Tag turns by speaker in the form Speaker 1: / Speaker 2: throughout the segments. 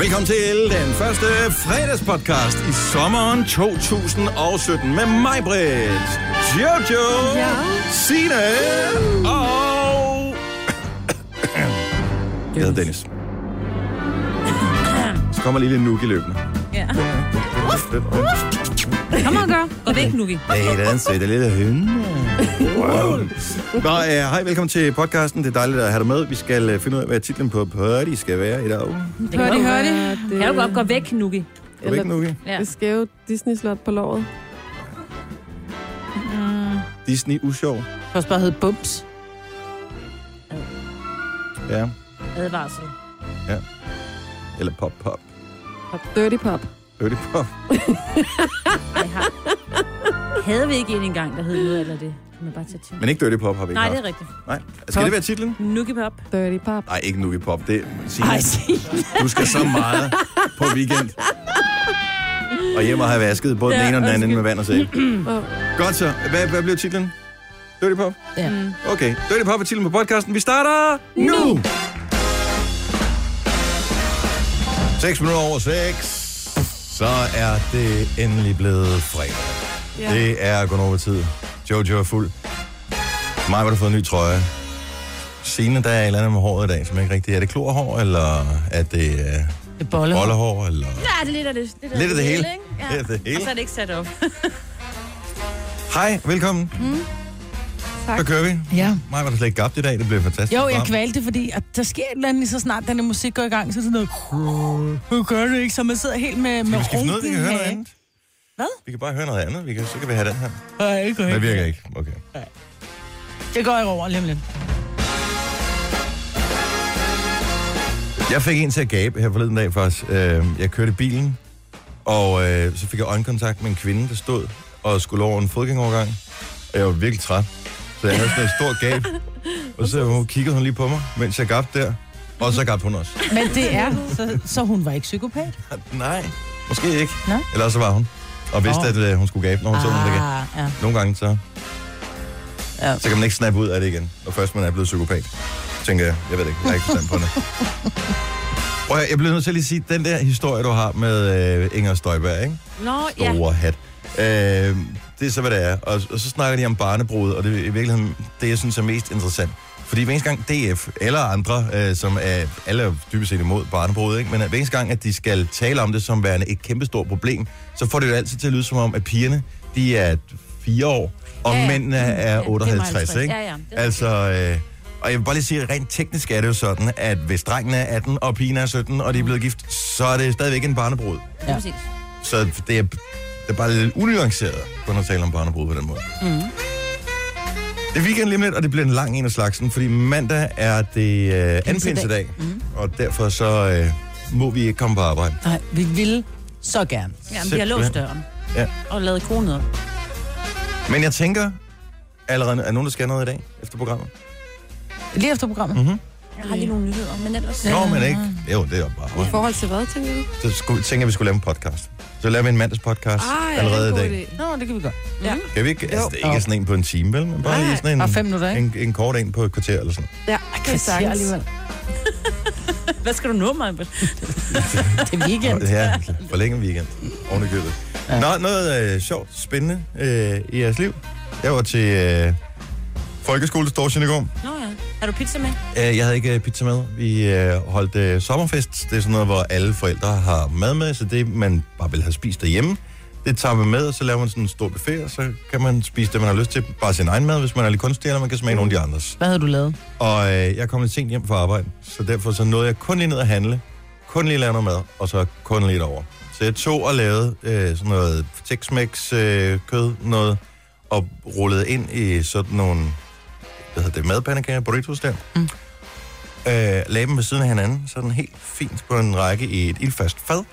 Speaker 1: Velkommen til den første fredagspodcast i sommeren 2017 med mig, Britt, Jojo,
Speaker 2: Ja.
Speaker 1: Sine og... Jeg hedder Dennis. Så kommer lige lidt nuk i løbende.
Speaker 3: Ja. Kom og gør. Gå væk, Nuki.
Speaker 1: Hey, den søde lille hønne. Wow. Nå, øh, hej, velkommen til podcasten. Det er dejligt at have dig med. Vi skal øh, finde ud af, hvad titlen på Purdy skal være i dag.
Speaker 3: Det
Speaker 2: Hør det, hør det.
Speaker 3: Kan du godt gå væk, Nuki?
Speaker 1: Er du ikke, Nuki?
Speaker 3: Ja.
Speaker 2: Det skæve Disney-slot på låret.
Speaker 1: Disney usjov.
Speaker 4: kan også bare hedde Bums.
Speaker 1: Ja.
Speaker 3: Advarsel.
Speaker 1: Eller pop-pop.
Speaker 2: Dirty Pop.
Speaker 1: Dirty pop.
Speaker 3: Ej, har. Havde vi ikke en engang, der hed noget eller det? Kan man bare tage til.
Speaker 1: Men ikke dirty pop har vi ikke
Speaker 3: Nej, det
Speaker 1: haft.
Speaker 3: er rigtigt.
Speaker 1: Nej. Skal det være titlen?
Speaker 3: Nuki Pop.
Speaker 2: Dirty Pop.
Speaker 1: Nej, ikke Nuki Pop. Det, Signe,
Speaker 3: Ej, sig.
Speaker 1: du skal så meget på weekend. Og hjemme og have vasket både den
Speaker 3: Ja,
Speaker 1: ene og den anden
Speaker 3: undskyld.
Speaker 1: med vand og sæbe.
Speaker 2: Åh.
Speaker 1: Godt så. Hvad, hvad blev titlen? Dirty Pop?
Speaker 4: Ja.
Speaker 1: Okay. Dirty Pop er titlen på podcasten. Vi starter nu! 6 minutter over 6. Så er det endelig blevet fredag.
Speaker 2: Ja.
Speaker 1: Ja. Det er gået over tid. Jojo er fuld. Mig har du fået en ny trøje. Signe, der er et eller andet med håret i dag, som ikke rigtigt er. Er det klorhår, eller er det øh,
Speaker 4: Det bolle.
Speaker 1: bollehår? Eller...
Speaker 3: Ja, det er lidt af det. Lidt,
Speaker 1: Lidt af det hele.
Speaker 3: ikke? Ja.
Speaker 1: Lidt af det hele.
Speaker 3: Og så er det ikke sat op.
Speaker 1: Hej, velkommen. Mm.
Speaker 2: Tak.
Speaker 1: Så kører vi.
Speaker 4: Ja.
Speaker 1: Mig var du slet ikke gabt i dag, det blev fantastisk.
Speaker 4: Jo, jeg
Speaker 1: program.
Speaker 4: kvalte, fordi at der sker et eller andet, lige så snart den her musik går i gang, så er det sådan noget... Nu gør det ikke, så man sidder helt med...
Speaker 1: Skal
Speaker 4: med
Speaker 1: vi skifte noget, vi kan høre noget andet?
Speaker 4: Hvad?
Speaker 1: Vi kan bare høre noget andet, vi kan, så kan vi have den her.
Speaker 4: Nej, ikke
Speaker 1: Det virker ikke, okay.
Speaker 4: Det går jeg over lige om lidt.
Speaker 1: Jeg fik en til at gabe her forleden dag faktisk. Øh, jeg kørte i bilen, og øh, så fik jeg øjenkontakt med en kvinde, der stod og skulle over en fodgængovergang. Og jeg var virkelig træt, så jeg havde sådan et stort gab. Og så hun, kiggede hun lige på mig, mens jeg gabte der. Og så gabte hun også.
Speaker 4: Men det er... Så, så hun var ikke psykopat?
Speaker 1: Nej, måske ikke.
Speaker 4: Nå.
Speaker 1: Eller så var hun. Og vidste,
Speaker 4: Nå. Ah,
Speaker 1: at øh, hun skulle gabe, når hun så hun det gav.
Speaker 4: ja.
Speaker 1: Nogle gange så...
Speaker 4: Ja.
Speaker 1: Så kan man ikke snappe ud af det igen, når først man er blevet psykopat. Tænker jeg. Jeg ved det ikke. Jeg er ikke forstand på det. Prøv at, høre, jeg bliver nødt til at lige sige, den der historie, du har med øh, Inger Støjberg, ikke?
Speaker 3: Nå, ja.
Speaker 1: Store hat. Øh, det er så, hvad det er. Og, og så snakker de om barnebrud, og det er i virkeligheden det, jeg synes er mest interessant. Fordi hver eneste gang DF eller andre, øh, som er, alle er jo dybest set imod barnebrud, ikke? men at hver eneste gang, at de skal tale om det som værende et kæmpestort problem, så får det jo altid til at lyde som om, at pigerne, de er fire år, og
Speaker 3: Ja,
Speaker 1: ja,
Speaker 3: ja.
Speaker 1: mændene er
Speaker 3: det er
Speaker 1: 58,
Speaker 3: 58,
Speaker 1: ikke?
Speaker 3: ja, ja. Det er
Speaker 1: Altså, øh, og jeg vil bare lige sige, at rent teknisk er det jo sådan, at hvis drengen er 18, og pigen er 17, og de er blevet gift, så er det stadigvæk en barnebrud.
Speaker 3: Ja. Præcis.
Speaker 1: Så det er, det er bare lidt unuanceret, kun at tale om barnebrud på den måde. Mm. Det er weekend lige om lidt, og det bliver en lang en af slagsen, fordi mandag er det øh, anden pinsedag,
Speaker 2: Mhm.
Speaker 1: mm. og derfor så øh, må vi ikke komme på arbejde.
Speaker 4: Nej, vi ville så gerne.
Speaker 3: Ja, men vi har
Speaker 1: Simpelthen.
Speaker 3: låst døren.
Speaker 1: Ja.
Speaker 3: Og lavet kronet op.
Speaker 1: Men jeg tænker allerede, nu- er der nogen, der skal noget i dag efter programmet?
Speaker 4: Lige efter programmet.
Speaker 1: Mm-hmm.
Speaker 3: Jeg har lige nogle nyheder, men ellers...
Speaker 1: Nå, men ikke. Jo, det er
Speaker 2: I
Speaker 1: bare...
Speaker 2: forhold til hvad, tænker du?
Speaker 1: Så skulle, tænker jeg, vi skulle lave en podcast. Så laver vi en mandagspodcast
Speaker 2: Ej,
Speaker 1: allerede i
Speaker 2: det er en
Speaker 1: dag.
Speaker 2: god idé.
Speaker 4: Nå, det kan vi godt. Mhm.
Speaker 1: Kan vi ikke? Altså,
Speaker 2: Jo.
Speaker 1: det er ikke sådan en på en time, vel? Men bare
Speaker 2: Nej,
Speaker 1: lige sådan en,
Speaker 4: bare fem minutter, ikke?
Speaker 1: en, en kort en på et kvarter eller sådan.
Speaker 2: Ja, det er
Speaker 4: Kvarter
Speaker 2: sagtens.
Speaker 4: alligevel.
Speaker 3: Hvad skal du nå, mig?
Speaker 4: Det er weekend.
Speaker 1: Det her forlænget weekend. Oven i købet. Ja. Nå, noget øh, sjovt, spændende øh, i jeres liv. Jeg var til øh, folkeskole Storchen i går.
Speaker 3: Nå ja. Har du pizza med?
Speaker 1: Øh, jeg havde ikke øh, pizza med. Vi øh, holdt øh, sommerfest. Det er sådan noget, hvor alle forældre har mad med, så det, man bare vil have spist derhjemme, det tager man med, og så laver man sådan en stor buffet, og så kan man spise det, man har lyst til. Bare sin egen mad, hvis man er lidt kunstig, eller man kan smage nogle af de andres.
Speaker 4: Hvad havde du lavet?
Speaker 1: Og øh, jeg kom lidt sent hjem fra arbejde, så derfor så nåede jeg kun lige ned at handle, kun lige lave noget mad, og så kun lidt over. Så jeg tog og lavede øh, sådan noget Tex-Mex øh, kød, noget, og rullede ind i sådan nogle, hvad hedder det, madpandekager, burritos der. Mm. Øh, lagde dem ved siden af hinanden, sådan helt fint på en række i et ildfast fad.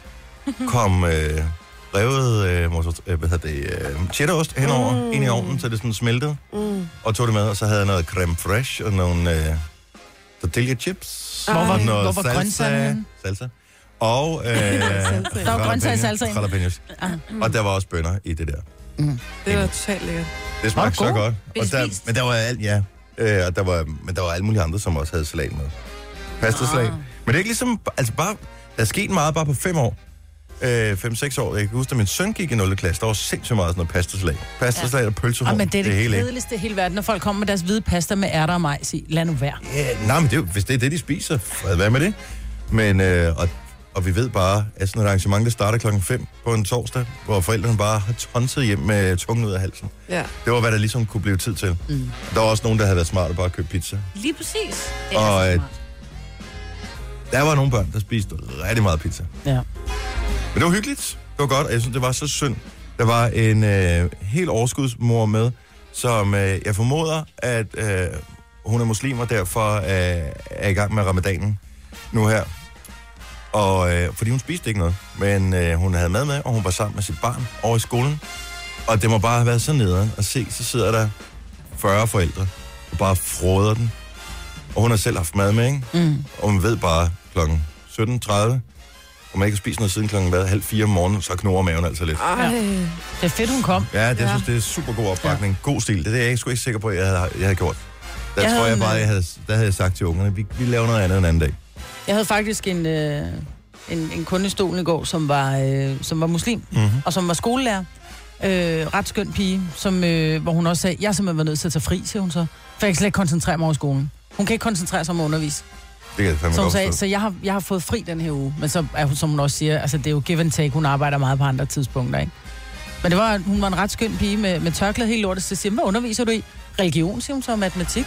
Speaker 1: Kom øh, revet, øh, motor, øh, hvad hedder det, øh, cheddarost henover, mm. ind i ovnen, så det sådan smeltede
Speaker 2: Mm.
Speaker 1: og tog det med, og så havde jeg noget creme fraiche og nogle øh, tortilla chips.
Speaker 2: Hvor var-
Speaker 1: og noget
Speaker 4: hvor var grøntsagerne henne?
Speaker 1: salsa. Og øh,
Speaker 2: Der
Speaker 4: var grøntsager i
Speaker 1: jalapeno-
Speaker 4: salsaen.
Speaker 1: jalapenos.
Speaker 3: Ah.
Speaker 1: Og der var også bønner i det der.
Speaker 2: Det var totalt lækkert.
Speaker 1: Det
Speaker 4: Var
Speaker 1: smagte
Speaker 4: det
Speaker 1: så
Speaker 4: gode?
Speaker 1: godt.
Speaker 3: Blev
Speaker 1: Og
Speaker 3: det
Speaker 1: der,
Speaker 3: spist?
Speaker 1: men der var alt, ja. Øh,
Speaker 4: Ah.
Speaker 1: og der var, men der var alle mulige andre, som også havde salat med. Pastasalat. Men det er ikke ligesom, altså bare, Der er sket meget bare på fem år. Øh, fem-seks år. Jeg kan huske, at min søn gik i 0. klasse. Der var sindssygt meget sådan noget pastaslag. Pastaslag ja. og
Speaker 4: Og
Speaker 1: pølsehorn.
Speaker 4: Ah, men det er det,
Speaker 1: hele, ikke?
Speaker 4: kedeligste i hele verden, når folk kommer med deres hvide pasta med ærter og majs i. Lad nu være.
Speaker 1: Ja, nej, men det, er jo- hvis det er det, de spiser, fred være med det. Men, øh, og, og vi ved bare, at sådan et arrangement, der starter klokken 5 på en torsdag, hvor forældrene bare har tonset hjem med tungen ud af halsen.
Speaker 2: Ja.
Speaker 1: Det var, hvad der ligesom kunne blive tid til. Mm. Der var også nogen, der havde været smart og bare købt pizza.
Speaker 3: Lige præcis. Det
Speaker 1: Og,
Speaker 3: så
Speaker 1: øh,
Speaker 3: smart.
Speaker 1: Der var nogle børn, der spiste rigtig meget pizza.
Speaker 4: Ja.
Speaker 1: Men det var hyggeligt. Det var godt, og jeg synes, det var så synd. Der var en øh, helt overskudsmor med, som øh, jeg formoder, at øh, hun er muslim, og derfor øh, er i gang med ramadanen nu her. Og øh, fordi hun spiste ikke noget, men øh, hun havde mad med, og hun var sammen med sit barn over i skolen. Og det må bare have været så nederen at se, så sidder der 40 forældre og bare froder den. Og hun har selv haft mad med, ikke?
Speaker 4: Mm.
Speaker 1: Og man ved bare klokken 17.30, og man ikke har spist noget siden klokken hvad, halv fire om morgenen, så knurrer maven altså lidt.
Speaker 2: Ej.
Speaker 4: Det er fedt, hun kom.
Speaker 1: Ja, det, jeg
Speaker 2: Ja.
Speaker 1: synes, det er super god opbakning. God stil. Det er det, jeg ikke- sgu ikke sikker på, at jeg havde, jeg havde gjort. Der jeg
Speaker 4: Jeg
Speaker 1: tror
Speaker 4: havde
Speaker 1: jeg
Speaker 4: en,
Speaker 1: bare, jeg havde, der havde jeg sagt til ungerne, vi, vi laver noget andet en anden dag.
Speaker 4: Jeg havde faktisk en, øh, en, en kunde i stolen i går, som var, øh, som var muslim,
Speaker 1: Mm-hmm.
Speaker 4: og som var skolelærer. Øh, ret skøn pige, som, øh, hvor hun også sagde, jeg har simpelthen været nødt til at tage fri, siger hun så. For jeg kan slet ikke koncentrere mig over skolen. Hun kan ikke koncentrere sig om at undervise.
Speaker 1: Det kan jeg fandme
Speaker 4: Som
Speaker 1: godt
Speaker 4: sagde,
Speaker 1: forstå.
Speaker 4: så jeg har, jeg har fået fri den her uge. Men så er hun, som hun også siger, altså det er jo give and take. Hun arbejder meget på andre tidspunkter, ikke? Men det var, hun var en ret skøn pige med, med tørklæde helt lortet. Så siger hun, hvad underviser du i? Religion, siger hun så, og matematik.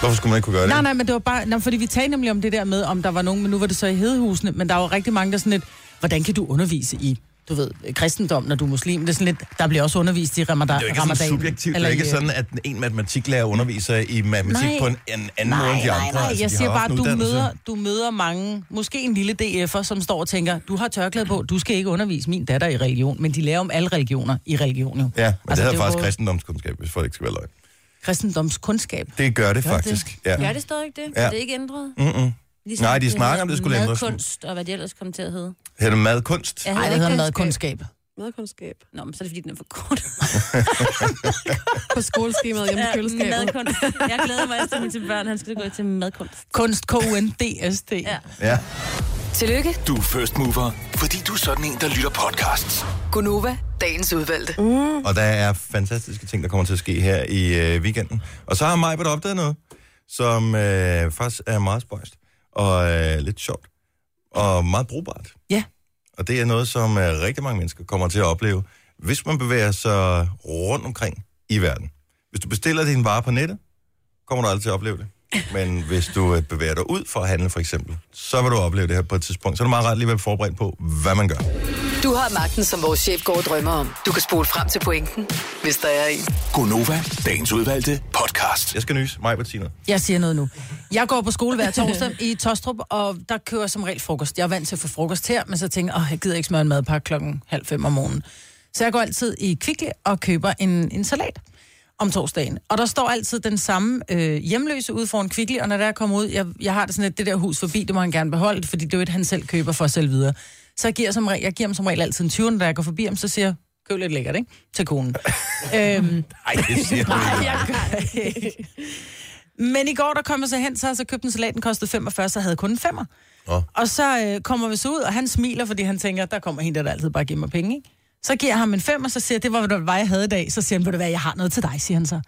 Speaker 1: Hvorfor skulle man ikke kunne gøre det?
Speaker 4: Nej, nej, men det var bare... Nej, fordi vi talte nemlig om det der med, om der var nogen... Men nu var det så i hedehusene, men der var rigtig mange, der sådan lidt... Hvordan kan du undervise i, du ved, kristendom, når du er muslim? Det er sådan lidt... Der bliver også undervist i ramadan.
Speaker 1: Det er jo ikke sådan subjektivt. Eller det er ikke sådan, at en matematiklærer underviser i matematik
Speaker 4: øh, Nej.
Speaker 1: på en, en anden
Speaker 4: Nej,
Speaker 1: måde end
Speaker 4: nej,
Speaker 1: de
Speaker 4: nej,
Speaker 1: andre.
Speaker 4: nej.
Speaker 1: Altså,
Speaker 4: Jeg
Speaker 1: de
Speaker 4: siger
Speaker 1: har
Speaker 4: bare,
Speaker 1: også en
Speaker 4: du
Speaker 1: uddannelse.
Speaker 4: møder, du møder mange, måske en lille DF'er, som står og tænker, du har tørklæde på, du skal ikke undervise min datter i religion, men de lærer om alle religioner i religion jo.
Speaker 1: Ja, men altså, det
Speaker 4: det er
Speaker 1: hedder
Speaker 4: jo
Speaker 1: faktisk
Speaker 4: både-
Speaker 1: kristendomskundskab, hvis folk ikke skal være løgn.
Speaker 4: Kristendomskundskab.
Speaker 1: Det gør det
Speaker 4: Gør det?
Speaker 1: faktisk. Ja.
Speaker 3: Gør det stadig det?
Speaker 1: Ja. Mm.
Speaker 3: Ja. Er det ikke ændret?
Speaker 1: Mm-mm.
Speaker 3: Ligesom
Speaker 1: Nej, de snakker
Speaker 3: hedder
Speaker 1: om, det skulle ændres.
Speaker 3: Madkunst, og hvad det ellers kom til at hedde.
Speaker 1: Hedder det madkunst?
Speaker 3: Ja,
Speaker 4: Nej, det hedder madkundskab.
Speaker 2: Madkundskab.
Speaker 3: Nå, men så er det fordi, den er for kort.
Speaker 2: På skoleskemaet hjemme i køleskabet.
Speaker 3: madkunst. Jeg glæder mig altid til børn, han skal gå til madkunst.
Speaker 4: Kunst, K-U-N-D-S-T. Ja.
Speaker 3: Ja.
Speaker 1: Ja.
Speaker 5: Tillykke,
Speaker 6: Du er first mover, fordi du er sådan en, der lytter podcasts.
Speaker 5: Gunova, dagens udvalgte.
Speaker 4: Mm.
Speaker 1: Og der er fantastiske ting, der kommer til at ske her i øh, weekenden. Og så har Majbert opdaget noget, som øh, faktisk er meget spøjst og øh, lidt sjovt og meget brugbart.
Speaker 4: Ja.
Speaker 1: Og det er noget, som øh, rigtig mange mennesker kommer til at opleve, hvis man bevæger sig rundt omkring i verden. Hvis du bestiller din vare på nettet, kommer du aldrig til at opleve det. Men hvis du øh, bevæger dig ud for at handle, for eksempel, så vil du opleve det her på et tidspunkt. Så er det meget rart lige at være forberedt på, hvad man gør.
Speaker 5: Du har magten, som vores chef går og drømmer om. Du kan spole frem til pointen, hvis der er en.
Speaker 6: Gonova, dagens udvalgte podcast.
Speaker 1: Jeg skal nys. Majbert siger noget.
Speaker 4: Jeg siger noget nu. Jeg går på skole hver torsdag i Tostrup, og der kører jeg som regel frokost. Jeg er vant til at få frokost her, men så tænker jeg, "Åh, jeg gider ikke smøre en madpakke klokken halv fem om morgenen. Så jeg går altid i Kvickly og køber en, en salat om torsdagen. Og der står altid den samme øh, hjemløse ude foran Kvickly, og når der kommer ud, jeg, jeg har det sådan, at det der hus forbi, det må han gerne beholde, fordi det er jo et, han selv køber for at sælge videre. Så jeg giver, som regel, jeg giver ham som regel altid en 20, når jeg går forbi ham, så siger jeg, køb lidt lækkert, ikke? Til konen. øhm,
Speaker 1: Ej, det siger du ikke.
Speaker 4: jeg gør det ikke. Men i går, der kom jeg så hen, så har jeg så købte en salat, den kostede 45, så jeg havde kun en femmer.
Speaker 1: Nå.
Speaker 4: Og så øh, kommer vi så ud, og han smiler, fordi han tænker, der kommer hende, der altid bare giver mig penge, ikke? Så giver jeg ham en femmer, så siger jeg, det var, hvad det var, jeg havde i dag. Så siger han, ved du hvad, jeg har noget til dig, siger han så.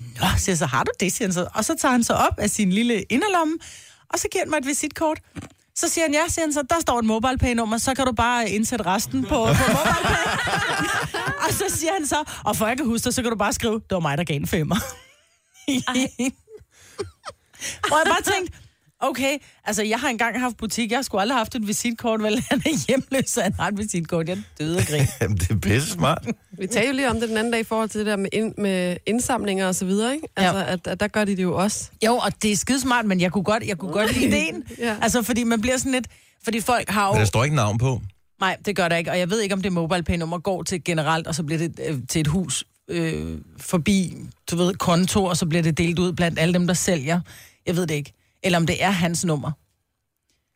Speaker 4: Nå, siger jeg, så har du det, siger han så. Og så tager han så op af sin lille inderlomme, og så giver han mig et visitkort. Så siger han, ja, siger han så, der står et MobilePay-nummer, så kan du bare indsætte resten på, på MobilePay. og så siger han så, og for jeg kan huske det, så kan du bare skrive, det var mig, der gav en femmer. Hvor jeg bare tænkte, okay, altså jeg har engang haft butik, jeg skulle aldrig have haft et visitkort, vel han er hjemløs, så han har et visitkort, jeg døde af grin.
Speaker 1: Jamen, det er pisse smart.
Speaker 2: Vi talte jo lige om det den anden dag i forhold til det der med, ind, med indsamlinger og så videre, ikke? Altså, ja. at, at der gør de det jo også.
Speaker 4: Jo, og det er skidesmart, men jeg kunne godt, jeg kunne godt lide ideen.
Speaker 2: Ja.
Speaker 4: Altså, fordi man bliver sådan lidt... Fordi folk har jo...
Speaker 1: Men der står ikke navn på.
Speaker 4: Nej, det gør der ikke. Og jeg ved ikke, om det MobilePay-nummer går til generelt, og så bliver det øh, til et hus øh, forbi, du ved, konto, og så bliver det delt ud blandt alle dem, der sælger. Jeg ved det ikke. Eller om det er hans nummer. Øhm,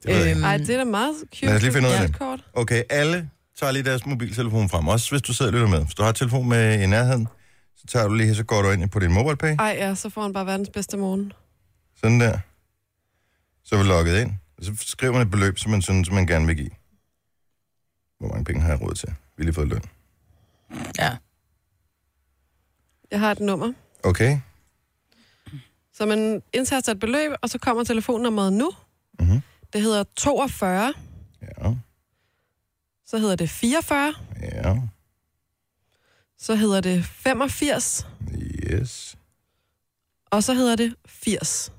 Speaker 1: Det ved jeg ikke.
Speaker 2: Ej, det er da meget cute.
Speaker 1: Lad os lige finde ud af det.
Speaker 2: Kort.
Speaker 1: Okay, alle tager lige deres mobiltelefon frem. Også hvis du sidder og lytter med. Hvis du har telefon med i nærheden, så tager du lige her, så går du ind på din MobilePay.
Speaker 2: Ej, ja, så får han bare verdens bedste morgen.
Speaker 1: Sådan der. Så er vi logget ind. Så skriver man et beløb, som man synes, man gerne vil give. Hvor mange penge har jeg råd til? Vi har lige fået løn.
Speaker 4: Ja.
Speaker 2: Jeg har et nummer.
Speaker 1: Okay.
Speaker 2: Så man indtaster et beløb, og så kommer telefonnummeret nu.
Speaker 1: Mhm.
Speaker 2: Det hedder 42,
Speaker 1: Ja.
Speaker 2: så hedder det 44,
Speaker 1: Ja.
Speaker 2: så hedder det 85,
Speaker 1: Yes.
Speaker 2: og så hedder det 80.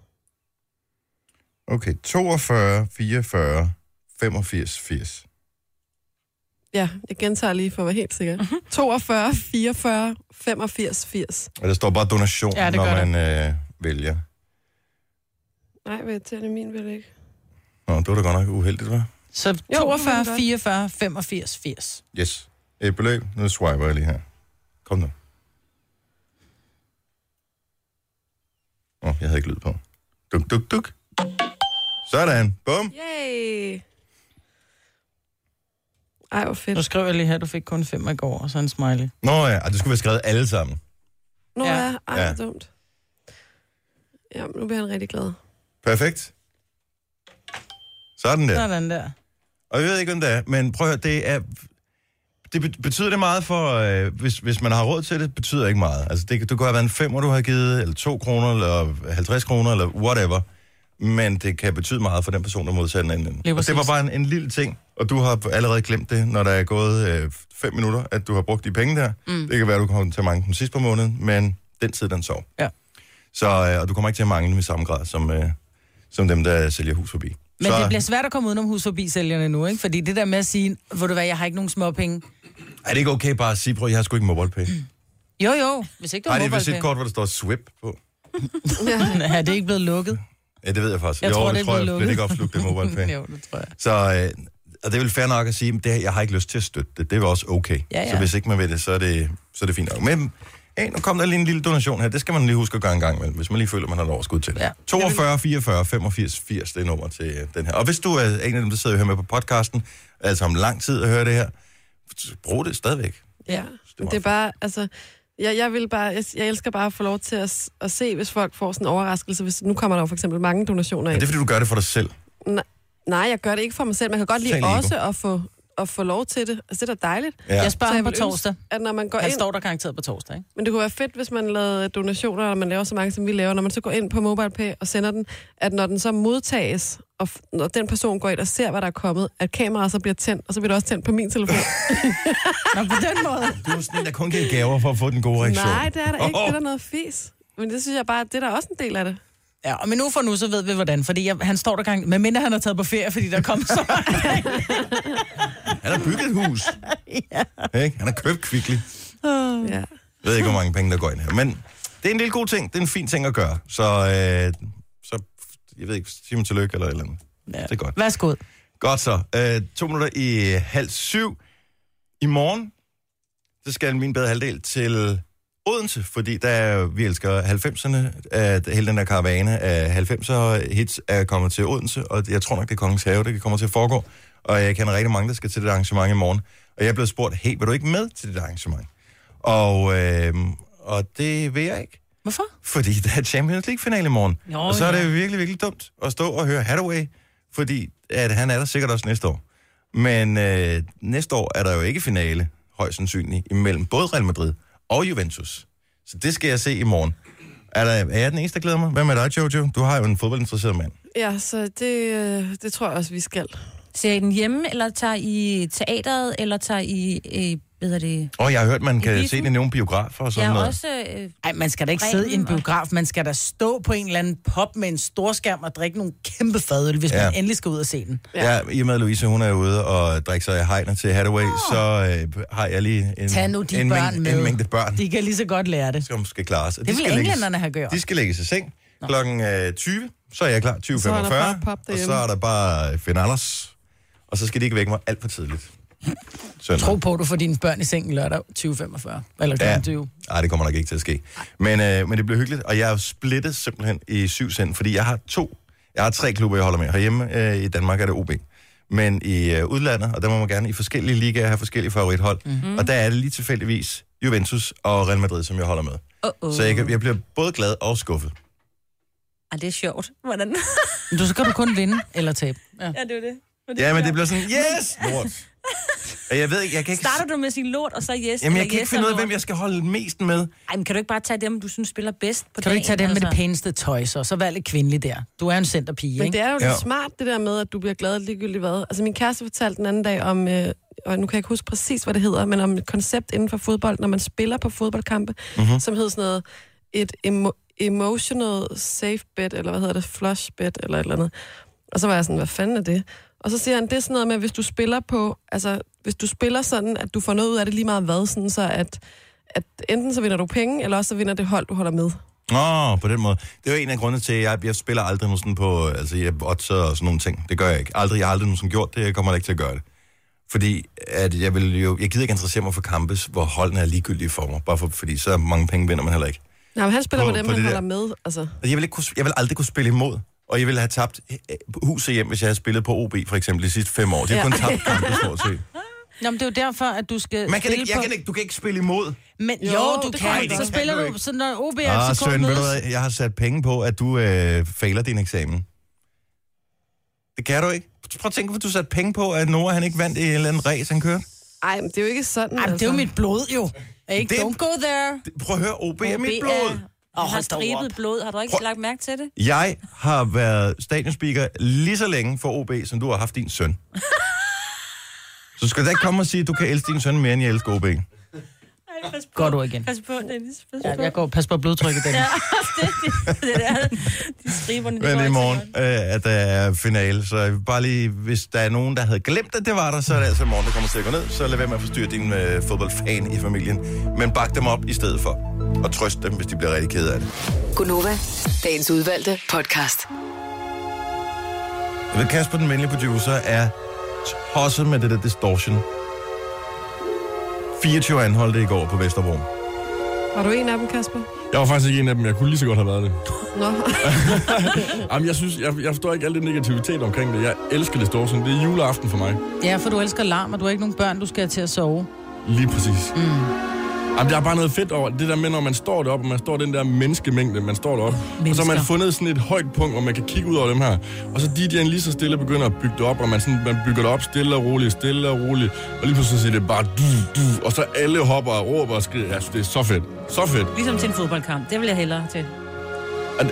Speaker 1: Okay. 42, 44, 85, 80.
Speaker 2: Ja, jeg gentager lige for at være helt sikker.
Speaker 4: Mhm.
Speaker 2: 42, 44, 85, 80.
Speaker 1: Og der står bare donation,
Speaker 4: Ja,
Speaker 1: ja,
Speaker 4: det
Speaker 1: når
Speaker 4: gør
Speaker 1: man øh, vælger.
Speaker 2: Nej, hvad irriterende min vil ikke.
Speaker 1: Nå, det var da godt nok uheldigt, hva'?
Speaker 4: Så
Speaker 2: det var
Speaker 4: 42,
Speaker 2: det godt.
Speaker 4: 44, 85, 80.
Speaker 1: Yes. Et beløb. Nu swiper jeg lige her. Kom nu. Åh, oh, jeg havde ikke lyd på. Duk, duk, duk. Sådan. Bum.
Speaker 2: Yay! Ej, hvor fedt.
Speaker 4: Nu skriver jeg lige her, du fik kun fem i går, og så en smiley.
Speaker 1: Nå ja, og det skulle være skrevet alle sammen.
Speaker 2: Nå
Speaker 4: Ja.
Speaker 2: ja, ej,
Speaker 1: Ja.
Speaker 2: ja. dumt. Ja, nu bliver han rigtig glad.
Speaker 1: Perfekt. Sådan der.
Speaker 4: Sådan der.
Speaker 1: Og jeg ved ikke, hvem det er, men prøv at høre, det er... Det bet- betyder det meget for, øh, hvis, hvis man har råd til det, betyder ikke meget. Altså, det, kan- det kunne have været en femmer, du har givet, eller to kroner, eller 50 kroner, eller whatever. Men det kan betyde meget for den person, der modtager den anden. ende. Og det
Speaker 4: præcis.
Speaker 1: var bare en, en lille ting, og du har allerede glemt det, når der er gået øh, fem minutter, at du har brugt de penge der. Mm. Det kan være, du kommer til at mangle dem sidst på måneden, men den tid, den sov.
Speaker 4: Ja.
Speaker 1: Så, øh, og du kommer ikke til at mangle dem i samme grad, som, øh, som dem, der sælger hus forbi.
Speaker 4: Men
Speaker 1: Så,
Speaker 4: det bliver svært at komme udenom hus forbi sælgerne nu, ikke? Fordi det der med at sige, hvor du hvad, jeg har ikke nogen småpenge.
Speaker 1: Er det ikke okay bare at sige, prøv, jeg har sgu ikke MobilePay?
Speaker 4: Jo, jo, hvis ikke du
Speaker 1: Nej,
Speaker 4: har
Speaker 1: det er vist
Speaker 4: Mm. mobile
Speaker 1: et kort, hvor der står SWIP på.
Speaker 4: Er det ikke blevet lukket?
Speaker 1: Ja, det ved jeg faktisk.
Speaker 4: Jeg
Speaker 1: jo,
Speaker 4: tror,
Speaker 1: det,
Speaker 4: det er
Speaker 1: tror jeg.
Speaker 4: blevet
Speaker 1: Blev
Speaker 4: lukket.
Speaker 1: det ikke opslugt af MobilePay?
Speaker 4: jo, det tror jeg.
Speaker 1: så, øh, og det er vel fair nok at sige, at jeg har ikke lyst til at støtte det. Det er vel også okay.
Speaker 4: Ja, ja.
Speaker 1: Så hvis ikke man vil det, så er det, så er det fint nok. Men hey, nu kom der lige en lille donation her. Det skal man lige huske at gøre en gang imellem, hvis man lige føler, man har et overskud til det.
Speaker 4: Ja.
Speaker 1: 42, 44, 85, 80, det er nummer til øh, den her. Og hvis du er en af dem, der sidder her med på podcasten, altså om lang tid at høre det her, så brug det stadigvæk.
Speaker 2: Ja,
Speaker 1: det var
Speaker 2: det er bare, altså... Jeg, jeg, vil bare, jeg, jeg elsker bare at få lov til at, s- at se, hvis folk får sådan en overraskelse. Hvis, nu kommer der jo for eksempel mange donationer
Speaker 1: Men
Speaker 2: ind.
Speaker 1: det er, fordi du gør det for dig selv.
Speaker 2: Nej, jeg gør det ikke for mig selv. Man kan godt lide
Speaker 1: Total ego.
Speaker 2: også at få, at få lov til det. Altså, det er da dejligt.
Speaker 1: Ja.
Speaker 4: Jeg spørger
Speaker 2: Så
Speaker 4: ham
Speaker 2: jeg
Speaker 4: på
Speaker 2: vil ønske-
Speaker 4: torsdag.
Speaker 2: At når man går
Speaker 4: Han
Speaker 2: ind...
Speaker 4: står der garanteret på torsdag, ikke?
Speaker 2: Men det kunne være fedt, hvis man lavede donationer, eller man laver så mange, som vi laver, når man så går ind på MobilePay og sender den, at når den så modtages, og f- når den person går ind og ser, hvad der er kommet, at kameraet så bliver tændt, og så bliver det også tændt på min telefon.
Speaker 4: Nå, på den måde.
Speaker 1: Du er sådan en, der kun giver gaver for at få den gode reaktion.
Speaker 2: Nej, det er der ikke. Det er der
Speaker 1: Åh,
Speaker 2: noget fis. Men det synes jeg bare, det er der også en del af det.
Speaker 4: Ja, og men nu for nu, så ved vi hvordan, fordi jeg, han står der gang, men mindre han har taget på ferie, fordi der kom så
Speaker 1: Han har bygget et hus. ja. Ah. Ikke? Han har købt kvickly.
Speaker 2: Ja.
Speaker 1: Jeg ved ikke, hvor mange penge, der går ind her. Men det er en lille god ting. Det er en fin ting at gøre. Så, øh, så jeg ved ikke, sig mig tillykke eller et eller andet. Ja. Det er godt.
Speaker 4: Værsgo.
Speaker 1: Godt så. Øh, to minutter i halv syv. I morgen, så skal min bedre halvdel til Odense, fordi der er, vi elsker 90'erne. At hele den der karavane af 90'er hits er kommet til Odense, og jeg tror nok, det er Kongens Have, det kommer til at foregå. Og jeg kender rigtig mange, der skal til det arrangement i morgen. Og jeg er blevet spurgt, hey, vil du ikke med til det arrangement? Og, øh, og det vil jeg ikke
Speaker 4: Hvorfor?
Speaker 1: fordi der er Champions League-finale i morgen.
Speaker 4: Nå,
Speaker 1: og så er
Speaker 4: ja.
Speaker 1: det virkelig, virkelig dumt at stå og høre Hathaway, fordi at han er der sikkert også næste år. Men øh, næste år er der jo ikke finale, højst sandsynligt, imellem både Real Madrid og Juventus. Så det skal jeg se i morgen. Er, der, er jeg den eneste, der glæder mig? Hvad med dig, Jojo? Du har jo en fodboldinteresseret mand.
Speaker 2: Ja, så det, øh, det tror jeg også, vi skal.
Speaker 7: Ser I den hjemme, eller tager I teateret, eller tager I, øh, hvad hedder det,
Speaker 1: Og jeg har hørt, man kan
Speaker 7: biffen?
Speaker 1: se den i nogle biografer og sådan
Speaker 7: jeg er
Speaker 1: noget.
Speaker 7: også, øh,
Speaker 4: Ej, man skal da ikke sidde i en biograf, man skal da stå på en eller anden pop med en storskærm og drikke nogle kæmpe fadøl, hvis
Speaker 1: Ja.
Speaker 4: ja. man endelig skal ud og se den.
Speaker 1: Ja. ja, i og med at Louise, hun er ude og drikker sig af hejner til Hathaway, oh. så øh, har jeg lige en,
Speaker 4: Tag nu de
Speaker 1: en,
Speaker 4: børn
Speaker 1: mængde,
Speaker 4: med.
Speaker 1: en mængde børn.
Speaker 4: De kan lige så godt lære det.
Speaker 1: som skal klare sig.
Speaker 4: Det vil englænderne have gjort.
Speaker 1: De skal lægges i seng klokken øh, 20, så er jeg klar 20.45,
Speaker 2: Så er der bare pop
Speaker 1: og så
Speaker 2: derhjemme.
Speaker 1: er der bare øh, finalers, og så skal de ikke vække mig alt for tidligt. Søndag.
Speaker 4: Tro på, at du får dine børn i sengen lørdag 2045. Eller
Speaker 1: Ja.
Speaker 4: ja. 20.
Speaker 1: Nej, det kommer nok ikke til at ske. Men, øh, men det bliver hyggeligt, og jeg er jo splittet simpelthen i syv sind, fordi jeg har to, jeg har tre klubber, jeg holder med. Herhjemme øh, i Danmark er det OB. Men i øh, udlandet, og der må man gerne i forskellige ligaer have forskellige favorithold. Mm-hmm. Og der er det lige tilfældigvis Juventus og Real Madrid, som jeg holder med. Uh-oh. Så jeg, kan- jeg bliver både glad og skuffet.
Speaker 7: Ej, det er sjovt. Hvordan?
Speaker 4: Men Du skal du kun vinde eller tabe. Ja.
Speaker 7: ja, det er jo det.
Speaker 1: Ja, men det bliver sådan, yes, lort. Og jeg ved ikke, jeg kan ikke...
Speaker 7: Starter du med sin lort, og så yes?
Speaker 1: Jamen,
Speaker 7: eller
Speaker 1: jeg kan
Speaker 7: yes
Speaker 1: ikke finde ud af,
Speaker 7: eller
Speaker 1: hvem jeg skal holde mest med.
Speaker 7: Ej, men kan du ikke bare tage dem, du synes spiller bedst på altså?
Speaker 4: Kan du ikke tage den med det pæneste tøj, så? Så vær lidt kvindelig der. Du er en centerpige,
Speaker 2: altså. Men det
Speaker 4: ikke?
Speaker 2: er jo
Speaker 1: Ja.
Speaker 2: ja. smart, det der med, at du bliver glad ligegyldigt hvad. Altså, min kæreste fortalte den anden dag om, øh, og nu kan jeg ikke huske præcis, hvad det hedder, men om et koncept inden for fodbold, når man spiller på fodboldkampe,
Speaker 1: Mhm.
Speaker 2: mm-hmm. som hedder sådan noget, et emo- emotional safe bet, eller hvad hedder det, flush bet, eller et eller andet. Og så var jeg sådan, hvad fanden er det? Og så siger han, det er sådan noget med, hvis du spiller på, altså, hvis du spiller sådan, at du får noget ud af det lige meget hvad, sådan så at, at enten så vinder du penge, eller også så vinder det hold, du holder med.
Speaker 1: Nå, på den måde. Det er jo en af grundene til, at jeg, jeg spiller aldrig nogen sådan på øh, altså, jeg, odds og sådan nogle ting. Det gør jeg ikke. Aldrig, jeg har aldrig nogen sådan gjort det. Jeg kommer heller ikke til at gøre det. Fordi at jeg, vil jo, jeg gider ikke interessere mig for kampe, hvor holdene er ligegyldige for mig. Bare for, fordi så mange penge vinder man heller ikke.
Speaker 2: Nej, men han spiller på,
Speaker 1: På-
Speaker 2: på dem,
Speaker 1: på
Speaker 2: han
Speaker 1: det der.
Speaker 2: holder med, altså.
Speaker 1: Altså, Jeg vil, ikke kunne, jeg vil aldrig kunne spille imod. Og jeg ville have tabt øh, huset hjem, hvis jeg havde spillet på OB, for eksempel, de sidste fem år. Det er ja.
Speaker 2: Ja.
Speaker 1: kun tabt kampe, stort set.
Speaker 4: Nå, men det er jo derfor, at du skal
Speaker 1: Man kan
Speaker 4: spille
Speaker 1: ikke, jeg
Speaker 4: på...
Speaker 1: kan ikke, du kan ikke spille imod.
Speaker 4: Men jo,
Speaker 2: Jo,
Speaker 4: du
Speaker 2: det
Speaker 4: kan.
Speaker 2: kan
Speaker 4: ikke.
Speaker 2: du
Speaker 4: så
Speaker 2: godt.
Speaker 4: spiller
Speaker 1: Det kan
Speaker 4: du, så når OB og
Speaker 1: Ah,
Speaker 4: FCK
Speaker 1: Søren, ved du
Speaker 4: mødes...
Speaker 1: hvad, jeg har sat penge på, at du øh, fejler din eksamen. Det kan du ikke. Prøv at tænke, at du satte penge på, at Nora han ikke vandt i en eller anden race, han kørte.
Speaker 2: Ej, men det er jo ikke sådan, altså.
Speaker 4: Ej, men det er jo mit blod, jo. Ikke?
Speaker 1: Det-
Speaker 4: Don't go there.
Speaker 1: Det- Prøv at høre, OB, OB er mit blod.
Speaker 7: Åh, oh,
Speaker 4: hold
Speaker 7: har
Speaker 4: da op.
Speaker 7: stribet blod. Har du ikke
Speaker 1: Prøv-
Speaker 7: lagt mærke til det?
Speaker 1: Jeg har været stadionspeaker lige så længe for OB, som du har haft din søn. Så skal du da ikke komme og sige, at du kan elske din søn mere, end jeg elsker OB.
Speaker 7: Ej, pas på.
Speaker 4: Går du igen?
Speaker 7: Pas på, Dennis. Pas
Speaker 4: Ja,
Speaker 7: på.
Speaker 4: jeg går pas på blodtrykket, den.
Speaker 7: Ja, det, det, det, er de striberne.
Speaker 1: Men det er i
Speaker 7: går
Speaker 1: morgen,
Speaker 7: ikke så
Speaker 1: øh, at der er finale. Så jeg vil bare lige, hvis der er nogen, der havde glemt, at det var der, så er det altså i morgen, der kommer til at gå ned. Så lad være med at forstyrre din øh, fodboldfan i familien. Men bak dem op i stedet for. Og trøst dem, hvis de bliver rigtig kede af det.
Speaker 5: Gunova, dagens udvalgte podcast.
Speaker 1: Jeg ved, Kasper, den venlige producer, er tosset med det der distortion. 24 anholdte i går på Vesterbro.
Speaker 2: Var du en af dem, Kasper?
Speaker 8: Jeg var faktisk ikke en af dem. Jeg kunne lige så godt have været det.
Speaker 2: Nå,
Speaker 8: Jamen, jeg, synes, jeg, jeg forstår ikke al den negativitet omkring det. Jeg elsker distortion. Det er juleaften for mig.
Speaker 4: Ja, for du elsker larm, og du har ikke nogen børn, du skal have til at sove.
Speaker 8: Lige præcis. Mm. Jamen, der er bare noget fedt over det der med, når man står deroppe, og man står den der menneskemængde, man står deroppe. Mennesker. Og så har man
Speaker 4: Mennesker.
Speaker 8: fundet sådan et højt punkt, hvor man kan kigge ud over dem her. Og så DJ'en lige så stille begynder at bygge det op, og man, sådan, man bygger det op stille og roligt, stille og roligt. Og lige pludselig så siger det bare du, du, og så alle hopper og råber og skriger. Jeg synes, det er så fedt. Så fedt.
Speaker 7: godt. Ligesom til en fodboldkamp. Det vil jeg hellere til.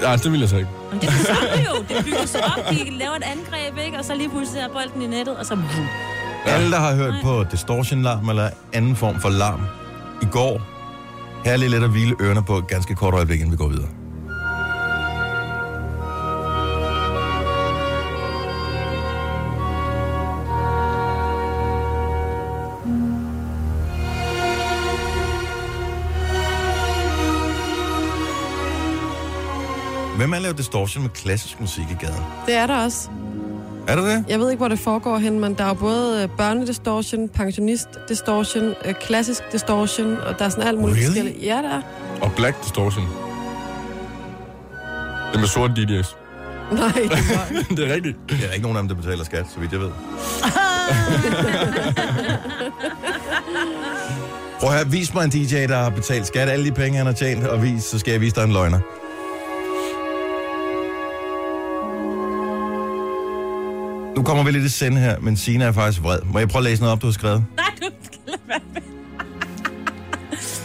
Speaker 8: Ej, det vil jeg så ikke.
Speaker 7: Men det er det samme jo. Det bygger sig op. De laver et angreb, ikke? Og så lige pludselig er bolden i nettet, og så...
Speaker 1: Alle, der har hørt på distortion-larm eller anden form for larm i går, her er lige let at hvile ørerne på et ganske kort øjeblik, inden vi går videre. Hvem har lavet distortion med klassisk musik i gaden?
Speaker 2: det er der også.
Speaker 1: Er det det?
Speaker 2: Jeg ved ikke, hvor det foregår hen, men der er jo både øh, børnedistortion, pensionist-distortion, øh, klassisk distortion, og der er sådan alt muligt
Speaker 1: Really?
Speaker 2: forskelligt. Ja, der er.
Speaker 8: Og Black Distortion. Det med sorte DJ's.
Speaker 2: Nej, det er løgn.
Speaker 8: det er rigtigt.
Speaker 1: Der er ikke nogen af dem, der betaler skat, så vidt jeg ved. Prøv at høre, vis mig en DJ, der har betalt skat alle de penge, han har tjent, og vis, så skal jeg vise dig en løgner. Nu kommer vi lidt i send her, men Sina er faktisk vred. Må jeg prøve at læse noget op, du har skrevet?
Speaker 7: Nej, du skal lade være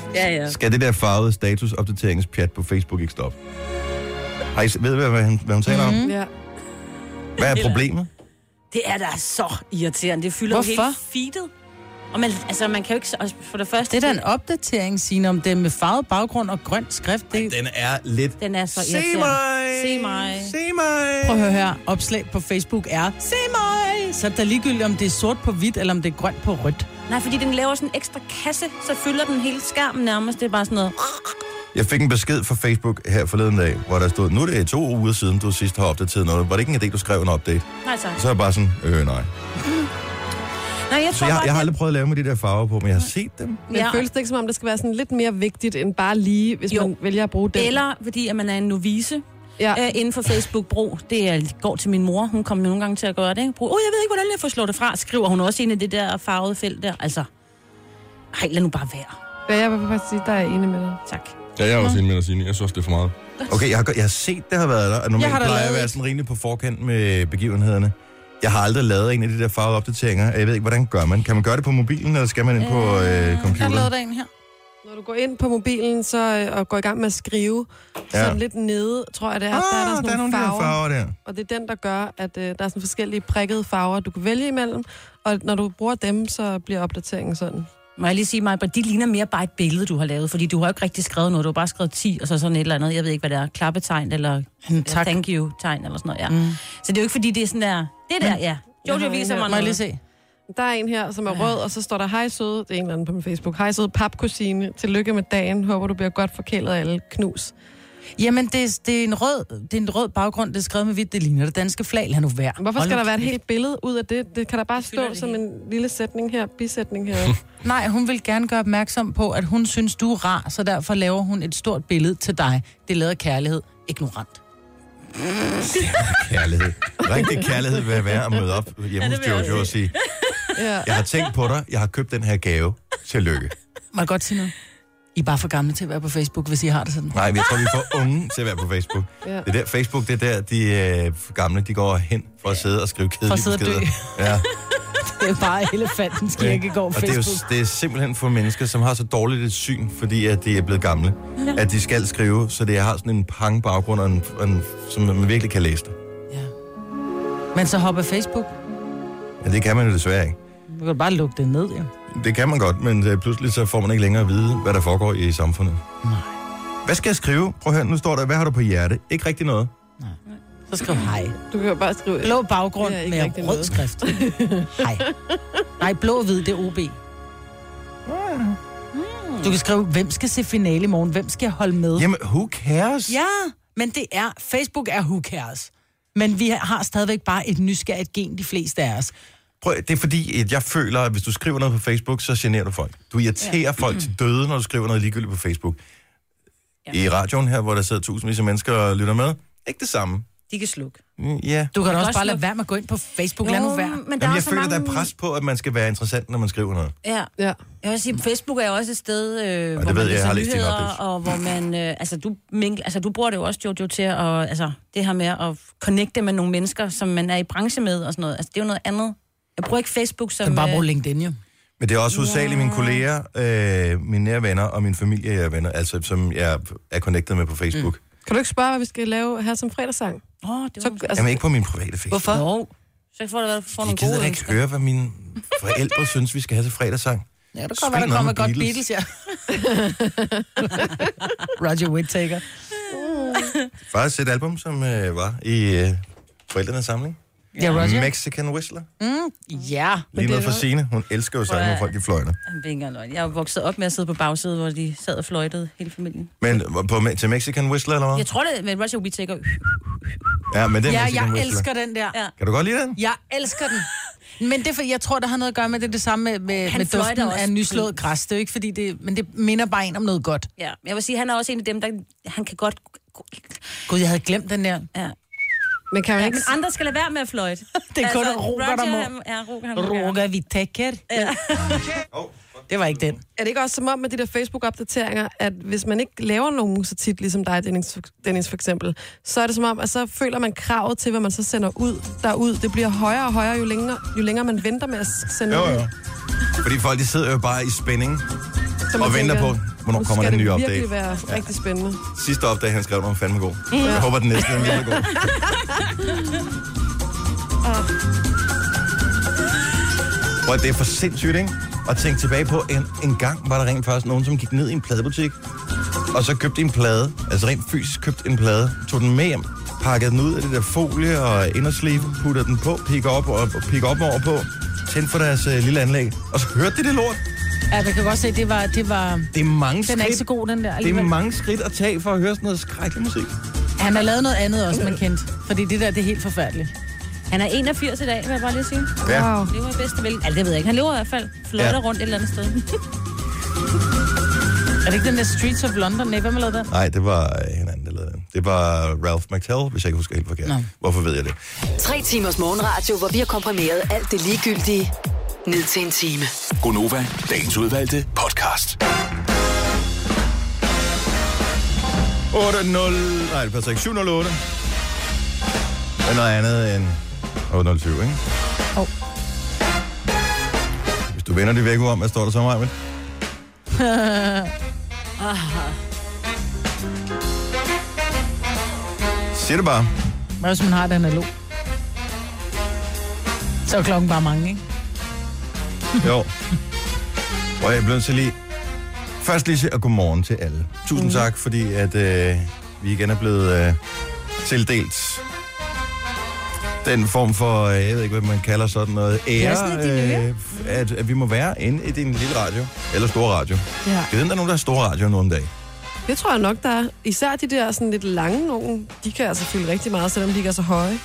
Speaker 7: med. Ja, ja.
Speaker 1: Skal det der farvede statusopdateringspjat på Facebook ikke stoppe? Har I, ved I, hvad, han- hvad hun taler
Speaker 7: Mhm.
Speaker 1: mm-hmm. om?
Speaker 2: Ja.
Speaker 1: Hvad er problemet?
Speaker 7: Det er da så irriterende. Det fylder
Speaker 4: Hvorfor?
Speaker 7: jo hele feedet. Og man, altså, man kan jo ikke... s- også For det første...
Speaker 4: Det er da en opdatering, Signe, om det er med farvet baggrund og grøn skrift. Det...
Speaker 1: Den er lidt...
Speaker 7: Den er så
Speaker 1: Se
Speaker 7: irriterende.
Speaker 1: mig!
Speaker 7: Se mig.
Speaker 1: Se mig!
Speaker 4: Prøv at høre her. Opslag på Facebook er, se mig! Så er det da ligegyldigt, om det er sort på hvidt, eller om det er grønt på rødt.
Speaker 7: Nej, fordi den laver sådan en ekstra kasse, så fylder den hele skærmen nærmest. Det er bare sådan noget...
Speaker 1: Jeg fik en besked fra Facebook her forleden dag, hvor der stod, nu er det to uger siden, du sidst har opdateret noget. Var det ikke en idé, du skrev en update?
Speaker 7: Nej, tak.
Speaker 1: Så er jeg bare sådan, øh nej.
Speaker 7: Nej, jeg
Speaker 1: Så
Speaker 7: tror
Speaker 1: Altså, jeg,
Speaker 7: bare,
Speaker 1: jeg har aldrig prøvet at lave med de der farver på, men jeg har set dem.
Speaker 2: Men ja. føles det ikke, som om det skal være sådan lidt mere vigtigt, end bare lige, hvis
Speaker 7: Jo.
Speaker 2: jo. man vælger at bruge den?
Speaker 7: Eller fordi, at man er en novise
Speaker 2: Ja.
Speaker 7: ja. øh, inden for Facebook-brug. Det er, går til min mor. Hun kommer nogle gange til at gøre det. Ikke? Brug. Oh, jeg ved ikke, hvordan jeg får slået det fra, skriver hun også ind i det der farvede felt der. Altså, ej, lad nu bare være.
Speaker 2: Ja, jeg vil faktisk sige, der er jeg enig med dig.
Speaker 7: Tak.
Speaker 8: Jeg Ja, jeg er også enig med dig, Signe. Jeg synes også, det er for meget.
Speaker 1: Okay, jeg har, jeg har set, det har været der, og normalt
Speaker 4: Jeg har da
Speaker 1: plejer jeg at
Speaker 4: lavet
Speaker 1: være
Speaker 4: et.
Speaker 1: sådan rimelig på forkant med begivenhederne. Jeg har aldrig lavet en af de der farvede opdateringer. Jeg ved ikke, hvordan gør man? Kan man gøre det på mobilen, eller skal man ind på øh,
Speaker 4: Jeg har lavet
Speaker 1: computeren?
Speaker 4: der en her.
Speaker 2: Når du går ind på mobilen så, øh, og går i gang med at skrive, ja.
Speaker 1: Ja.
Speaker 2: så lidt nede, tror jeg det er, der er der
Speaker 1: Ah,
Speaker 2: sådan
Speaker 1: der er nogle
Speaker 2: nogle
Speaker 1: af de
Speaker 2: farver,
Speaker 1: her farver der.
Speaker 2: og det er den, der gør, at øh, der er sådan forskellige prikkede farver, du kan vælge imellem, og når du bruger dem, så bliver opdateringen sådan.
Speaker 7: Må jeg lige sige, Maja, det ligner mere bare et billede, du har lavet, fordi du har jo ikke rigtig skrevet noget. Du har bare skrevet 10, og så sådan et eller andet. Jeg ved ikke, hvad det er. Klappetegn, eller
Speaker 4: Mm, tak.
Speaker 7: thank you-tegn, eller sådan noget. Ja. Mm. Så det er jo ikke, fordi det er sådan der... Det der, ja. Jojo viser mig
Speaker 4: Må Mm. jeg
Speaker 7: noget.
Speaker 4: lige se?
Speaker 2: Der er en her, som er rød, og så står der, hej søde, det er en eller anden på min Facebook, hej søde papkusine, tillykke med dagen, håber du bliver godt forkælet af alle, knus.
Speaker 4: Jamen, det, er- det, er en rød, det er en rød baggrund, det er skrevet med hvidt. Det ligner det danske flag. Lad nu være.
Speaker 2: Hvorfor
Speaker 4: Hold
Speaker 2: skal
Speaker 4: nu
Speaker 2: der være et
Speaker 4: kæft.
Speaker 2: helt billede ud af det? Det kan da bare stå som en lille sætning her, bisætning her.
Speaker 4: Nej, hun vil gerne gøre opmærksom på, at hun synes, du er rar, så derfor laver hun et stort billede til dig. Det lader kærlighed ignorant.
Speaker 1: Kærlighed. Rigtig kærlighed vil jeg være at møde op hjemme hos Jojo og sige,
Speaker 2: ja.
Speaker 1: jeg har tænkt på dig, jeg har købt den her gave. Tillykke.
Speaker 4: Må jeg godt sige noget? I er bare for gamle til at være på Facebook, hvis I har det sådan.
Speaker 1: Nej, jeg tror, vi får unge til at være på Facebook.
Speaker 2: Ja.
Speaker 1: Det er der, Facebook, det er der, de øh, gamle, de går hen for at sidde og skrive
Speaker 4: For
Speaker 1: kedelige
Speaker 4: at sidde og dø.
Speaker 1: beskeder. Ja.
Speaker 4: Det er bare elefantens kirkegård
Speaker 1: Og det er, jo,
Speaker 4: Facebook.
Speaker 1: det er simpelthen for mennesker, som har så dårligt et syn, fordi at de er blevet gamle, ja. at de skal skrive, så det har sådan en pang baggrund, og en, og en, som man virkelig kan læse det.
Speaker 4: Ja. Men så hopper Facebook.
Speaker 1: Men det kan man jo desværre ikke.
Speaker 4: Du kan bare lukke det ned, jo.
Speaker 1: Det kan man godt, men øh, pludselig så får man ikke længere at vide, hvad der foregår i samfundet. Nej. Hvad skal jeg skrive? Prøv at høre, nu står der, hvad har du på hjerte? Ikke rigtig noget.
Speaker 4: Så skriv hej.
Speaker 2: Du kan jo bare skrive...
Speaker 4: Blå baggrund
Speaker 2: Det er
Speaker 4: ja,
Speaker 2: ikke
Speaker 4: med
Speaker 2: rigtig
Speaker 4: rød
Speaker 2: noget.
Speaker 4: skrift. hej. Nej, blå og hvid, det er OB.
Speaker 7: Mm.
Speaker 4: Du kan skrive, hvem skal se finale i morgen? Hvem skal jeg holde med?
Speaker 1: Jamen, who cares?
Speaker 4: Ja, men det er, Facebook er who cares. Men vi har stadigvæk bare et nysgerrigt gen, de fleste af os.
Speaker 1: Prøv, det er fordi, at jeg føler, at hvis du skriver noget på Facebook, så generer du folk. Du irriterer ja. folk til døde, når du skriver noget ligegyldigt på Facebook. Ja. I radioen her, hvor der sidder tusindvis af mennesker og lytter med, ikke det samme.
Speaker 7: De kan slukke.
Speaker 1: Mm, Ja.
Speaker 4: Du kan da også
Speaker 7: også
Speaker 4: bare lade
Speaker 7: lukke-
Speaker 4: være med at gå ind på Facebook. Lad nu være.
Speaker 7: men der
Speaker 1: Jamen,
Speaker 7: er
Speaker 1: jeg
Speaker 7: så
Speaker 1: føler,
Speaker 7: mange...
Speaker 1: der er pres på, at man skal være interessant, når man skriver noget.
Speaker 7: Ja.
Speaker 2: Ja.
Speaker 7: Jeg vil sige, Facebook er jo også et sted, øh, ja, hvor
Speaker 1: ved jeg,
Speaker 7: man
Speaker 1: jeg
Speaker 7: læser
Speaker 1: har læst din
Speaker 7: nyheder,
Speaker 1: oplevelse.
Speaker 7: og hvor man, øh, altså, du mink, altså du bruger det jo også, Jojo, til at, altså, det her med at connecte med nogle mennesker, som man er i branche med og sådan noget. Altså, det er jo noget andet. Jeg bruger ikke Facebook
Speaker 4: Du
Speaker 7: som...
Speaker 4: kan bare bruge
Speaker 7: øh,
Speaker 4: LinkedIn, jo.
Speaker 1: Men det er også hovedsageligt mine kolleger, øh, mine nære venner og min familie, jeg er venner, altså som jeg er connectet med på Facebook. Mm.
Speaker 2: Kan du ikke spørge, hvad vi skal lave her som fredagssang?
Speaker 7: Åh, det var...
Speaker 2: Så, altså,
Speaker 1: Jamen ikke på min private Facebook.
Speaker 4: Hvorfor?
Speaker 7: Jo. Så får du i hvert fald- får
Speaker 1: De
Speaker 7: nogle
Speaker 1: gider
Speaker 7: gode
Speaker 1: da ikke
Speaker 7: ønsker.
Speaker 1: høre, hvad mine forældre synes, vi skal have til fredagssang.
Speaker 4: Ja, det
Speaker 1: Spil
Speaker 4: kan godt være,
Speaker 1: noget
Speaker 4: der kommer
Speaker 1: med
Speaker 4: godt
Speaker 1: Beatles.
Speaker 4: Beatles, ja. Roger Whittaker.
Speaker 1: Faktisk et album, som øh, var i øh, forældrenes samling.
Speaker 4: Ja, Roger.
Speaker 1: Mexican Whistler.
Speaker 7: Mm,
Speaker 4: Ja.
Speaker 1: Lige noget for Signe. Hun elsker jo sange, hvor folk de fløjter.
Speaker 7: Jamen, det er ikke engang løgn. Jeg er vokset op med at sidde på bagsædet, hvor de sad og fløjtede hele familien.
Speaker 1: Men på, til Mexican Whistler, eller hvad?
Speaker 7: Jeg tror, det er med Roger Whittaker.
Speaker 1: Ja, men det er
Speaker 4: Ja,
Speaker 1: Mexican
Speaker 4: jeg
Speaker 1: Whistler.
Speaker 4: elsker den der.
Speaker 7: Ja.
Speaker 1: Kan du godt lide den?
Speaker 4: Jeg elsker den. Men det er, for, jeg tror, der har noget at gøre med det, er det samme med, med,
Speaker 7: Han
Speaker 4: med
Speaker 7: fløjter
Speaker 4: duften
Speaker 7: også
Speaker 4: af nyslået
Speaker 7: pænt.
Speaker 4: græs. Det er jo ikke fordi, det, men det minder bare en om noget godt.
Speaker 7: Ja, jeg vil sige, han er også en af dem, der... Han kan godt...
Speaker 4: Gud, jeg havde glemt den der.
Speaker 7: Ja.
Speaker 2: men kan man
Speaker 7: Ja,
Speaker 2: ikke...
Speaker 7: men andre skal lade være med at fløjte.
Speaker 4: Det er kun Roger, der må.
Speaker 7: han- Ja, Altså, Roger, han må gerne.
Speaker 4: Roger Whittaker. Ja. Det var ikke den.
Speaker 2: Er det ikke også som om med de der Facebook-opdateringer, at hvis man ikke laver nogen så tit, ligesom dig, Dennis, Dennis for eksempel, så er det som om, at så føler man kravet til, hvad man så sender ud derud. Det bliver højere og højere, jo længere, jo længere man venter med at sende ud.
Speaker 1: Fordi folk, de sidder jo bare i spænding.
Speaker 2: Så man
Speaker 1: Og venter på, hvornår
Speaker 2: nu
Speaker 1: kommer
Speaker 2: skal
Speaker 1: den nye
Speaker 2: det
Speaker 1: update.
Speaker 2: virkelig være ja. rigtig spændende.
Speaker 1: Sidste opdag, han skrev, var hun fandme god. Jeg håber, den næste er lige så god. Prøv, at- det er for sindssygt, ikke? Og tænk tilbage på, en, en gang var der rent faktisk nogen, som gik ned i en pladebutik, og så købte en plade, altså rent fysisk købte en plade, tog den med hjem, pakkede den ud af det der folie og indersleeve, puttede den på, pick op og og pick op over på, tændte for deres øh, lille anlæg, og så hørte de det lort.
Speaker 4: Ja, man kan godt se, det var... Det var
Speaker 1: Det er mange
Speaker 4: den er
Speaker 1: skridt.
Speaker 4: ikke så god, den der.
Speaker 1: det er
Speaker 4: Alligevel.
Speaker 1: mange skridt at tage for at høre sådan noget skrækkelig musik.
Speaker 4: Han har lavet noget andet også, man kendte. Fordi det der, det er helt forfærdeligt.
Speaker 7: Han er 81 i dag, vil jeg bare lige sige.
Speaker 1: Ja.
Speaker 2: Wow.
Speaker 7: Lever i bedste vel. Altså, det ved jeg ikke. Han lever i hvert fald fløjter
Speaker 1: Ja.
Speaker 7: rundt et eller andet sted.
Speaker 4: Er det ikke den der Streets of London? Nej, hvem har lavet den?
Speaker 1: Nej, det var øh, en anden, der lavede den. Det var Ralph McTell, hvis jeg ikke husker helt forkert.
Speaker 4: Nå.
Speaker 1: Hvorfor ved jeg det?
Speaker 5: Tre timers morgenradio, hvor vi har komprimeret alt det ligegyldige ned til en time.
Speaker 6: Gonova, dagens udvalgte podcast.
Speaker 1: 8 0, nej, det passer ikke. 708. Men noget andet end 807, ikke?
Speaker 4: Jo.
Speaker 1: Hvis du vender det væk om, hvad står der så meget med? Siger det bare.
Speaker 4: Hvad hvis man har et analog? Så er klokken bare mange, ikke?
Speaker 1: Jo. Og jeg blev så lige... Først lige sige og godmorgen til alle. Tusind mm. tak, fordi at, øh, vi igen er blevet øh, tildelt den form for, øh, jeg ved ikke, hvad man kalder sådan noget, ære, øh, at, at vi må være inde i din lille radio, eller store radio.
Speaker 2: Ja.
Speaker 1: Jeg ved, om der er nogen, der har store radio nu om dagen.
Speaker 2: Det tror jeg nok, der er. Især de der sådan lidt lange nogen, de kan altså fylde rigtig meget, selvom de ikke er så høje.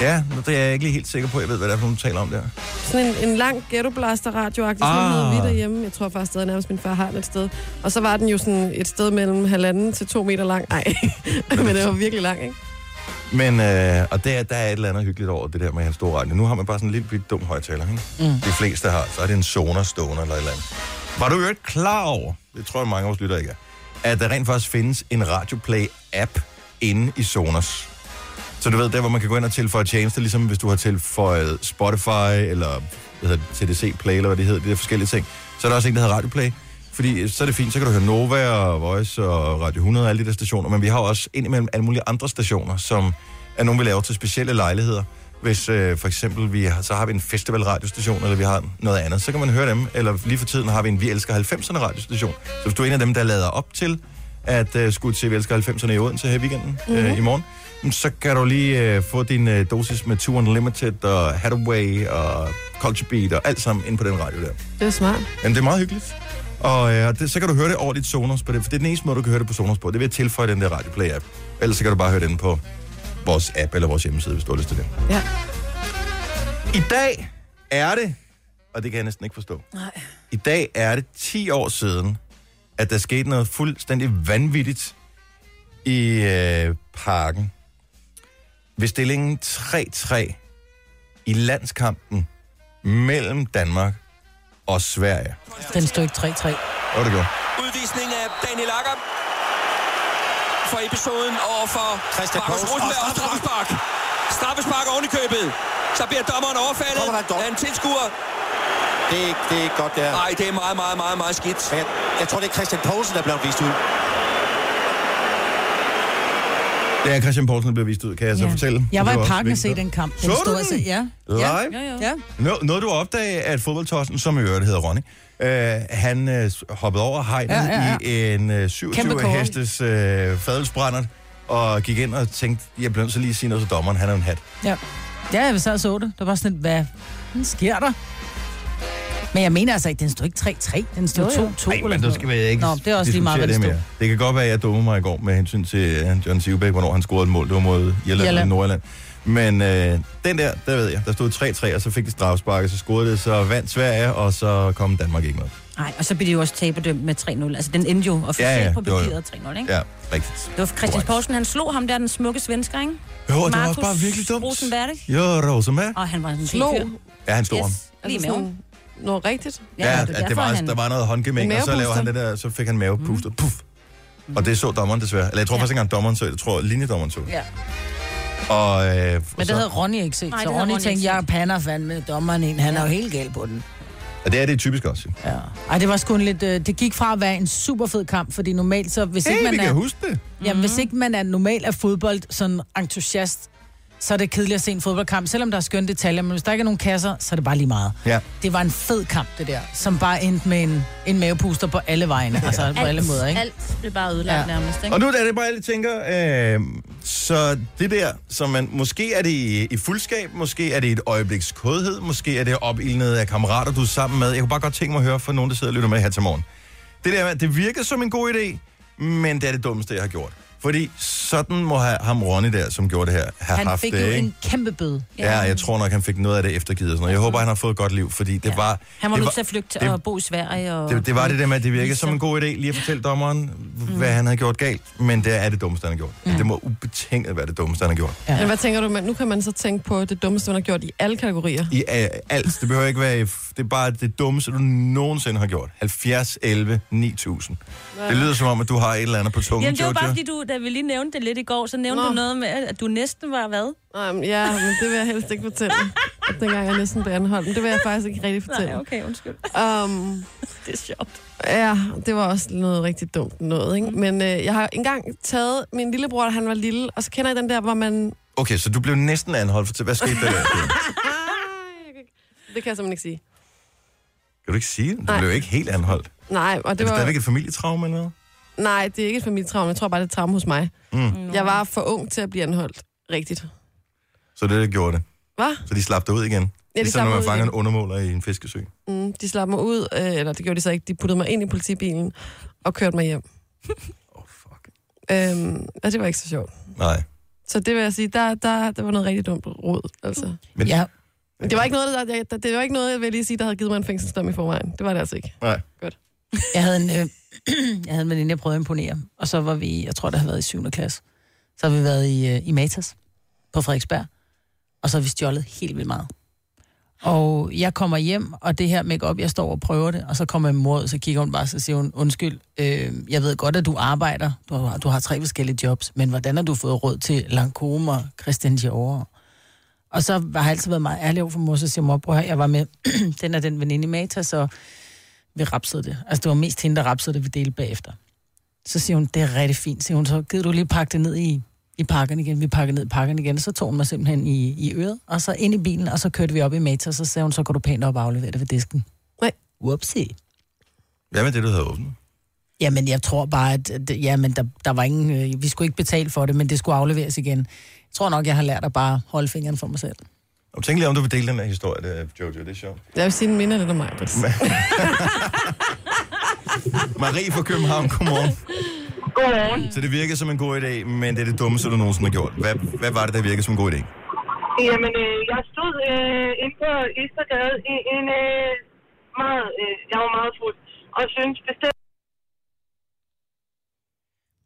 Speaker 1: Ja, nu det er jeg ikke lige helt sikker på, jeg ved, hvad det er, for, hun taler om der.
Speaker 2: Sådan en, en lang ghettoblaster radioagtig ah. sådan
Speaker 1: Ah.
Speaker 2: noget vi derhjemme. Jeg tror faktisk stadig nærmest, min far har den et sted. Og så var den jo sådan et sted mellem halvanden til to meter lang. Nej, men det var virkelig lang, ikke?
Speaker 1: Men, øh, og der, der er et eller andet hyggeligt over det der med hans store radio. Nu har man bare sådan en lille bit dum højtaler, ikke? Mm. De fleste har, så er det en Sonos stående eller et eller andet. Var du jo ikke klar over, det tror jeg mange af vores lytter ikke er, at der rent faktisk findes en RadioPlay-app inde i Sonos. Så du ved, der hvor man kan gå ind og tilføje tjenester, ligesom hvis du har tilføjet Spotify eller hvad hedder det, TDC Play, eller hvad det hedder, de der forskellige ting. Så er der også en, der hedder Radio Play. Fordi øh, så er det fint, så kan du høre Nova og Voice og Radio 100 og alle de der stationer. Men vi har jo også indimellem alle mulige andre stationer, som er nogle, vi laver til specielle lejligheder. Hvis øh, for eksempel vi har, så har vi en festivalradiostation, eller vi har noget andet, så kan man høre dem. Eller lige for tiden har vi en Vi Elsker 90'erne radiostation. Så hvis du er en af dem, der lader op til at øh, skulle til Vi Elsker 90'erne i Odense her i weekenden, mm-hmm. øh, i morgen, mm, så kan du lige øh, få din øh, dosis med Tour Unlimited og Hathaway og Culture Beat og alt sammen ind på den radio der.
Speaker 2: Det er smart.
Speaker 1: Jamen, det er meget hyggeligt. Og øh, det, så kan du høre det over dit Sonos på det, for det er den eneste måde, du kan høre det på Sonos på. Det er ved at tilføje den der RadioPlay-app. Ellers så kan du bare høre den på vores app eller vores hjemmeside, hvis du har lyst til det.
Speaker 2: Ja.
Speaker 1: I dag er det, og det kan jeg næsten ikke forstå. Nej. I dag er det 10 år siden, at der skete noget fuldstændig vanvittigt i øh, parken. Ved stillingen 3-3 i landskampen mellem Danmark og Sverige.
Speaker 4: Den stod ikke 3-3.
Speaker 1: Hvad var det gjorde?
Speaker 9: Udvisning af Daniel Akker for episoden over for
Speaker 10: Christian
Speaker 9: Markus
Speaker 10: Poulsen.
Speaker 9: Rosenberg
Speaker 10: Og
Speaker 9: og straffespark. Straffespark oven i købet. Så bliver dommeren overfaldet
Speaker 10: Kommer der et dom?
Speaker 9: af en tilskuer.
Speaker 10: Det er ikke, det er ikke godt, det her.
Speaker 9: Nej, det er meget, meget, meget, meget skidt.
Speaker 10: Men Jeg, jeg tror, det er Christian Poulsen, der blev vist ud.
Speaker 1: Det er Christian Poulsen, der bliver vist ud, kan jeg så ja. fortælle.
Speaker 4: Jeg var
Speaker 1: Det
Speaker 4: i
Speaker 1: også
Speaker 4: parken og se
Speaker 1: vigtigt.
Speaker 4: den kamp.
Speaker 1: Så du
Speaker 4: stod og
Speaker 1: den?
Speaker 4: se- Ja.
Speaker 1: Live?
Speaker 4: Ja,
Speaker 1: Ja,
Speaker 4: ja. ja.
Speaker 1: Nå, noget du opdagede, at fodboldtossen, som i øvrigt hedder Ronny, øh, han øh, hoppede over hegnet
Speaker 4: Ja,
Speaker 1: ja,
Speaker 4: ja,
Speaker 1: ja, ja. i en øh, 27
Speaker 4: Kæmpe kåre.
Speaker 1: hestes øh, fadelsbrændert, og gik ind og tænkte, jeg bliver nødt til lige at sige noget til dommeren, han er jo en hat.
Speaker 4: Ja, ja jeg sad og så det. Der var sådan et, hvad fanden sker der? Men jeg mener altså ikke, den stod ikke 3-3, den stod 2-2 eller
Speaker 1: Ej, men
Speaker 4: sådan
Speaker 1: der
Speaker 4: noget.
Speaker 1: skal vi ikke
Speaker 4: Nå, det er også lige meget, hvad
Speaker 1: diskutere
Speaker 4: det stod.
Speaker 1: mere. Det kan godt være, at jeg dummede mig i går med hensyn til øh, John Sivbæk, hvornår han scorede et mål. Det var mod Irland,
Speaker 4: Irland.
Speaker 1: Irland. Nordjylland. Men øh, den der, der ved jeg, der stod 3-3, og så fik de strafsparket, så scorede det, så vandt Sverige, og så kom Danmark ikke med.
Speaker 7: Nej, og så blev de jo også taberdømt med 3-0. Altså, den endte jo officielt
Speaker 1: Ja,
Speaker 7: ja,
Speaker 1: ja,
Speaker 7: ja, på
Speaker 1: det var jo-
Speaker 7: papiret 3-0, ikke? Ja.
Speaker 1: Ja, rigtigt.
Speaker 7: Det var Christian Poulsen, han slog ham der, den smukke svensker, ikke?
Speaker 1: Jo, og det var
Speaker 7: Markus
Speaker 1: også bare virkelig dumt.
Speaker 7: Rosenberg, ikke?
Speaker 1: Jo, Rosenberg.
Speaker 7: Og han var sådan en
Speaker 2: Slå.
Speaker 7: pæn fyr.
Speaker 1: Ja, han slog yes. ham.
Speaker 7: Yes, lige i
Speaker 2: Altså
Speaker 7: maven.
Speaker 2: sådan, Nå, rigtigt.
Speaker 1: Ja, ja det, det
Speaker 7: derfor,
Speaker 1: var, han... der var noget håndgemæng,
Speaker 2: En
Speaker 1: og så, lavede han
Speaker 2: mavepuster.
Speaker 1: det der, så fik han mavepuster. Mm. Puff. Og det så dommeren desværre. Eller jeg tror ja. faktisk ikke engang dommeren så det. Jeg tror, linjedommeren så det.
Speaker 4: Ja.
Speaker 1: Og, øh,
Speaker 4: Men
Speaker 1: så,
Speaker 4: det havde Ronny ikke set,
Speaker 7: Nej,
Speaker 4: så
Speaker 7: det havde Ronny
Speaker 4: Ronny tænkte,
Speaker 7: ikke
Speaker 4: jeg
Speaker 7: set.
Speaker 4: pander fandme dommeren ind. Han er jo helt gal på den.
Speaker 1: og det er det typisk også. jo.
Speaker 4: Ja. Ej, det var sgu en lidt... Øh, det gik fra at være en super fed kamp, fordi normalt så... Hvis
Speaker 1: Hey,
Speaker 4: ikke
Speaker 1: vi
Speaker 4: man
Speaker 1: kan
Speaker 4: er,
Speaker 1: huske det.
Speaker 4: ja,
Speaker 7: Mhm.
Speaker 4: hvis ikke man er normal af fodbold, sådan entusiast, så er det kedeligt at se en fodboldkamp, selvom der er skønne detaljer, men hvis der ikke er nogen kasser, så er det bare lige meget.
Speaker 1: Ja.
Speaker 4: Det var en fed kamp, det der, som bare endte med en, en mavepuster på alle vegne, ja. altså på alle måder, ikke?
Speaker 7: Alt blev bare ødelagt
Speaker 4: Ja.
Speaker 7: ja. nærmest, ikke?
Speaker 1: Og nu er det bare, jeg lige tænker, øh, så det der, som man, måske er det i, i fuldskab, måske er det i et øjebliks kodhed, måske er det opildnet af kammerater, du er sammen med. Jeg kunne bare godt tænke mig at høre fra nogen, der sidder og lytter med her til morgen. Det der, med, at det virker som en god idé, men det er det dummeste, jeg har gjort. Fordi sådan må have ham Ronny der, som gjorde det her, have
Speaker 4: Han
Speaker 1: haft
Speaker 4: fik
Speaker 1: det,
Speaker 4: jo
Speaker 1: ikke?
Speaker 4: en kæmpe bøde.
Speaker 1: Ja, jeg tror nok, han fik noget af det eftergivet. og Sådan noget. Jeg håber, han har fået et godt liv, fordi det ja. var...
Speaker 7: Han var
Speaker 1: det
Speaker 7: nødt til at flygte til
Speaker 1: det-
Speaker 7: at bo i Sverige. Og...
Speaker 1: Det, det var det der med, at det virkede som en god idé lige at fortælle dommeren, hvad han havde gjort galt. Men det er det dummeste, han har gjort. Det må ubetinget være det dummeste, han har gjort.
Speaker 2: Ja. Men hvad tænker du, men nu kan man så tænke på det dummeste, man har gjort i alle kategorier.
Speaker 1: I øh, alt. Det behøver ikke være... i f- Det er bare det dummeste, du nogensinde har gjort. 70, 11, 9000. Det lyder som om, at du har et eller andet på tungen,
Speaker 7: Jamen, det var bare,
Speaker 1: Jojo.
Speaker 7: fordi du, da vi lige nævnte det lidt i går, så nævnte
Speaker 2: Nå.
Speaker 7: Nå. du noget med, at du næsten var hvad?
Speaker 2: Nej, men ja, men det vil jeg helst ikke fortælle. At dengang jeg næsten blev anholdt, men det vil jeg faktisk ikke rigtig fortælle.
Speaker 7: Nej, okay, undskyld.
Speaker 2: Um,
Speaker 7: Det er sjovt.
Speaker 2: ja, det var også noget rigtig dumt noget, ikke? Men øh, jeg har engang taget min lillebror, da han var lille, og så kender jeg den der, hvor man...
Speaker 1: Okay, så du blev næsten anholdt. Fortæl, hvad skete der der?
Speaker 2: Det kan jeg simpelthen ikke sige.
Speaker 1: Kan du ikke sige det? Du
Speaker 2: Nej.
Speaker 1: blev ikke helt anholdt.
Speaker 2: Nej, og
Speaker 1: Det er
Speaker 2: det
Speaker 1: det
Speaker 2: var...
Speaker 1: stadigvæk et familietraume eller noget?
Speaker 2: Nej, det er ikke et familietraume. Jeg tror bare, det er et traume hos mig.
Speaker 1: Mm.
Speaker 2: Jeg var for ung til at blive anholdt. Rigtigt.
Speaker 1: Så det der gjorde det.
Speaker 2: Hvad?
Speaker 1: Så de slap dig ud igen. Ja,
Speaker 2: de
Speaker 1: ligesom
Speaker 2: slap
Speaker 1: når
Speaker 2: mig
Speaker 1: man
Speaker 2: ud
Speaker 1: fanger
Speaker 2: igen.
Speaker 1: en undermåler i en fiskesø.
Speaker 2: Mm, de slap mig ud, øh, eller det gjorde de så ikke. De puttede mig ind i politibilen og kørte mig hjem. oh, fuck. Øhm, og det var ikke så sjovt.
Speaker 1: Nej.
Speaker 2: Så det vil jeg sige, der, der, der var noget rigtig dumt råd, altså.
Speaker 1: Men,
Speaker 4: ja.
Speaker 2: Det var ikke noget, der, der, det var ikke noget, jeg vil lige sige, der havde givet mig en fængselsdom i forvejen. Det var det altså ikke.
Speaker 1: Nej.
Speaker 2: Godt.
Speaker 4: Jeg havde en, øh, jeg havde en veninde, jeg prøvede at imponere, og så var vi, jeg tror, det havde været i 7. klasse, så har vi været i, øh, i Matas på Frederiksberg, og så har vi stjålet helt vildt meget. Og jeg kommer hjem, og det her make jeg står og prøver det, og så kommer min mor ud, så kigger hun bare, så siger hun, undskyld, øh, jeg ved godt, at du arbejder, du har, du har tre forskellige jobs, men hvordan har du fået råd til Lancome og Christian Dior? Og så har jeg altid været meget ærlig over for mor, så siger mor, prøv at høre, jeg var med den og den veninde i Matas, og vi rapsede det. Altså, det var mest hende, der rapsede det, vi delte bagefter. Så siger hun, det er rigtig fint, siger hun, så gider du lige pakke det ned i, i pakken igen. Vi pakker ned i pakken igen, så tog hun mig simpelthen i, i øret, og så ind i bilen, og så kørte vi op i Matas, og så sagde hun, så går du pænt op og afleverer det ved disken.
Speaker 2: Nej.
Speaker 4: Whoopsie.
Speaker 1: Hvad med det, du havde åbnet?
Speaker 4: Jamen, jeg tror bare, at at- jamen, der, der var ingen, øh, vi skulle ikke betale for det, men det skulle afleveres igen. Jeg tror nok, jeg har lært at bare holde fingeren for mig selv.
Speaker 1: Og tænk lige, om du vil dele den her historie, det, Jojo. Det er sjovt.
Speaker 2: Jeg vil sige, den minder lidt om mig.
Speaker 1: Marie fra København, godmorgen. Godmorgen. Så det virkede som en god idé, men det er det dummeste, du nogensinde har gjort. Hvad, hvad var det, der virkede som en god idé?
Speaker 11: Jamen, øh, jeg stod øh, inde på Istergade i en øh, meget, øh, jeg var meget fuld, og synes bestemt...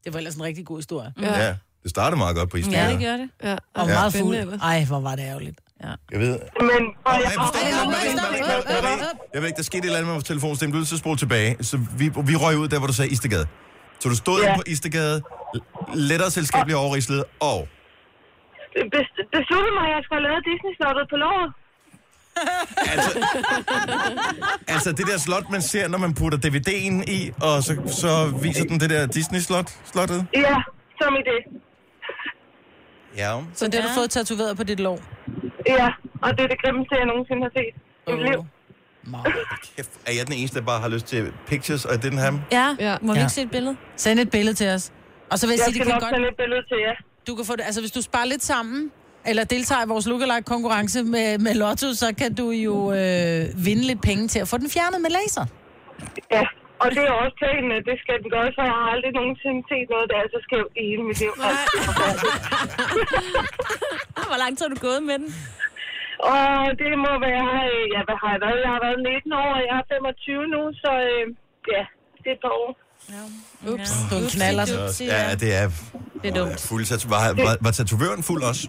Speaker 4: Det var ellers en rigtig god historie.
Speaker 1: Ja. ja. Det startede meget godt på isen.
Speaker 4: gør det.
Speaker 2: Ja.
Speaker 4: Og
Speaker 1: Ja.
Speaker 4: meget
Speaker 1: Spændende
Speaker 4: fuld. Ej, hvor var det ærgerligt. Ja.
Speaker 1: Jeg ved...
Speaker 11: Men...
Speaker 1: Åh, jeg forstår det. Marie, Marie, Marie, Marie. Jeg ved ikke, der skete et eller andet med vores telefonstem. Du er nødt til at spole tilbage. Så vi, vi røg ud der, hvor du sagde Istegade. Så du stod ja. på Istegade, l- lettere selskabelig overrislet, og...
Speaker 11: Bes- besluttede mig, at jeg skulle have lavet Disney-slottet på låret.
Speaker 1: Altså det der slot, man ser, når man putter DVD'en i, og så, så viser den det der Disney-slot. Slottet.
Speaker 11: ja, som i det.
Speaker 1: Ja.
Speaker 4: Så det har du fået tatoveret på dit lår?
Speaker 11: Ja, og det er det grimmeste, jeg nogensinde har set i mit liv.
Speaker 1: Kæft, er jeg den eneste, der bare har lyst til pictures, og det den ham?
Speaker 7: Ja,
Speaker 4: ja.
Speaker 7: må vi ikke se et billede?
Speaker 4: Send et billede til os. Og så vil jeg,
Speaker 11: Jeg
Speaker 4: sige, det
Speaker 11: skal
Speaker 4: kan
Speaker 11: nok
Speaker 4: godt...
Speaker 11: sende et billede til jer.
Speaker 4: Du kan få det, altså hvis du sparer lidt sammen, eller deltager i vores lookalike-konkurrence med, med Lotto, så kan du jo øh, vinde lidt penge til at få den fjernet med laser.
Speaker 11: Ah. Ja, og det er også planen, at det skal den gøre, for jeg har aldrig nogensinde set noget, der er så skævt i hele mit liv. Altså, det er forfærdeligt.
Speaker 7: Hvor lang tid har du gået med den?
Speaker 11: og det må være, øh, ja, hvad har jeg været? Jeg har været 19 år, og jeg er 25 nu, så øh, ja, det er et par år.
Speaker 7: Ups,
Speaker 4: du er en knaller.
Speaker 1: Så, ja, det er...
Speaker 7: Det er
Speaker 1: dumt. Fuld tatu- var, var, var tatovøren fuld også?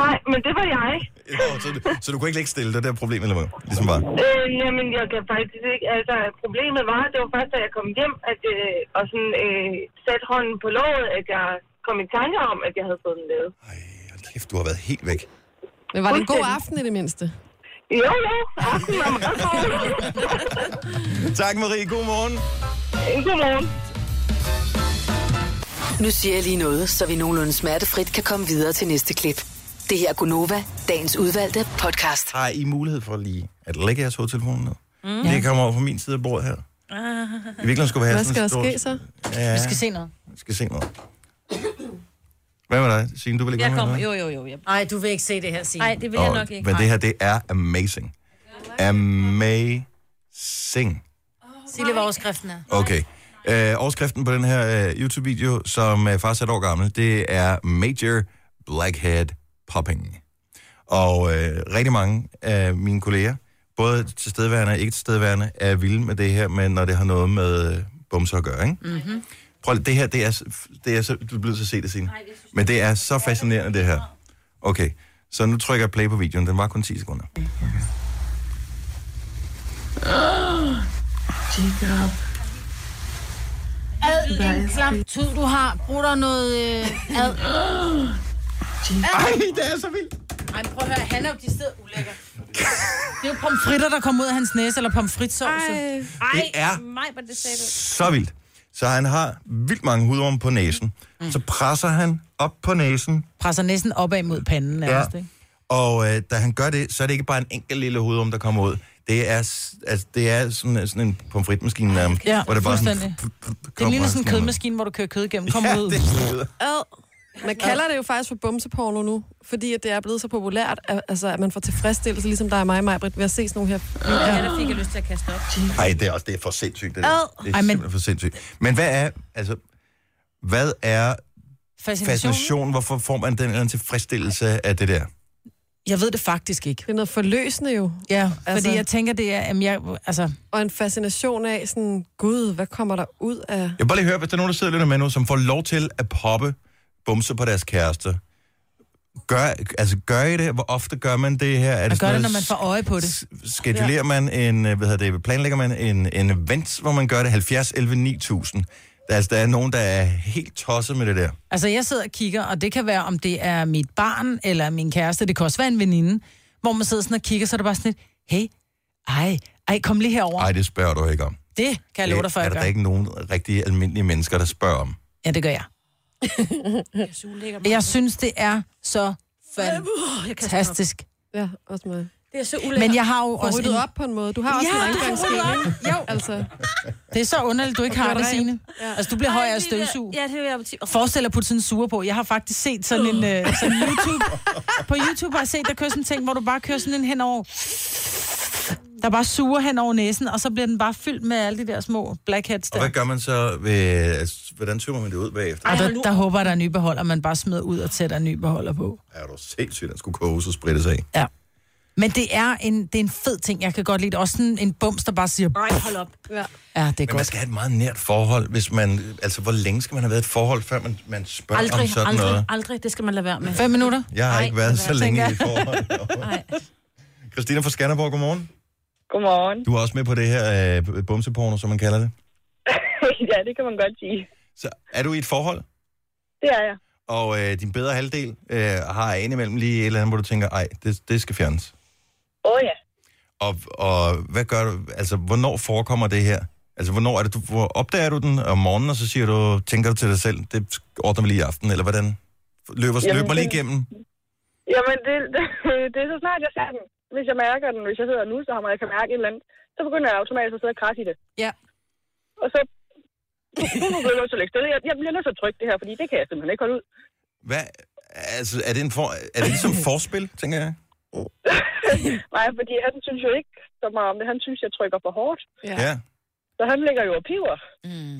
Speaker 11: Nej, men det var jeg.
Speaker 1: Nå, så, du- så du kunne ikke lægge stille, det der problem, eller hvad? Ligesom bare.
Speaker 11: Øh, jamen, jeg kan faktisk ikke. Altså, problemet var, det var først, da jeg kom hjem, at, øh, og sådan, øh, satte hånden på låget, at jeg kom i tanke om, at jeg havde fået den lavet.
Speaker 1: Kæft, du har været helt væk.
Speaker 2: Men var det en god
Speaker 11: Fuldstændig.
Speaker 2: aften i det mindste?
Speaker 11: Jo, jo. Aftenen var meget god.
Speaker 1: Tak, Marie. God morgen.
Speaker 11: God morgen.
Speaker 5: Nu siger jeg lige noget, så vi nogenlunde smertefrit kan komme videre til næste klip. Det her er Gunova, dagens udvalgte podcast.
Speaker 1: Har I mulighed for lige at lægge jeres hovedtelefon ned? Mm. Det kommer over på min side af bordet her. I virkeligheden skulle vi have
Speaker 2: Hvad skal
Speaker 1: sådan
Speaker 2: der
Speaker 1: et stort-
Speaker 2: ske så?
Speaker 1: Ja.
Speaker 4: Vi skal se noget.
Speaker 1: Vi skal se noget. Hvad med dig, Signe? Du vil ikke være med eller
Speaker 7: jo, jo. Jeg...
Speaker 4: Ej, du vil ikke se det her, Signe.
Speaker 7: Nej, det vil
Speaker 1: hvad?
Speaker 7: jeg
Speaker 1: Nå,
Speaker 7: nok ikke.
Speaker 1: Men det her, det er amazing. Amazing.
Speaker 4: Sig lige, hvad overskriften er.
Speaker 1: Okay. Øh, overskriften på den her øh, YouTube-video, som er faktisk er et år gammel, det er Major Blackhead Popping. Og øh, rigtig mange af mine kolleger, både tilstedeværende og ikke tilstedeværende, er vilde med det her, men når det har noget med øh, bumser at gøre, ikke?
Speaker 12: Mm-hmm.
Speaker 1: Prøv lige, det her, det er, s- det er så, du bliver nødt til at se det senere. Men det er så fascinerende, det her. Okay, så nu trykker jeg play på videoen. Den var kun 10 sekunder.
Speaker 12: Dig op.
Speaker 4: Ad, en klap tud, du har. Brug dig noget øh, ad.
Speaker 12: Ej,
Speaker 1: det er så vildt.
Speaker 4: Ej, prøv at høre, han er jo de steder ulækker. Det er jo pomfritter, der kommer ud af hans næse, eller pomfritsovs. Ej,
Speaker 1: Det er
Speaker 4: mig, hvor det sagde du.
Speaker 1: Så vildt. Så han har vildt mange hudrum på næsen. Mm. Så presser han op på næsen,
Speaker 4: Presser næsten opad mod panden nærmest, ja. ikke?
Speaker 1: og øh, da han gør det, så er det ikke bare en enkelt lille hudrum, der kommer ud. Det er, s- altså, det er sådan, sådan en pomfritmaskine nærmest.
Speaker 4: Ja,
Speaker 1: hvor det bare sådan,
Speaker 4: fuldstændig. Det
Speaker 1: kommer
Speaker 4: ligner sådan en
Speaker 1: sådan noget.
Speaker 4: kødmaskine, hvor du kører kød igennem. Kom
Speaker 1: Ja,
Speaker 4: ud.
Speaker 1: det er-
Speaker 2: Ad. Man kalder det jo faktisk for bumseporno nu, fordi at det er blevet så populært, at, altså, at man får tilfredsstillelse, ligesom dig og mig, Majbrit, ved at se sådan nogle her.
Speaker 7: Ja, der fik jeg lyst til at kaste op.
Speaker 1: Nej, det er også det er for sindssygt. Det,
Speaker 7: Ad.
Speaker 1: der. det er
Speaker 7: Ej,
Speaker 1: Ej,
Speaker 7: men-
Speaker 1: men... simpelthen for sindssygt. Men hvad er, altså, hvad er
Speaker 4: Fascination.
Speaker 1: fascination? Hvorfor får man den eller anden tilfredsstillelse af det der?
Speaker 4: Jeg ved det faktisk ikke.
Speaker 2: Det er noget forløsende jo.
Speaker 4: Ja, altså- fordi jeg tænker, det er... Jamen, jeg, altså...
Speaker 2: Og en fascination af sådan, gud, hvad kommer der ud af...
Speaker 1: Jeg vil bare lige høre, hvis der er nogen, der sidder og lytter med nu, som får lov til at poppe bumser på deres kæreste. Gør, altså, gør I det? Hvor ofte gør man det her? Er
Speaker 4: Jeg gør det,
Speaker 1: sådan
Speaker 4: når man
Speaker 1: noget-
Speaker 4: får øje på det.
Speaker 1: Schedulerer ja. man en, øh, hvad hedder det, planlægger man en, en event, hvor man gør det 70, 11, 9000? Der, altså, der er nogen, der er helt tosset med det der.
Speaker 4: Altså, jeg sidder og kigger, og det kan være, om det er mit barn eller min kæreste. Det kan også være en veninde, hvor man sidder sådan og kigger, så er det bare sådan lidt, hey, ej, ej, kom lige herover.
Speaker 1: Nej, det spørger du ikke om.
Speaker 4: Det kan jeg love dig for,
Speaker 1: Det
Speaker 4: jeg
Speaker 1: er der
Speaker 4: gør.
Speaker 1: da ikke nogen rigtig almindelige mennesker, der spørger om.
Speaker 4: Ja, det gør jeg. jeg synes, det er så fantastisk.
Speaker 2: Ja, også mig.
Speaker 7: Det er så
Speaker 4: ulækkert. Men jeg har jo
Speaker 2: Får
Speaker 4: også
Speaker 2: ryddet
Speaker 4: en-
Speaker 2: op på en måde. Du har også
Speaker 4: Ja,
Speaker 2: en
Speaker 4: du får
Speaker 2: rengøringsskema,
Speaker 4: ryddet op.
Speaker 2: ikke?
Speaker 4: Jo.
Speaker 2: Altså,
Speaker 4: Det er så underligt, du ikke
Speaker 2: Og
Speaker 4: har
Speaker 2: gør
Speaker 4: det,
Speaker 2: dig
Speaker 4: Signe.
Speaker 2: rent. Ja.
Speaker 4: Altså, du bliver
Speaker 2: Ej,
Speaker 4: høj af at
Speaker 2: det der-
Speaker 4: støvsuge.
Speaker 7: Ja, det vil jeg betyde.
Speaker 4: Forestil dig at putte sådan en sure på. Jeg har faktisk set sådan en... Øh, sådan en YouTube, på YouTube har jeg set, der kører sådan en ting, hvor du bare kører sådan en henover... Der bare suger hen over næsen, og så bliver den bare fyldt med alle de der små blackheads
Speaker 1: Og
Speaker 4: der.
Speaker 1: hvad gør man så ved, altså, hvordan tømmer man det ud bagefter?
Speaker 4: Ej, der, der håber jeg, der er en ny beholder, man bare smider ud og sætter en ny beholder på.
Speaker 1: Er du sindssygt, den skulle koges og sprittes af?
Speaker 4: Ja. Men det er en, det er en fed ting, jeg kan godt lide. Også sådan en bums, der bare siger... Nej, hold op.
Speaker 2: Ja.
Speaker 4: Ja, det er
Speaker 1: Men man
Speaker 4: godt.
Speaker 1: skal have et meget nært forhold, hvis man... Altså, hvor længe skal man have været i et forhold, før man, man spørger aldrig, om
Speaker 7: Aldrig,
Speaker 1: sådan aldrig.
Speaker 7: aldrig,
Speaker 1: noget?
Speaker 7: aldrig. Det skal man lade være med.
Speaker 4: Fem minutter?
Speaker 1: Jeg har
Speaker 7: Ej,
Speaker 1: ikke været
Speaker 7: hvad
Speaker 1: så længe i
Speaker 7: tænker
Speaker 1: et forhold.
Speaker 7: Nej.
Speaker 1: Christina fra Skanderborg, godmorgen.
Speaker 13: Godmorgen.
Speaker 1: Du er også med på det her øh, bumseporno, som man kalder det.
Speaker 13: ja, det kan man godt sige.
Speaker 1: Så er du i et forhold,
Speaker 13: Det er jeg.
Speaker 1: og øh, din bedre halvdel øh, har indimellem lige et eller andet, hvor du tænker, ej, det, det skal fjernes.
Speaker 13: Åh oh, ja.
Speaker 1: Og, og hvad gør du? Altså, hvornår forekommer det her? Altså, hvornår er det, du, hvor opdager du den om morgenen, og så siger du, tænker du til dig selv, det ordner vi lige i aften, eller hvordan? Løber,
Speaker 13: Jamen,
Speaker 1: løber mig lige
Speaker 13: det-
Speaker 1: igennem?
Speaker 13: Jamen, det, det, det er så snart, jeg ser den. Hvis jeg mærker den, hvis jeg sidder og nusser ham, og jeg kan mærke et eller andet, så begynder jeg automatisk at sidde og krasse i det.
Speaker 4: Ja.
Speaker 13: Og så... Nu bliver jeg nødt til at lægge stille. Jeg, jeg bliver nødt til at trykke det her, fordi det kan jeg simpelthen ikke holde ud.
Speaker 1: Hvad? Altså, er det, en for, er det ligesom forspil, tænker jeg?
Speaker 13: Nej, fordi han synes jo ikke så meget om det. Han synes, jeg trykker for hårdt.
Speaker 1: Ja. Mm.
Speaker 13: Så han ligger jo og piver.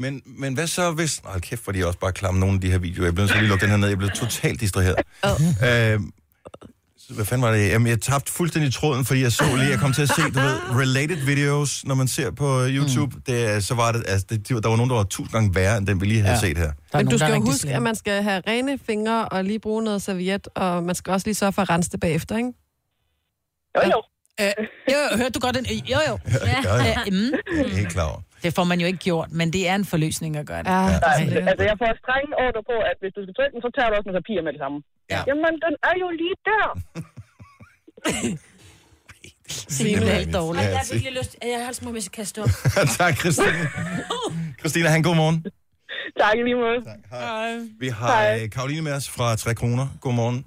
Speaker 1: Men, men hvad så hvis... Hold kæft, hvor de også bare klamme nogle af de her videoer. Jeg blev nødt til at lige lukke den her ned. Jeg blev totalt distraheret. øh, hvad fanden var det? Jamen, jeg tabte fuldstændig tråden, fordi jeg så lige, jeg kom til at se, du ved, related videos, når man ser på YouTube. Mm. Det, er- så var det, altså, det, der var nogen, der var tusind gange værre, end den vi lige havde ja. set her.
Speaker 2: Men du skal jo huske, at man skal have rene fingre og lige bruge noget serviet, og man skal også lige sørge for at rense det bagefter, ikke?
Speaker 13: Jo, jo.
Speaker 4: Øh, jo, hørte du godt den? Øh, Jo, jo.
Speaker 1: Ja, ja.
Speaker 4: Øh, mm.
Speaker 1: Jeg er helt klar over.
Speaker 4: Det får man jo ikke gjort, men det er en forløsning at gøre det.
Speaker 2: Ja,
Speaker 13: Nej, altså, altså, jeg får strenge ordre på, at hvis du skal trykke den, så tager du også noget papir med det samme.
Speaker 1: Ja.
Speaker 13: Jamen, den er jo lige der.
Speaker 1: Det
Speaker 7: Signe er
Speaker 1: er
Speaker 7: helt
Speaker 1: vanvittigt.
Speaker 7: dårlig.
Speaker 1: Ja,
Speaker 7: Ej, jeg har
Speaker 1: Signe.
Speaker 7: virkelig lyst. Jeg har små, hvis jeg kaster op.
Speaker 1: tak, Christine. Christina, han god morgen.
Speaker 13: tak i lige måde. Tak,
Speaker 1: hej. Vi har øh, Karoline med os fra 3 kroner. God morgen.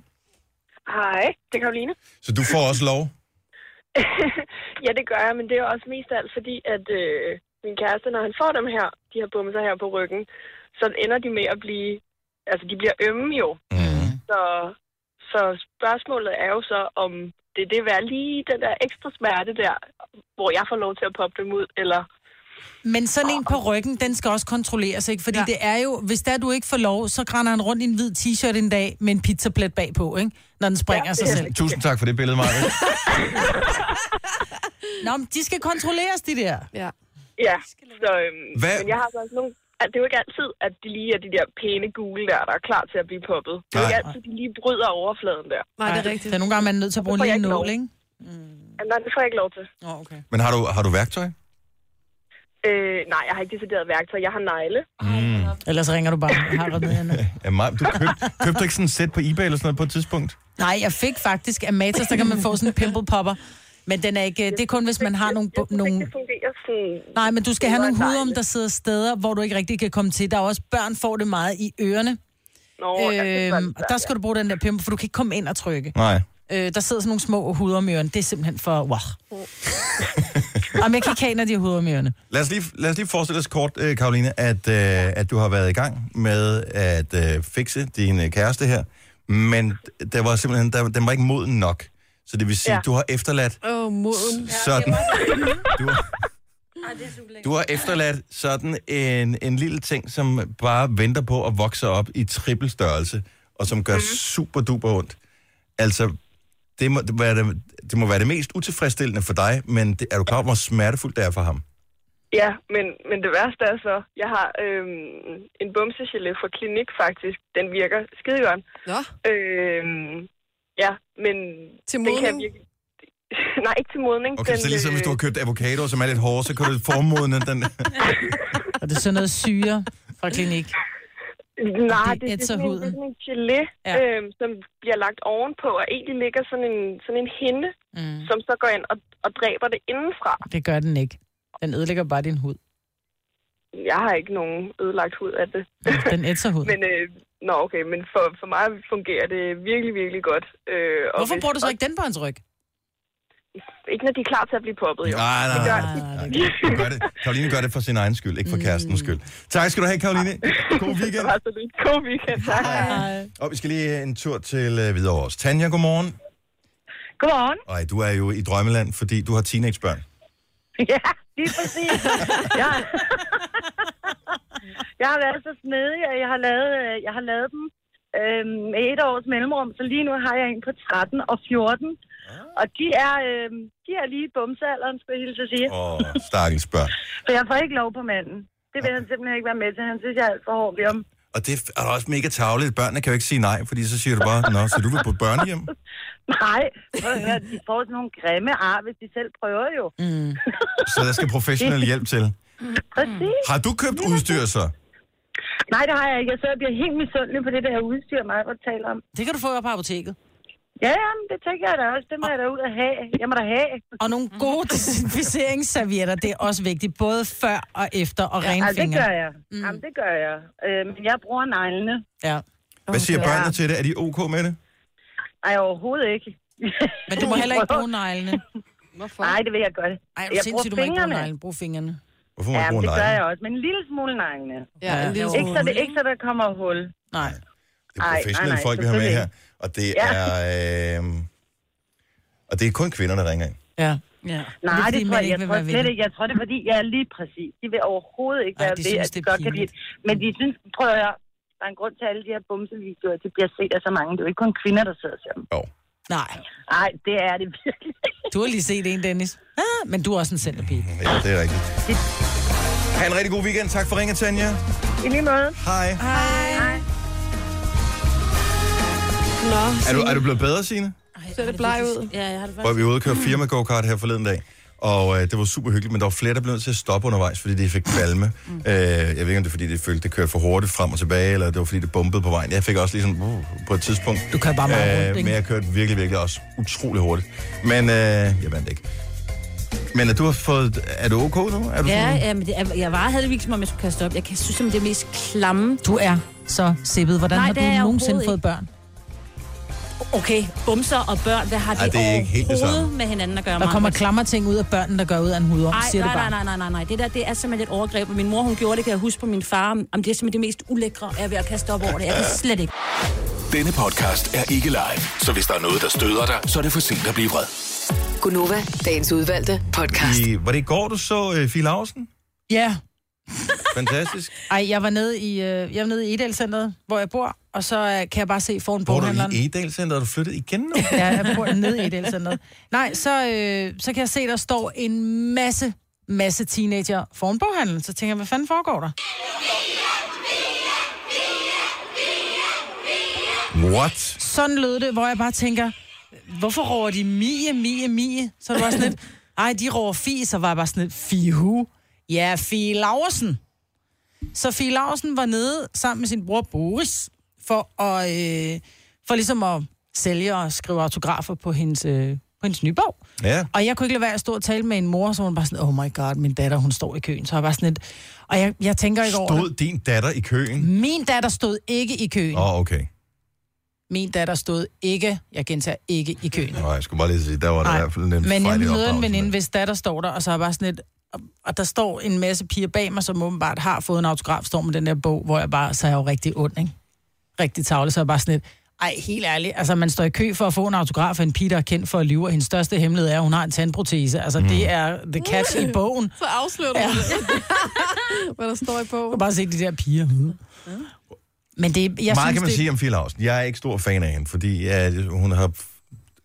Speaker 14: Hej, det er Karoline.
Speaker 1: Så du får også lov.
Speaker 14: ja, det gør jeg, men det er jo også mest af alt fordi, at øh, min kæreste, når han får dem her, de her bumser her på ryggen, så ender de med at blive, altså de bliver ømme jo. Mm. Så, så spørgsmålet er jo så, om det er det værd lige den der ekstra smerte der, hvor jeg får lov til at poppe dem ud, eller
Speaker 4: Men sådan en på ryggen, den skal også kontrolleres, ikke? Fordi ja. det er jo, hvis der du ikke får lov, så grænder han rundt i en hvid t-shirt en dag med en pizzaplet bagpå, ikke? Når den springer ja. sig selv.
Speaker 1: Tusind tak for det billede, Maja.
Speaker 4: Nå, men de skal kontrolleres, de der.
Speaker 2: Ja.
Speaker 13: Ja, så, øhm,
Speaker 1: Hvad-
Speaker 13: men jeg har så også nogle... at Det er jo ikke altid, at de lige er de der pæne gule der, der er klar til at blive poppet. Det er jo
Speaker 4: Nej.
Speaker 13: ikke altid, de lige bryder overfladen der.
Speaker 4: Så nogle gange er man nødt til at bruge en
Speaker 13: Det får jeg
Speaker 4: lille
Speaker 13: ikke lov.
Speaker 4: nål, ikke?
Speaker 13: Ja, nej, det får jeg ikke lov til.
Speaker 4: Oh, okay.
Speaker 1: Men har du, har du værktøj?
Speaker 13: øh, nej, jeg har ikke decideret værktøj. Jeg har negle.
Speaker 1: Mm.
Speaker 4: Ellers ringer du bare. Jeg har været med
Speaker 1: Ja, Maja, du købte, købte du ikke sådan et sæt på eBay eller sådan noget på et tidspunkt?
Speaker 4: Nej, jeg fik faktisk af Matas, der kan man få sådan en pimple popper. Men den er ikke, det er kun, hvis man har nogle... bu- nogle...
Speaker 13: fungerer sådan...
Speaker 4: Nej, men du skal have nogle huder, om der sidder steder, hvor du ikke rigtig kan komme til. Der er også børn, får det meget i ørerne.
Speaker 13: Nå, ja, det er
Speaker 4: øhm, og der skal du bruge den der pimple, for du kan ikke komme ind og trykke.
Speaker 1: Nej.
Speaker 4: Øh, der sidder sådan nogle små huder om ørerne. Det er simpelthen for... Wow.
Speaker 13: Mm.
Speaker 4: Jamen, jeg kan ikke have, når de har huder om ørerne.
Speaker 1: Lad os lige, lad os lige forestille os kort, øh, Karoline, at, øh, at du har været i gang med at øh, fikse din øh, kæreste her, men der var simpelthen, der, den var ikke moden nok. Så det vil sige,
Speaker 2: Ja.
Speaker 1: ja. du har efterladt
Speaker 2: Åh, oh, moden.
Speaker 1: sådan,
Speaker 2: Du...
Speaker 1: du har efterladt sådan en, en lille ting, som bare venter på at vokse op i trippelstørrelse, og som gør super duper ondt. Altså, det må, det, må være det, det må være det mest utilfredsstillende for dig, men det, er du klar over, hvor smertefuldt det er for ham?
Speaker 13: Ja, men, men det værste er så, jeg har øhm, en bumsegelé fra Klinik faktisk. Den virker skide godt.
Speaker 2: Nå.
Speaker 13: Øhm, ja, men...
Speaker 2: Til
Speaker 13: Den kan
Speaker 2: modning?
Speaker 13: virke... Nej, ikke til modning.
Speaker 1: Okay, så ligesom hvis du har købt avocadoer, som er lidt hårde, så kan du formodne den...
Speaker 4: Og det er sådan noget syre fra klinik.
Speaker 13: øh, Nej, det,
Speaker 4: Det
Speaker 13: det, det, er
Speaker 4: ætser
Speaker 13: sådan en, det
Speaker 4: huden.
Speaker 13: er sådan en gelé,
Speaker 4: Ja.
Speaker 13: ja. øhm, som bliver lagt ovenpå, og egentlig ligger sådan en, sådan en hinde,
Speaker 4: mm.
Speaker 13: som så går ind og, og dræber det indenfra.
Speaker 4: Det gør den ikke. Den ødelægger bare din hud.
Speaker 13: Jeg har ikke nogen ødelagt hud af det.
Speaker 4: Den ætser hud.
Speaker 13: Men, øh, nå, okay, men for, for mig fungerer det virkelig, virkelig godt. Øh, og
Speaker 4: Hvorfor
Speaker 13: hvis-
Speaker 4: bruger du så ikke den på hans ryg?
Speaker 13: Ikke når de er klar til at blive poppet, jo.
Speaker 1: Nej, nej,
Speaker 13: Det gør-
Speaker 1: nej. nej. Gør det. Karoline gør det for sin egen skyld, ikke for kærestens skyld. Tak skal du have, Karoline. God weekend.
Speaker 13: Absolut. God weekend. Tak.
Speaker 4: Hej.
Speaker 1: Og vi skal lige en tur til øh, Hvidovre også. Tanja, godmorgen.
Speaker 15: Godmorgen.
Speaker 1: Ej, du er jo i drømmeland, fordi du har teenagebørn.
Speaker 15: Ja, lige præcis. jeg, jeg har været så snedig, at jeg har lavet, øh, jeg har lavet dem øhm, med et års mellemrum, så lige nu har jeg en på 13 og 14.
Speaker 1: Ah.
Speaker 15: Og de er, øhm, de er lige i bumsealderen, skulle jeg hilse at sige.
Speaker 1: Åh, stakkels børn.
Speaker 15: For jeg får ikke lov på manden. Det vil han simpelthen ikke være med til. Han synes, jeg er alt for hård ved ham.
Speaker 1: Og det er da også mega tavligt. Børnene kan jo ikke sige nej, fordi så siger du bare, Nå, så du vil på børnehjem?
Speaker 15: Nej, prøv at høre, de får sådan nogle grimme ar, hvis de selv prøver jo. Mm.
Speaker 1: Så der skal professionel hjælp til.
Speaker 15: Præcis.
Speaker 1: Har du købt udstyr så?
Speaker 15: Nej, det har jeg ikke. Jeg sidder og bliver helt misundelig på det der udstyr, mig hvor taler om.
Speaker 4: Det kan du få på apoteket.
Speaker 15: Ja, jamen, det tænker jeg da også. Det må jeg da ud og have. Jeg må da have.
Speaker 4: Og nogle gode desinficeringsservietter, det er også vigtigt, både før og efter, og rene
Speaker 15: ja, det
Speaker 4: fingre.
Speaker 15: gør jeg. Mm. Jamen, det gør jeg. Øh, men jeg bruger neglene.
Speaker 4: Ja.
Speaker 1: Hvad siger børnene til det? Er de ok med det?
Speaker 15: Ej, overhovedet ikke.
Speaker 4: Men du må heller ikke bruge neglene.
Speaker 15: Hvorfor? Nej, det vil jeg godt.
Speaker 4: Ej,
Speaker 15: jeg
Speaker 4: du
Speaker 15: bruger
Speaker 4: sindssygt, du må ikke bruge
Speaker 15: fingrene.
Speaker 4: neglene. Brug fingrene.
Speaker 1: Hvorfor må
Speaker 15: ja,
Speaker 1: man bruge
Speaker 15: det gør
Speaker 1: nej?
Speaker 15: jeg også. Men en lille smule neglene.
Speaker 4: Ja, en lille
Speaker 15: Ikke så, det, ikke så der kommer hul.
Speaker 4: Nej.
Speaker 1: Det er professionelle folk, vi har med her. Og det
Speaker 15: Ja.
Speaker 1: er... Øh, og det er kun kvinder, der ringer ind.
Speaker 4: Ja.
Speaker 7: Ja.
Speaker 15: Nej,
Speaker 4: fordi,
Speaker 15: det, tror
Speaker 4: man ikke
Speaker 15: jeg, jeg
Speaker 4: vil
Speaker 15: tror
Speaker 4: være ved
Speaker 15: slet
Speaker 4: det.
Speaker 15: ikke. Jeg tror, det er fordi, jeg er lige præcis. De vil overhovedet ikke
Speaker 4: Ej,
Speaker 15: være
Speaker 4: de
Speaker 15: ved,
Speaker 4: synes,
Speaker 15: at
Speaker 4: det
Speaker 15: de
Speaker 4: er
Speaker 15: godt kan lide. Men de synes, prøv at høre, der er en grund til alle de her bumsevideoer, de bliver set af så mange. Det er jo ikke kun kvinder, der sidder og ser dem.
Speaker 1: Jo.
Speaker 4: Nej.
Speaker 15: Nej, det er det virkelig.
Speaker 4: Du har lige set en, Dennis. Ah, men du er også en centerpige.
Speaker 1: Ja, det er rigtigt. Ha' en rigtig god weekend. Tak for ringen, Tanja.
Speaker 15: I lige måde.
Speaker 1: Hej.
Speaker 15: Hej.
Speaker 2: Nå,
Speaker 1: Er du, er du blevet bedre, Signe?
Speaker 2: ser det bleg ud.
Speaker 7: Ja, jeg har det
Speaker 1: Hvor vi var ude og køre firma go-kart her forleden dag. Og øh, det var super hyggeligt, men der var flere, der blev nødt til at stoppe undervejs, fordi de fik kvalme. Mm. Øh, jeg ved ikke, om det er, fordi de følte, det kørte for hurtigt frem og tilbage, eller det var, fordi det bumpede på vejen. Jeg fik også ligesom uh, på et tidspunkt. øh,
Speaker 4: Du kører bare meget rundt, ikke?
Speaker 1: Men jeg kørte virkelig, virkelig også utrolig hurtigt. Men øh, jeg vandt ikke. Men er du har fået... Er du okay nu? Er du
Speaker 7: Ja,
Speaker 1: sådan-
Speaker 7: ja, men det, er- jeg var heldigvis, som om jeg skulle kaste op. Jeg kan- synes, at det er mest klamme.
Speaker 4: Du er så sippet. Hvordan
Speaker 7: Nej,
Speaker 4: har
Speaker 7: det
Speaker 4: du
Speaker 7: er jeg
Speaker 4: nogensinde
Speaker 7: overhovedet
Speaker 4: fået børn?
Speaker 7: Okay, bumser og børn, hvad har
Speaker 4: Ej,
Speaker 7: det,
Speaker 4: det er ikke helt det
Speaker 7: overhovedet
Speaker 4: samme.
Speaker 7: med hinanden at gøre?
Speaker 4: Der
Speaker 7: Maja?
Speaker 4: kommer klammer ting ud af børnene, der gør ud af en hudorm,
Speaker 7: Ej,
Speaker 4: siger
Speaker 7: nej,
Speaker 4: det
Speaker 7: nej,
Speaker 4: bare.
Speaker 7: nej, nej, nej, nej. Det der, det er simpelthen et overgreb. Og min mor, hun gjorde det, kan jeg huske på min far. Om det er simpelthen det mest ulækre, og jeg er ved at kaste op over det. Jeg kan slet ikke.
Speaker 6: Denne podcast er ikke live, så hvis der er noget, der støder dig, så er det for sent at blive vred.
Speaker 5: Gunova, dagens udvalgte podcast.
Speaker 1: I, var det i går, du så øh, Fie Lausen?
Speaker 4: Ja.
Speaker 1: Fantastisk.
Speaker 4: Ej, jeg var nede i, øh, jeg var nede i Edel-centeret, hvor jeg bor, og så øh, kan jeg bare se foran
Speaker 1: Bor du
Speaker 4: boghandleren.
Speaker 1: i Edalcenteret? Er du flyttet igen nu?
Speaker 4: Ja, jeg bor nede i Edel-centeret. Nej, så, øh, så kan jeg se, der står en masse, masse teenager foran boghandlen. Så tænker jeg, hvad fanden foregår der?
Speaker 1: What?
Speaker 4: Sådan lød det, hvor jeg bare tænker, hvorfor råber de Mie, Mie, Mie? Så er det bare sådan lidt, ej, de råber Fie, så var jeg bare sådan lidt, Fie who? Ja, Fie Laursen. Så Fie Laursen var nede sammen med sin bror Boris, for, at, øh, for ligesom at sælge og skrive autografer på hendes, øh, på hendes nye bog.
Speaker 1: Ja.
Speaker 4: Og jeg kunne ikke lade være at stå og tale med en mor, så hun bare sådan, oh my god, min datter, hun står i køen. Så jeg bare sådan lidt, og jeg, jeg tænker ikke over
Speaker 1: Stod
Speaker 4: det.
Speaker 1: din datter i køen?
Speaker 4: Min datter stod ikke i køen.
Speaker 1: Åh, oh, okay.
Speaker 4: Min datter stod ikke, jeg gentager ikke, i køen.
Speaker 1: Nå, jeg skulle bare lige sige, der var der i hvert fald en fejl
Speaker 4: Men jeg
Speaker 1: i
Speaker 4: møder en
Speaker 1: opdragelsen.
Speaker 4: veninde, hvis datter står der, og så er jeg bare sådan lidt, og der står en masse piger bag mig, som åbenbart har fået en autograf, står med den der bog, hvor jeg bare, så er jeg jo rigtig ond, ikke? Rigtig tavle, så er jeg bare sådan lidt, ej, helt ærligt, altså man står i kø for at få en autograf af en pige, der er kendt for at lyve, og hendes største hemmelighed er, at hun har en tandprotese. Altså mm. det er the catch i bogen.
Speaker 2: Så afslører du ja. det. Hvad der står i bogen.
Speaker 4: Du kan bare se de der piger. Men det, jeg
Speaker 1: Jeg Meget
Speaker 4: synes,
Speaker 1: kan man
Speaker 4: det...
Speaker 1: det... sige om Fie Lausen. Jeg er ikke stor fan af hende, fordi uh, hun, har,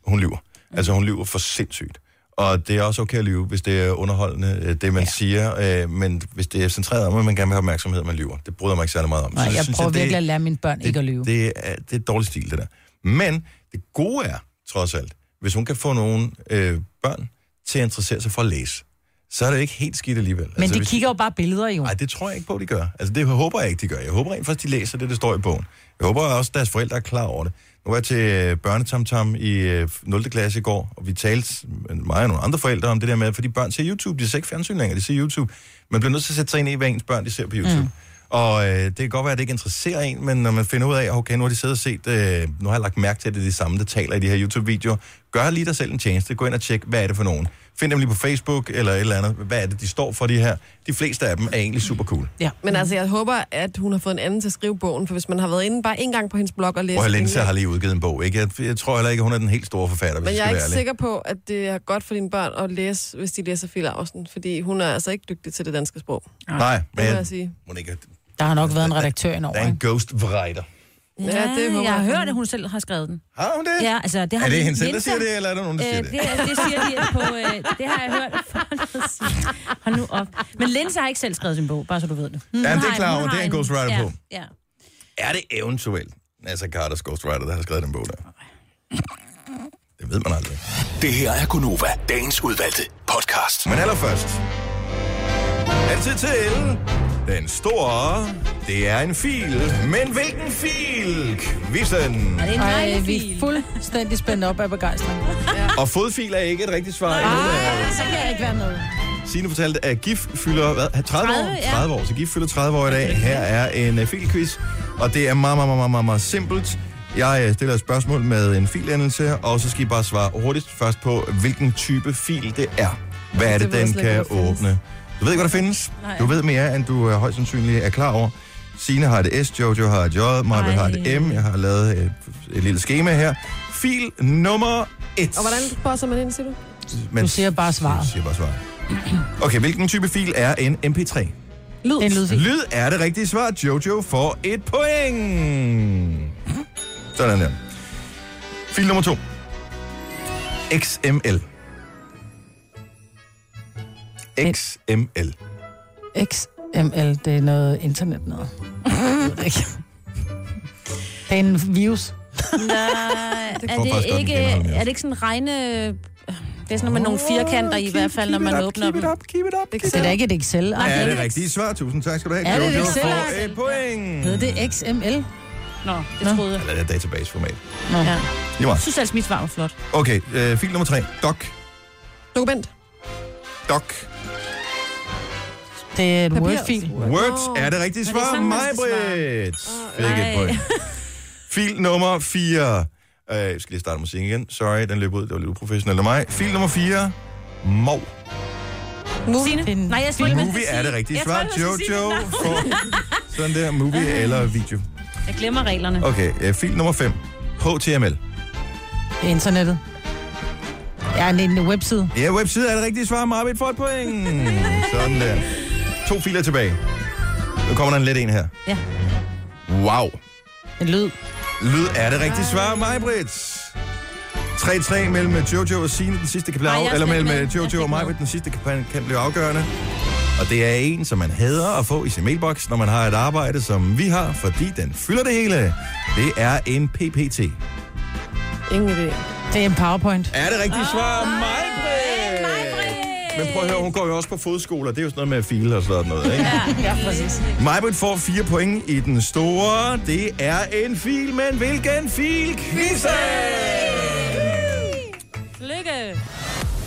Speaker 1: hun lyver.
Speaker 4: Mm.
Speaker 1: Altså, hun lyver for sindssygt. Og det er også okay at lyve, hvis det er underholdende, øh, det man ja. siger. øh, Men hvis det er centreret om, at man gerne vil have opmærksomhed, man lyver. Det bryder jeg mig ikke særlig meget om.
Speaker 4: Nej, jeg
Speaker 1: synes,
Speaker 4: prøver
Speaker 1: det-
Speaker 4: virkelig at lære mine børn ikke at lyve.
Speaker 1: Det er, det er dårlig stil, det der. Men det gode er, trods alt, hvis hun kan få nogle øh, børn til at interessere sig for at læse, så er det jo ikke helt skidt alligevel. Altså,
Speaker 4: Men de
Speaker 1: hvis-
Speaker 4: kigger jo bare billeder, jo.
Speaker 1: Nej, det tror jeg ikke på, de gør. Altså, det håber jeg ikke, de gør. Jeg håber rent faktisk, de læser det, der står i bogen. Jeg håber også, deres forældre er klar over det. Nu var jeg til øh, børnetamtam i øh, 0. klasse i går, og vi talte med mig og nogle andre forældre om det der med, fordi børn ser YouTube, de ser ikke fjernsyn længere, de ser YouTube. Man bliver nødt til at sætte sig ind i, hvad ens børn de ser på YouTube. Mm. Og øh, det kan godt være, at det ikke interesserer en, men når man finder ud af, okay, nu har de siddet og set, øh, nu har jeg lagt mærke til, at det er de samme, der taler i de her YouTube-videoer. Gør lige dig selv en tjeneste. Gå ind og tjek, hvad er det for nogen. Find dem lige på Facebook eller et eller andet. Hvad er det, de står for, de her? De fleste af dem er egentlig super cool.
Speaker 4: Ja.
Speaker 2: Men altså, jeg håber, at hun har fået en anden til at skrive bogen, for hvis man har været inde bare en gang på hendes blog og læst...
Speaker 1: Og Linse
Speaker 2: indlæg-
Speaker 1: har lige udgivet en bog, ikke? Jeg, jeg tror heller ikke, hun er den helt store forfatter, hvis
Speaker 2: Men jeg er
Speaker 1: skal
Speaker 2: ikke
Speaker 1: være
Speaker 2: sikker på, at det er godt for dine børn at læse, hvis de læser Fie Larsen, fordi hun er altså ikke dygtig til det danske sprog.
Speaker 1: ærlig. Nej,
Speaker 2: Det må
Speaker 1: men
Speaker 2: jeg sige.
Speaker 1: hun er ikke,
Speaker 4: Der har nok været en redaktør indover.
Speaker 1: der er en ghostwriter.
Speaker 7: Ja,
Speaker 2: Ja, det
Speaker 7: det
Speaker 2: håber
Speaker 7: jeg har
Speaker 2: jeg.
Speaker 7: hørt, at hun selv har skrevet den.
Speaker 1: Har hun det?
Speaker 7: Ja, altså, det har
Speaker 1: Er det
Speaker 7: Lin-
Speaker 1: hende selv, der
Speaker 7: Linda-
Speaker 1: siger det, eller er der nogen, der siger det?
Speaker 7: det, det siger de på... Øh, det har jeg hørt for noget siden. Hold nu op. Men Linse har ikke selv skrevet sin bog, bare så du ved det. Hun
Speaker 1: det er
Speaker 7: har-
Speaker 1: klar over.
Speaker 7: hun
Speaker 1: Det
Speaker 7: har
Speaker 1: er en ghostwriter
Speaker 7: ja,
Speaker 1: på.
Speaker 7: Ja.
Speaker 1: Er det eventuelt Nasser Carters ghostwriter, der har skrevet den bog der? Det ved man aldrig.
Speaker 6: Det her er Gunova, dagens udvalgte podcast.
Speaker 1: Men allerførst. Altid til den store. Det er en fil. Men hvilken fil? Quizzen.
Speaker 4: Ej, vi er fuldstændig spændt op af begejstring. Ja.
Speaker 1: Og fodfil er ikke et rigtigt svar.
Speaker 4: Ej, så kan jeg ikke være med.
Speaker 1: Signe fortalte, at GIF fylder hvad, 30, 30 år.
Speaker 4: 30, ja.
Speaker 1: 30 år. Så GIF fylder 30 år i dag. Her er en uh, filquiz, og det er meget, meget, meget, meget, meget simpelt. Jeg øh, stiller et spørgsmål med en filendelse, og så skal I bare svare hurtigst først på, hvilken type fil det er. Hvad er
Speaker 6: Det
Speaker 1: det,
Speaker 6: ved jeg
Speaker 1: den
Speaker 6: slet ikke,
Speaker 1: kan
Speaker 6: hvad der findes.
Speaker 1: åbne? Du ved ikke, hvad der findes.
Speaker 6: Nej.
Speaker 1: Du ved mere, end du øh, højst sandsynligt er klar over. Signe har et S, Jojo har et J, Marve har et M. Jeg har lavet et, et lille schema her. Fil nummer 1.
Speaker 2: Og hvordan bosser man ind, siger du?
Speaker 1: Men, du
Speaker 4: siger bare svaret.
Speaker 1: Du siger bare svaret. Okay, hvilken type fil er en MP3?
Speaker 4: Lyd. En lydfil.
Speaker 1: Lyd er det rigtige svar. Jojo får et point. Sådan der. Fil nummer to. XML. XML.
Speaker 4: XML, det er noget internet noget. Jeg ved det ikke. det er en virus.
Speaker 7: Nej, er
Speaker 4: tror jeg faktisk
Speaker 7: det,
Speaker 4: godt,
Speaker 7: ikke,
Speaker 4: den kender ham, ja.
Speaker 7: er det ikke sådan regne... Det er sådan noget med nogle firkanter i hvert fald, når man åbner dem.
Speaker 1: Keep it up,
Speaker 4: Det er da ikke et Excel.
Speaker 1: Nej, er det rigtige svar? Tusind tak skal du have.
Speaker 4: Er det
Speaker 1: Jojo
Speaker 4: et Excel?
Speaker 1: får et point.
Speaker 4: Hedder det XML?
Speaker 7: Nå, det troede jeg.
Speaker 1: Eller det er databaseformat.
Speaker 4: Nå.
Speaker 7: Ja.
Speaker 1: Jo.
Speaker 7: Jeg synes altså, mit svar var flot.
Speaker 1: Okay, øh, fil nummer tre. Doc.
Speaker 2: Dokument.
Speaker 1: Doc.
Speaker 4: Det er et
Speaker 1: Papir.
Speaker 4: Word-fil.
Speaker 1: Words er det rigtige
Speaker 4: Nå, det er
Speaker 1: svar.
Speaker 4: sådan, man
Speaker 1: Mig,
Speaker 4: skal
Speaker 1: Britt.
Speaker 4: Åh,
Speaker 1: Fik et
Speaker 4: nej.
Speaker 1: point. Fil nummer 4. Øh, jeg skal lige starte musikken igen. Sorry, den løb ud. Det var lidt uprofessionelt af mig. Fil nummer 4. Mov.
Speaker 7: Movie. Nej, jeg skulle
Speaker 1: Movie er det rigtige svar. Jojo får sådan der movie eller video.
Speaker 7: Jeg glemmer reglerne.
Speaker 1: Okay, øh, fil nummer 5. HTML.
Speaker 4: Det er internettet. Ja, en, en webside.
Speaker 1: Ja, webside er det rigtige svar. Marvind får et point. Sådan der. To filer tilbage. Nu kommer der en let en her.
Speaker 3: Ja.
Speaker 1: Wow.
Speaker 4: En lyd.
Speaker 1: Lyd er det rigtige svar, Majbrits. 3-3 mellem Jojo og Signe, den sidste kan blive
Speaker 6: Nej,
Speaker 1: af,
Speaker 6: jeg
Speaker 1: eller
Speaker 6: skal
Speaker 1: mellem
Speaker 6: med.
Speaker 1: øh, Jojo og Majbrit, den sidste kan, kan blive afgørende. Og det er en, som man hader at få i sin mailbox, når man har et arbejde, som vi har, fordi den fylder det hele. Det er en PPT.
Speaker 2: Ingen idé.
Speaker 4: Det er en powerpoint.
Speaker 1: Er det rigtige svar? Majbrit! Men prøv at høre, hun går jo også på fodskoler. Det er jo sådan noget med at file og sådan noget, ikke?
Speaker 4: Ja, præcis.
Speaker 1: Majbrit får fire point i den store. Det er en fil, men hvilken fil? Quizzen!
Speaker 2: Lykke!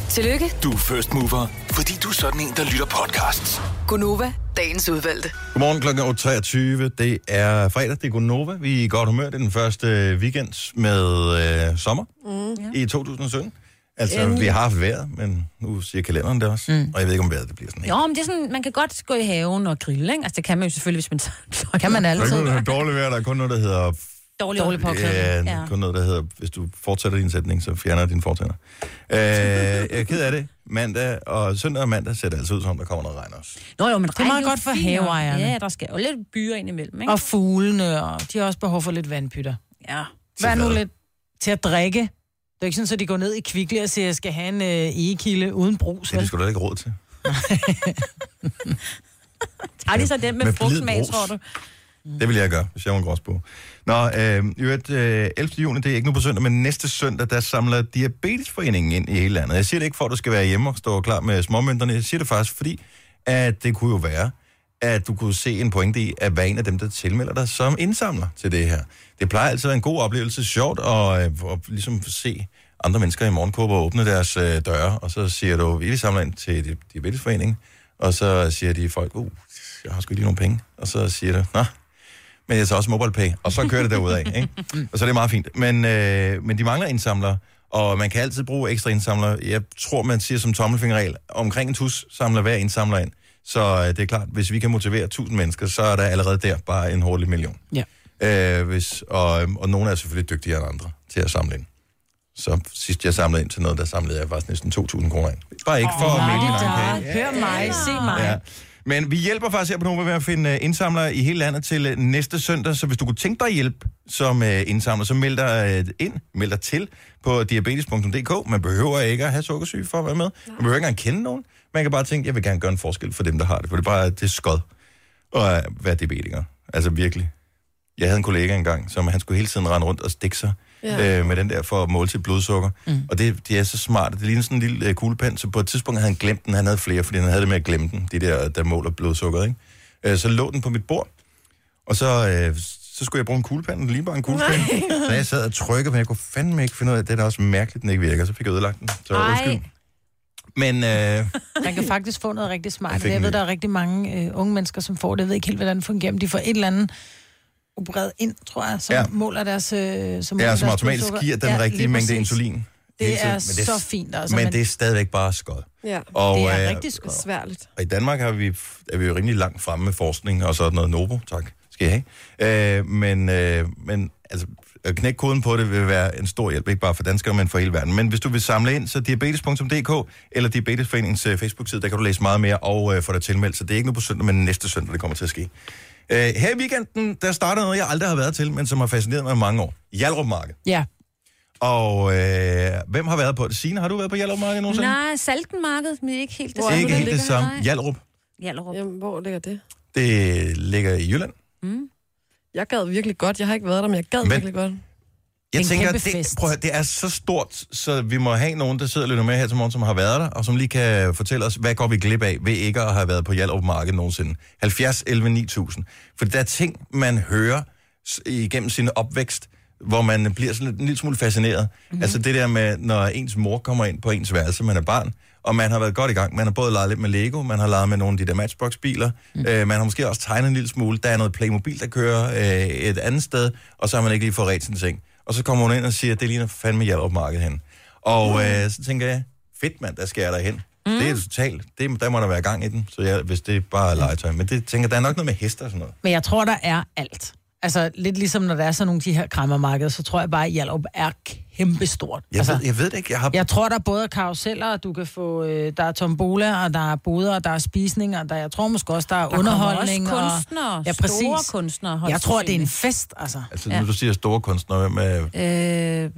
Speaker 5: Tillykke,
Speaker 6: Du er first mover, fordi du er sådan en, der lytter podcasts.
Speaker 5: Gunova, dagens udvalgte.
Speaker 1: Godmorgen kl. 8.23. Det er fredag, det er Gunova. Vi er i godt humør. Det er den første øh, weekend med øh, sommer
Speaker 5: Mm.
Speaker 1: i 2017. Altså,
Speaker 7: Endelig.
Speaker 1: vi har haft vejret, men nu siger kalenderen det også. Mm. Og jeg ved ikke, om vejret det bliver sådan
Speaker 7: Jo, men det er sådan, man kan godt gå i haven og grille, ikke? Altså, det kan man jo selvfølgelig, hvis man så...
Speaker 4: Kan man
Speaker 1: Der er ikke noget, der er dårligt vejr. Der er kun noget, der hedder...
Speaker 7: Dårlig, dårlig
Speaker 1: Ja,
Speaker 7: påklædning. Ja.
Speaker 1: kun noget, der hedder, hvis du fortsætter din sætning, så fjerner jeg dine fortænder. Øh, jeg er ked af det. Mandag og søndag og mandag ser det altså ud, som om der kommer noget regn også.
Speaker 7: Nå jo, men
Speaker 4: Det er meget godt for haveejerne.
Speaker 7: Ja, der skal jo lidt byer ind imellem, ikke?
Speaker 4: Og fuglene, og de har også behov for lidt vandpytter.
Speaker 7: Ja.
Speaker 4: Vær nu
Speaker 7: hvad?
Speaker 4: lidt til at drikke. Det er ikke sådan, at de går ned i kvikli og siger, at jeg skal have en øh, egekilde uden brus.
Speaker 1: Det er det sgu da ikke råd til.
Speaker 7: Har de så den med,
Speaker 1: Med
Speaker 7: med
Speaker 1: blid
Speaker 7: frugtsmag,
Speaker 1: brus.
Speaker 7: tror du?
Speaker 1: Det vil jeg gøre, hvis jeg var en gråsbo. Nå, øh, i øvrigt, øh, 11. juni, det er ikke nu på søndag, men næste søndag, der samler Diabetesforeningen ind i hele landet. Jeg siger det ikke for, at du skal være hjemme og stå klar med småmønterne. Jeg siger det faktisk, fordi at det kunne jo være, at du kunne se en pointe i, at hver en af dem, der tilmelder dig, som indsamler til det her. Det plejer altid at være en god oplevelse, sjovt at, øh, at ligesom se andre mennesker i morgenkåber åbne deres øh, døre, og så siger du, vi samler ind til Di- Diabetesforeningen, og så siger de folk, uh, jeg har sgu ikke lige nogen penge, og så siger du, nå, men jeg tager også MobilePay, og så kører det derudad, ikke? Og så er det meget fint. Men, øh, men de mangler indsamlere, og man kan altid bruge ekstra indsamlere. Jeg tror, man siger som tommelfingerregel, omkring en tus samler hver indsamler ind. Så øh, det er klart, hvis vi kan motivere 1000 mennesker, så er der allerede der bare en hurtig million.
Speaker 4: Ja.
Speaker 1: Øh, hvis, og, øhm, og nogle er selvfølgelig dygtigere end andre til at samle ind. Så sidst jeg samlede ind til noget, der samlede jeg faktisk næsten 2.000 kroner ind. Bare ikke for oh, at male min egen kage.
Speaker 4: Hør mig, se mig.
Speaker 1: Ja. Men vi hjælper faktisk her på Nova ved at finde øh, indsamlere i hele landet til øh, næste søndag, så hvis du kunne tænke dig hjælp som øh, indsamler, så meld dig øh, ind, meld dig til på diabetes.dk. Man behøver ikke at have sukkersyge for at være med. Man behøver ikke engang kende nogen. Man kan bare tænke, jeg vil gerne gøre en forskel for dem, der har det, for det er bare det er skod at øh, være diabetiker. Altså virkelig. Jeg havde en kollega engang, som han skulle hele tiden rende rundt og stikke sig
Speaker 6: Ja.
Speaker 1: ja. øh, med den der for at måle sit blodsukker. Mm. Og det, det er så smart. Det ligner sådan en lille øh, kuglepen, så på et tidspunkt havde han glemt den. Han havde flere, fordi han havde det med at glemme den, de der, der måler blodsukkeret. Ikke? Øh, så lå den på mit bord, og så, øh, så skulle jeg bruge en kuglepen. Den lige bare en kuglepen.
Speaker 6: Nej.
Speaker 1: Så jeg sad og trykkede, men jeg kunne fandme ikke finde ud af, at det er da også mærkeligt, den ikke virker. Så fik jeg ødelagt den. Så
Speaker 4: Ej.
Speaker 1: undskyld. Men øh,
Speaker 4: Man kan faktisk få noget rigtig
Speaker 1: Jeg
Speaker 4: smart.
Speaker 1: fik
Speaker 4: Jeg, jeg
Speaker 1: en
Speaker 4: ved,
Speaker 1: ny.
Speaker 4: der er rigtig mange øh, unge mennesker, som får det. Jeg ved ikke helt, hvordan det fungerer, men de får et eller andet opereret ind, tror jeg, som
Speaker 1: Ja.
Speaker 4: ja. måler deres øh, som måler
Speaker 1: ja,
Speaker 4: deres
Speaker 1: som automatisk
Speaker 4: blodsukker.
Speaker 1: giver den
Speaker 4: Ja,
Speaker 1: ja,
Speaker 4: lige
Speaker 1: rigtige mængde
Speaker 4: præcis.
Speaker 1: insulin.
Speaker 4: Det
Speaker 1: hele tiden.
Speaker 4: er
Speaker 1: Men
Speaker 4: så fint, altså,
Speaker 1: men
Speaker 4: men-
Speaker 1: det er stadigvæk bare skod.
Speaker 2: Ja,
Speaker 1: Og,
Speaker 2: det er
Speaker 1: øh,
Speaker 2: rigtig skørt. Sværligt.
Speaker 1: Og i Danmark har vi, er vi jo rimelig langt fremme med forskning og sådan noget. Novo, tak, skal jeg have. Øh, men, øh, men altså, at knække koden på det vil være en stor hjælp, ikke bare for danskere, men for hele verden. Men hvis du vil samle ind, så diabetes.dk eller Diabetesforeningens øh, Facebook-side, der kan du læse meget mere og øh, få dig tilmeldt. Så det er ikke nu på søndag, men næste søndag, det kommer til at ske. Øh, her i weekenden, der starter noget, jeg aldrig har været til, men som har fascineret mig i mange år. Hjalrup Marked.
Speaker 4: Ja.
Speaker 1: Og øh, hvem har været på det? Signe, har du været på Hjalrup Marked nogensinde?
Speaker 7: Nej, saltenmarkedet, men ikke helt det
Speaker 1: Det er
Speaker 7: samme.
Speaker 1: ikke helt det samme.
Speaker 7: Nej.
Speaker 1: Hjalrup,
Speaker 7: Hjallerup.
Speaker 2: Jamen, hvor ligger det?
Speaker 1: det ligger i Jylland.
Speaker 2: Mm. Jeg gad virkelig godt. Jeg har ikke været der, men jeg gad
Speaker 1: Men-
Speaker 2: virkelig godt.
Speaker 1: Jeg
Speaker 2: Det er en
Speaker 1: tænker,
Speaker 2: kæmpe
Speaker 1: det,
Speaker 2: fest.
Speaker 1: prøv, at høre, det er så stort, så vi må have nogen, der sidder og lytter med her til morgen, som har været der, og som lige kan fortælle os, hvad går vi glip af ved ikke at have været på Hjalp Marked nogensinde. 70, 11, 9000. For der er ting, man hører s- igennem sin opvækst, hvor man bliver sådan lidt- en lille smule fascineret.
Speaker 2: Mhm.
Speaker 1: Mm-hmm. Altså det der med, når ens mor kommer ind på ens værelse, man er barn, og man har været godt i gang. Man har både leget lidt med Lego, man har leget med nogle af de der Matchbox-biler, mm. øh, man har måske også tegnet en lille smule, der er noget Playmobil, der kører øh, et andet sted, og så har man ikke lige fået ret sin ting. Og så kommer hun ind og siger, det ligner fandme Hjalp Marked hen.
Speaker 7: Mm.
Speaker 1: Og øh, så tænker jeg, fedt mand, der skal jeg derhen. Mm. Det er totalt, det, der må der være gang i den, så jeg, hvis det bare er legetøj. Men det tænker jeg, der er nok noget med hester og sådan noget.
Speaker 4: Men jeg tror, der er alt. Altså, lidt ligesom når der er sådan nogle af de her krammermarkeder, så tror jeg bare, at Hjalp er kæmpestort.
Speaker 1: Jeg,
Speaker 4: altså,
Speaker 1: ved, jeg ved det ikke. Jeg har...
Speaker 4: Jeg tror, der er både karuseller, og du kan få, øh, der er tombola, og der er boder, og der er spisninger, og der, jeg tror måske også, der er
Speaker 7: Der kommer
Speaker 4: underholdning.
Speaker 7: også
Speaker 4: og-
Speaker 7: kunstnere,
Speaker 4: ja, præcis.
Speaker 7: store kunstnere, højst
Speaker 4: Jeg tror, det er en
Speaker 7: sandsynligt.
Speaker 4: fest, altså.
Speaker 1: Altså,
Speaker 7: Ja.
Speaker 1: nu du siger store kunstnere, hvem er...
Speaker 7: Øh, må jeg,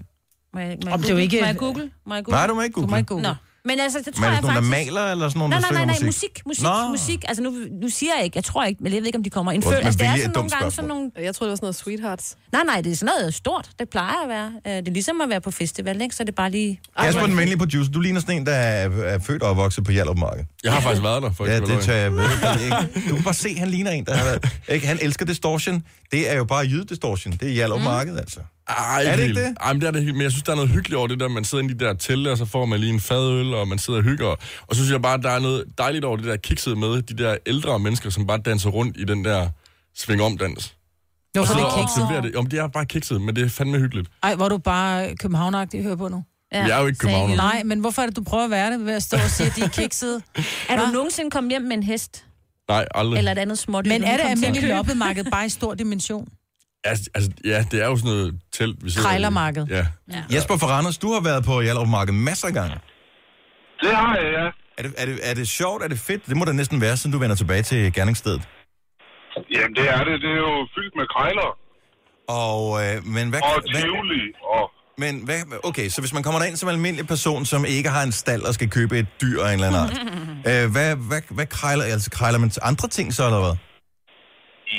Speaker 7: må jeg
Speaker 4: Om det er jo
Speaker 7: google?
Speaker 4: ikke-
Speaker 7: Må jeg google? Må jeg google?
Speaker 1: Nej, du må ikke google.
Speaker 7: Du må ikke google. Nå. Men altså, det tror
Speaker 1: Men er det
Speaker 7: jeg
Speaker 1: sådan nogle,
Speaker 7: faktisk...
Speaker 1: der maler, eller sådan nogle,
Speaker 7: nej,
Speaker 1: der
Speaker 7: nej, nej, nej,
Speaker 1: synger
Speaker 7: musik, musik,
Speaker 1: Nå.
Speaker 7: musik. Altså, nu, nu siger jeg ikke, jeg tror ikke, men jeg ved ikke, om de kommer ind
Speaker 1: Undskyld,
Speaker 7: før.
Speaker 1: men
Speaker 7: Altså, det er
Speaker 1: vilje er
Speaker 7: sådan
Speaker 1: et
Speaker 7: nogle
Speaker 1: dumt
Speaker 7: gange sådan
Speaker 1: spørgsmål.
Speaker 7: nogle...
Speaker 2: Jeg troede, det var sådan noget sweethearts.
Speaker 7: Nej, nej, det er sådan noget stort. Det plejer at være. Øh, Det er ligesom at være på festival, ikke? Så er det bare lige...
Speaker 1: Kasper, den venlige producer, du ligner sådan en, der er, er født og opvokset på Hjalp Marked.
Speaker 8: Jeg har faktisk været der, for
Speaker 1: Ja,
Speaker 8: ikke at være
Speaker 1: det tør jeg
Speaker 8: løgn.
Speaker 1: ved. Ikke? Du kan bare se, han ligner en, der har været... Ikke? Han elsker distortion. Det er jo bare jydedistortion. Det er Hjalp Marked,
Speaker 7: Mm.
Speaker 1: altså.
Speaker 8: Ej,
Speaker 1: Er det ikke
Speaker 8: helt.
Speaker 1: det?
Speaker 8: Ej, men det er det helt. Men jeg synes, der er noget hyggeligt over det der, man sidder inde i de der telte, og så får man lige en fadøl, og man sidder og hygger. Og så synes jeg bare, der er noget dejligt over det der kiksede med de der ældre mennesker, som bare danser rundt i den der sving om dans.
Speaker 4: Nå,
Speaker 8: Og
Speaker 4: så er
Speaker 8: sidder
Speaker 4: det
Speaker 8: og
Speaker 4: kikset.
Speaker 8: observerer Det. Om det er bare kikset, men det er fandme hyggeligt.
Speaker 4: Ej, hvor er du bare københavneragtig hører på nu.
Speaker 8: Ja, Jeg er jo ikke københavner. seriøst.
Speaker 4: Nej, men hvorfor er det, du prøver at være det ved at stå og sige, at de er kiksede?
Speaker 7: Er du nogensinde kommet hjem med en hest?
Speaker 8: Nej, aldrig.
Speaker 7: Eller et andet småt?
Speaker 4: Men er det almindeligt
Speaker 7: loppet?
Speaker 4: loppemarked bare i stor dimension?
Speaker 8: Altså, altså, ja, det er jo sådan noget telt, vi sidder i.
Speaker 4: Krejlermarked.
Speaker 8: Ja.
Speaker 1: Ja. Jesper Foranders, du har været på Hjalp Marked masser af gange.
Speaker 16: Det har jeg, ja.
Speaker 1: Er det, er, det, er det sjovt? Er det fedt? Det må da næsten være, siden du vender tilbage til gerningsstedet.
Speaker 16: Jamen, det er det. Det er jo fyldt med krejler.
Speaker 1: Og, øh, men hvad...
Speaker 16: Og
Speaker 1: hvad-
Speaker 16: tivoli, og...
Speaker 1: Men hvad, okay, så hvis man kommer derind som almindelig person, som ikke har en stald og skal købe et dyr af en eller anden art, øh, hvad, hvad, hvad krejler, altså, krejler man til andre ting så, eller hvad?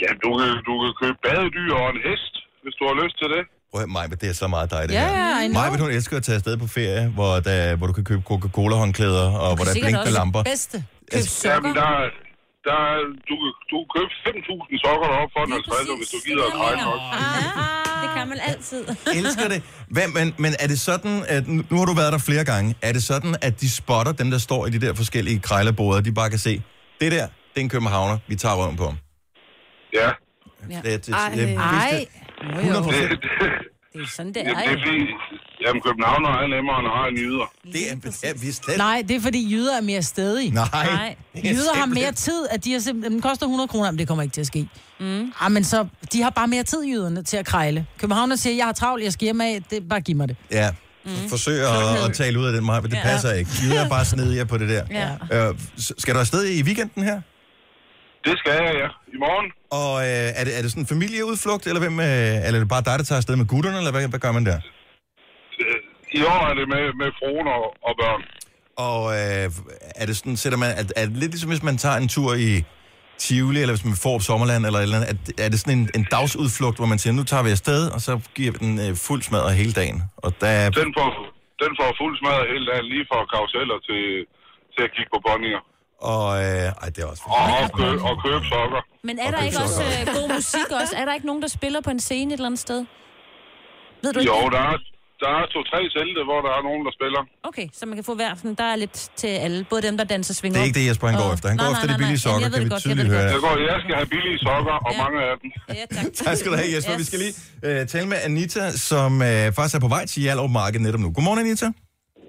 Speaker 16: Ja, du kan, du kan købe badedyr og en hest, hvis du har lyst til det.
Speaker 1: Prøv at høre, Maj, det er så meget dig, det
Speaker 16: Ja,
Speaker 1: her.
Speaker 16: ja, I know.
Speaker 1: Maj, hun elsker at tage afsted på ferie, hvor, der, hvor du kan købe Coca-Cola-håndklæder, og hvor der er blinkende lamper. Altså-
Speaker 4: bedste.
Speaker 1: Køb
Speaker 16: Jamen, der, er- der, er- du, kan- du kan købe 5.000 sokker op for en 50, hvis du gider at krejle nok.
Speaker 7: Ah, Det kan man altid.
Speaker 1: elsker det. Hvad, men, men er det sådan, at nu nu har du været der flere gange, er det sådan, at de spotter dem, der står i de der forskellige krejlerboder, de bare kan se, det der, det er en københavner, vi tager røven på ham.
Speaker 16: Ja.
Speaker 1: Det, det, det,
Speaker 7: Ej.
Speaker 1: det, det,
Speaker 7: Ej. Jo, jo.
Speaker 1: 100%.
Speaker 7: Det er sådan, det
Speaker 16: Det, det er
Speaker 7: er.
Speaker 16: fordi, jamen, København er nemmere end har en jyder.
Speaker 1: Det er, ja, vi er slet...
Speaker 4: Nej, det er fordi jyder er mere stedige.
Speaker 1: Nej.
Speaker 16: Nej.
Speaker 4: Jyder har mere tid, at de har simpelthen... Den koster 100 kroner, men det kommer ikke til at ske. Mm. Ah, men så, de har bare mere tid, jyderne, til at krejle. Københavner siger, jeg har travlt, jeg skal hjem af, det, bare giv mig det.
Speaker 1: Ja, mm. forsøg at, at tale ud af den meget, men det
Speaker 4: Ja.
Speaker 1: passer ikke. Vi er bare snedige på det der. Ja. Øh, s- skal du afsted i weekenden her?
Speaker 16: Det skal jeg, ja. I morgen.
Speaker 1: Og øh, er, det, er det sådan en familieudflugt, eller, hvem, øh, eller er det bare dig, der tager afsted med gutterne, eller hvad, hvad gør man der?
Speaker 16: Øh, I år er det med, med fruen og, og børn.
Speaker 1: Og øh, er det sådan, sætter man, er, er det lidt ligesom, hvis man tager en tur i Tivoli, eller hvis man får op Sommerland, eller, et eller andet, er, er det sådan en, en dagsudflugt, hvor man siger, nu tager vi afsted, og så giver vi den øh, fuld smadret hele dagen. Og der er,
Speaker 16: Den får, den får fuld smadret hele dagen, lige fra karuseller til, til at kigge på bondinger.
Speaker 1: og, øh, ej, det er også
Speaker 16: Og, og, kø, og købe sokker.
Speaker 7: Men er der ikke også øh, god musik også? Er der ikke nogen, der spiller på en scene et eller andet sted? Ved du ikke
Speaker 16: Jo,
Speaker 7: det?
Speaker 16: der er, der er to-tre telte, hvor der er nogen, der spiller.
Speaker 7: Okay, så man kan få hver sådan, der er lidt til alle. Både dem, der danser svinger.
Speaker 1: Det er ikke det, Jesper han går
Speaker 7: Og-
Speaker 1: efter. Han går
Speaker 7: Nej,
Speaker 1: efter
Speaker 7: nej,
Speaker 1: de
Speaker 7: nej,
Speaker 1: billige
Speaker 7: nej. Jamen,
Speaker 1: sokker,
Speaker 7: jeg ved
Speaker 1: kan vi
Speaker 7: godt, jeg
Speaker 1: tydeligt
Speaker 7: ved
Speaker 1: høre.
Speaker 7: det
Speaker 16: Jeg, går, jeg skal have billige sokker, og mange af dem.
Speaker 7: Ja, tak.
Speaker 1: Tak skal du have, Jesper. Yes. Vi skal lige øh, tale med Anita, som øh, faktisk er på vej til Hjallerup Marked netop nu. Godmorgen, Anita.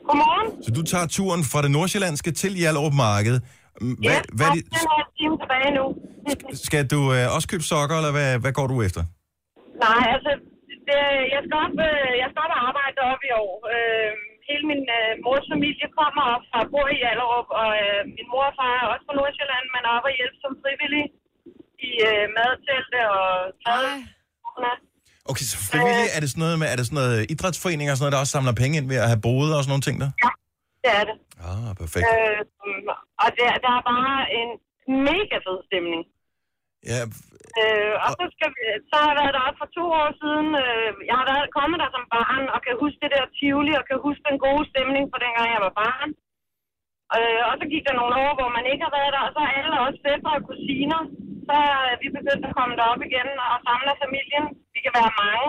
Speaker 17: Godmorgen.
Speaker 1: Så du tager turen fra det nordsjællandske til Hjallerup Marked. Hvad,
Speaker 17: ja,
Speaker 1: hvad, er det-
Speaker 17: jeg har en time tilbage nu.
Speaker 1: skal du øh, også købe sokker, eller hvad, hvad går du efter?
Speaker 17: Nej, altså, det, jeg, skal op, øh, jeg skal op og arbejde op i år. Øh, hele min øh, mors familie kommer op fra bor i Allerup, og øh, min mor og far er også fra Nordsjælland, men er oppe og hjælpe som frivillig i øh, madtelte og mad.
Speaker 1: Okay, så frivillige,
Speaker 17: Øh.
Speaker 1: er det sådan noget med, er det sådan noget idrætsforeninger og sådan noget, der også samler penge ind ved at have boder og sådan nogle ting der?
Speaker 17: Det er det.
Speaker 1: Ah, perfekt.
Speaker 17: Øh, og der, der er bare en mega fed stemning.
Speaker 1: Ja,
Speaker 17: Øh, og så, skal vi, så har jeg været deroppe for to år siden. Øh, jeg har været, kommet der som barn, og kan huske det der Tivoli, og kan huske den gode stemning fra dengang jeg var barn. Øh, og så gik der nogle år, hvor man ikke har været der, og så er alle også fædre og kusiner. Så er vi begyndt at komme derop igen og samle familien. Vi kan være mange.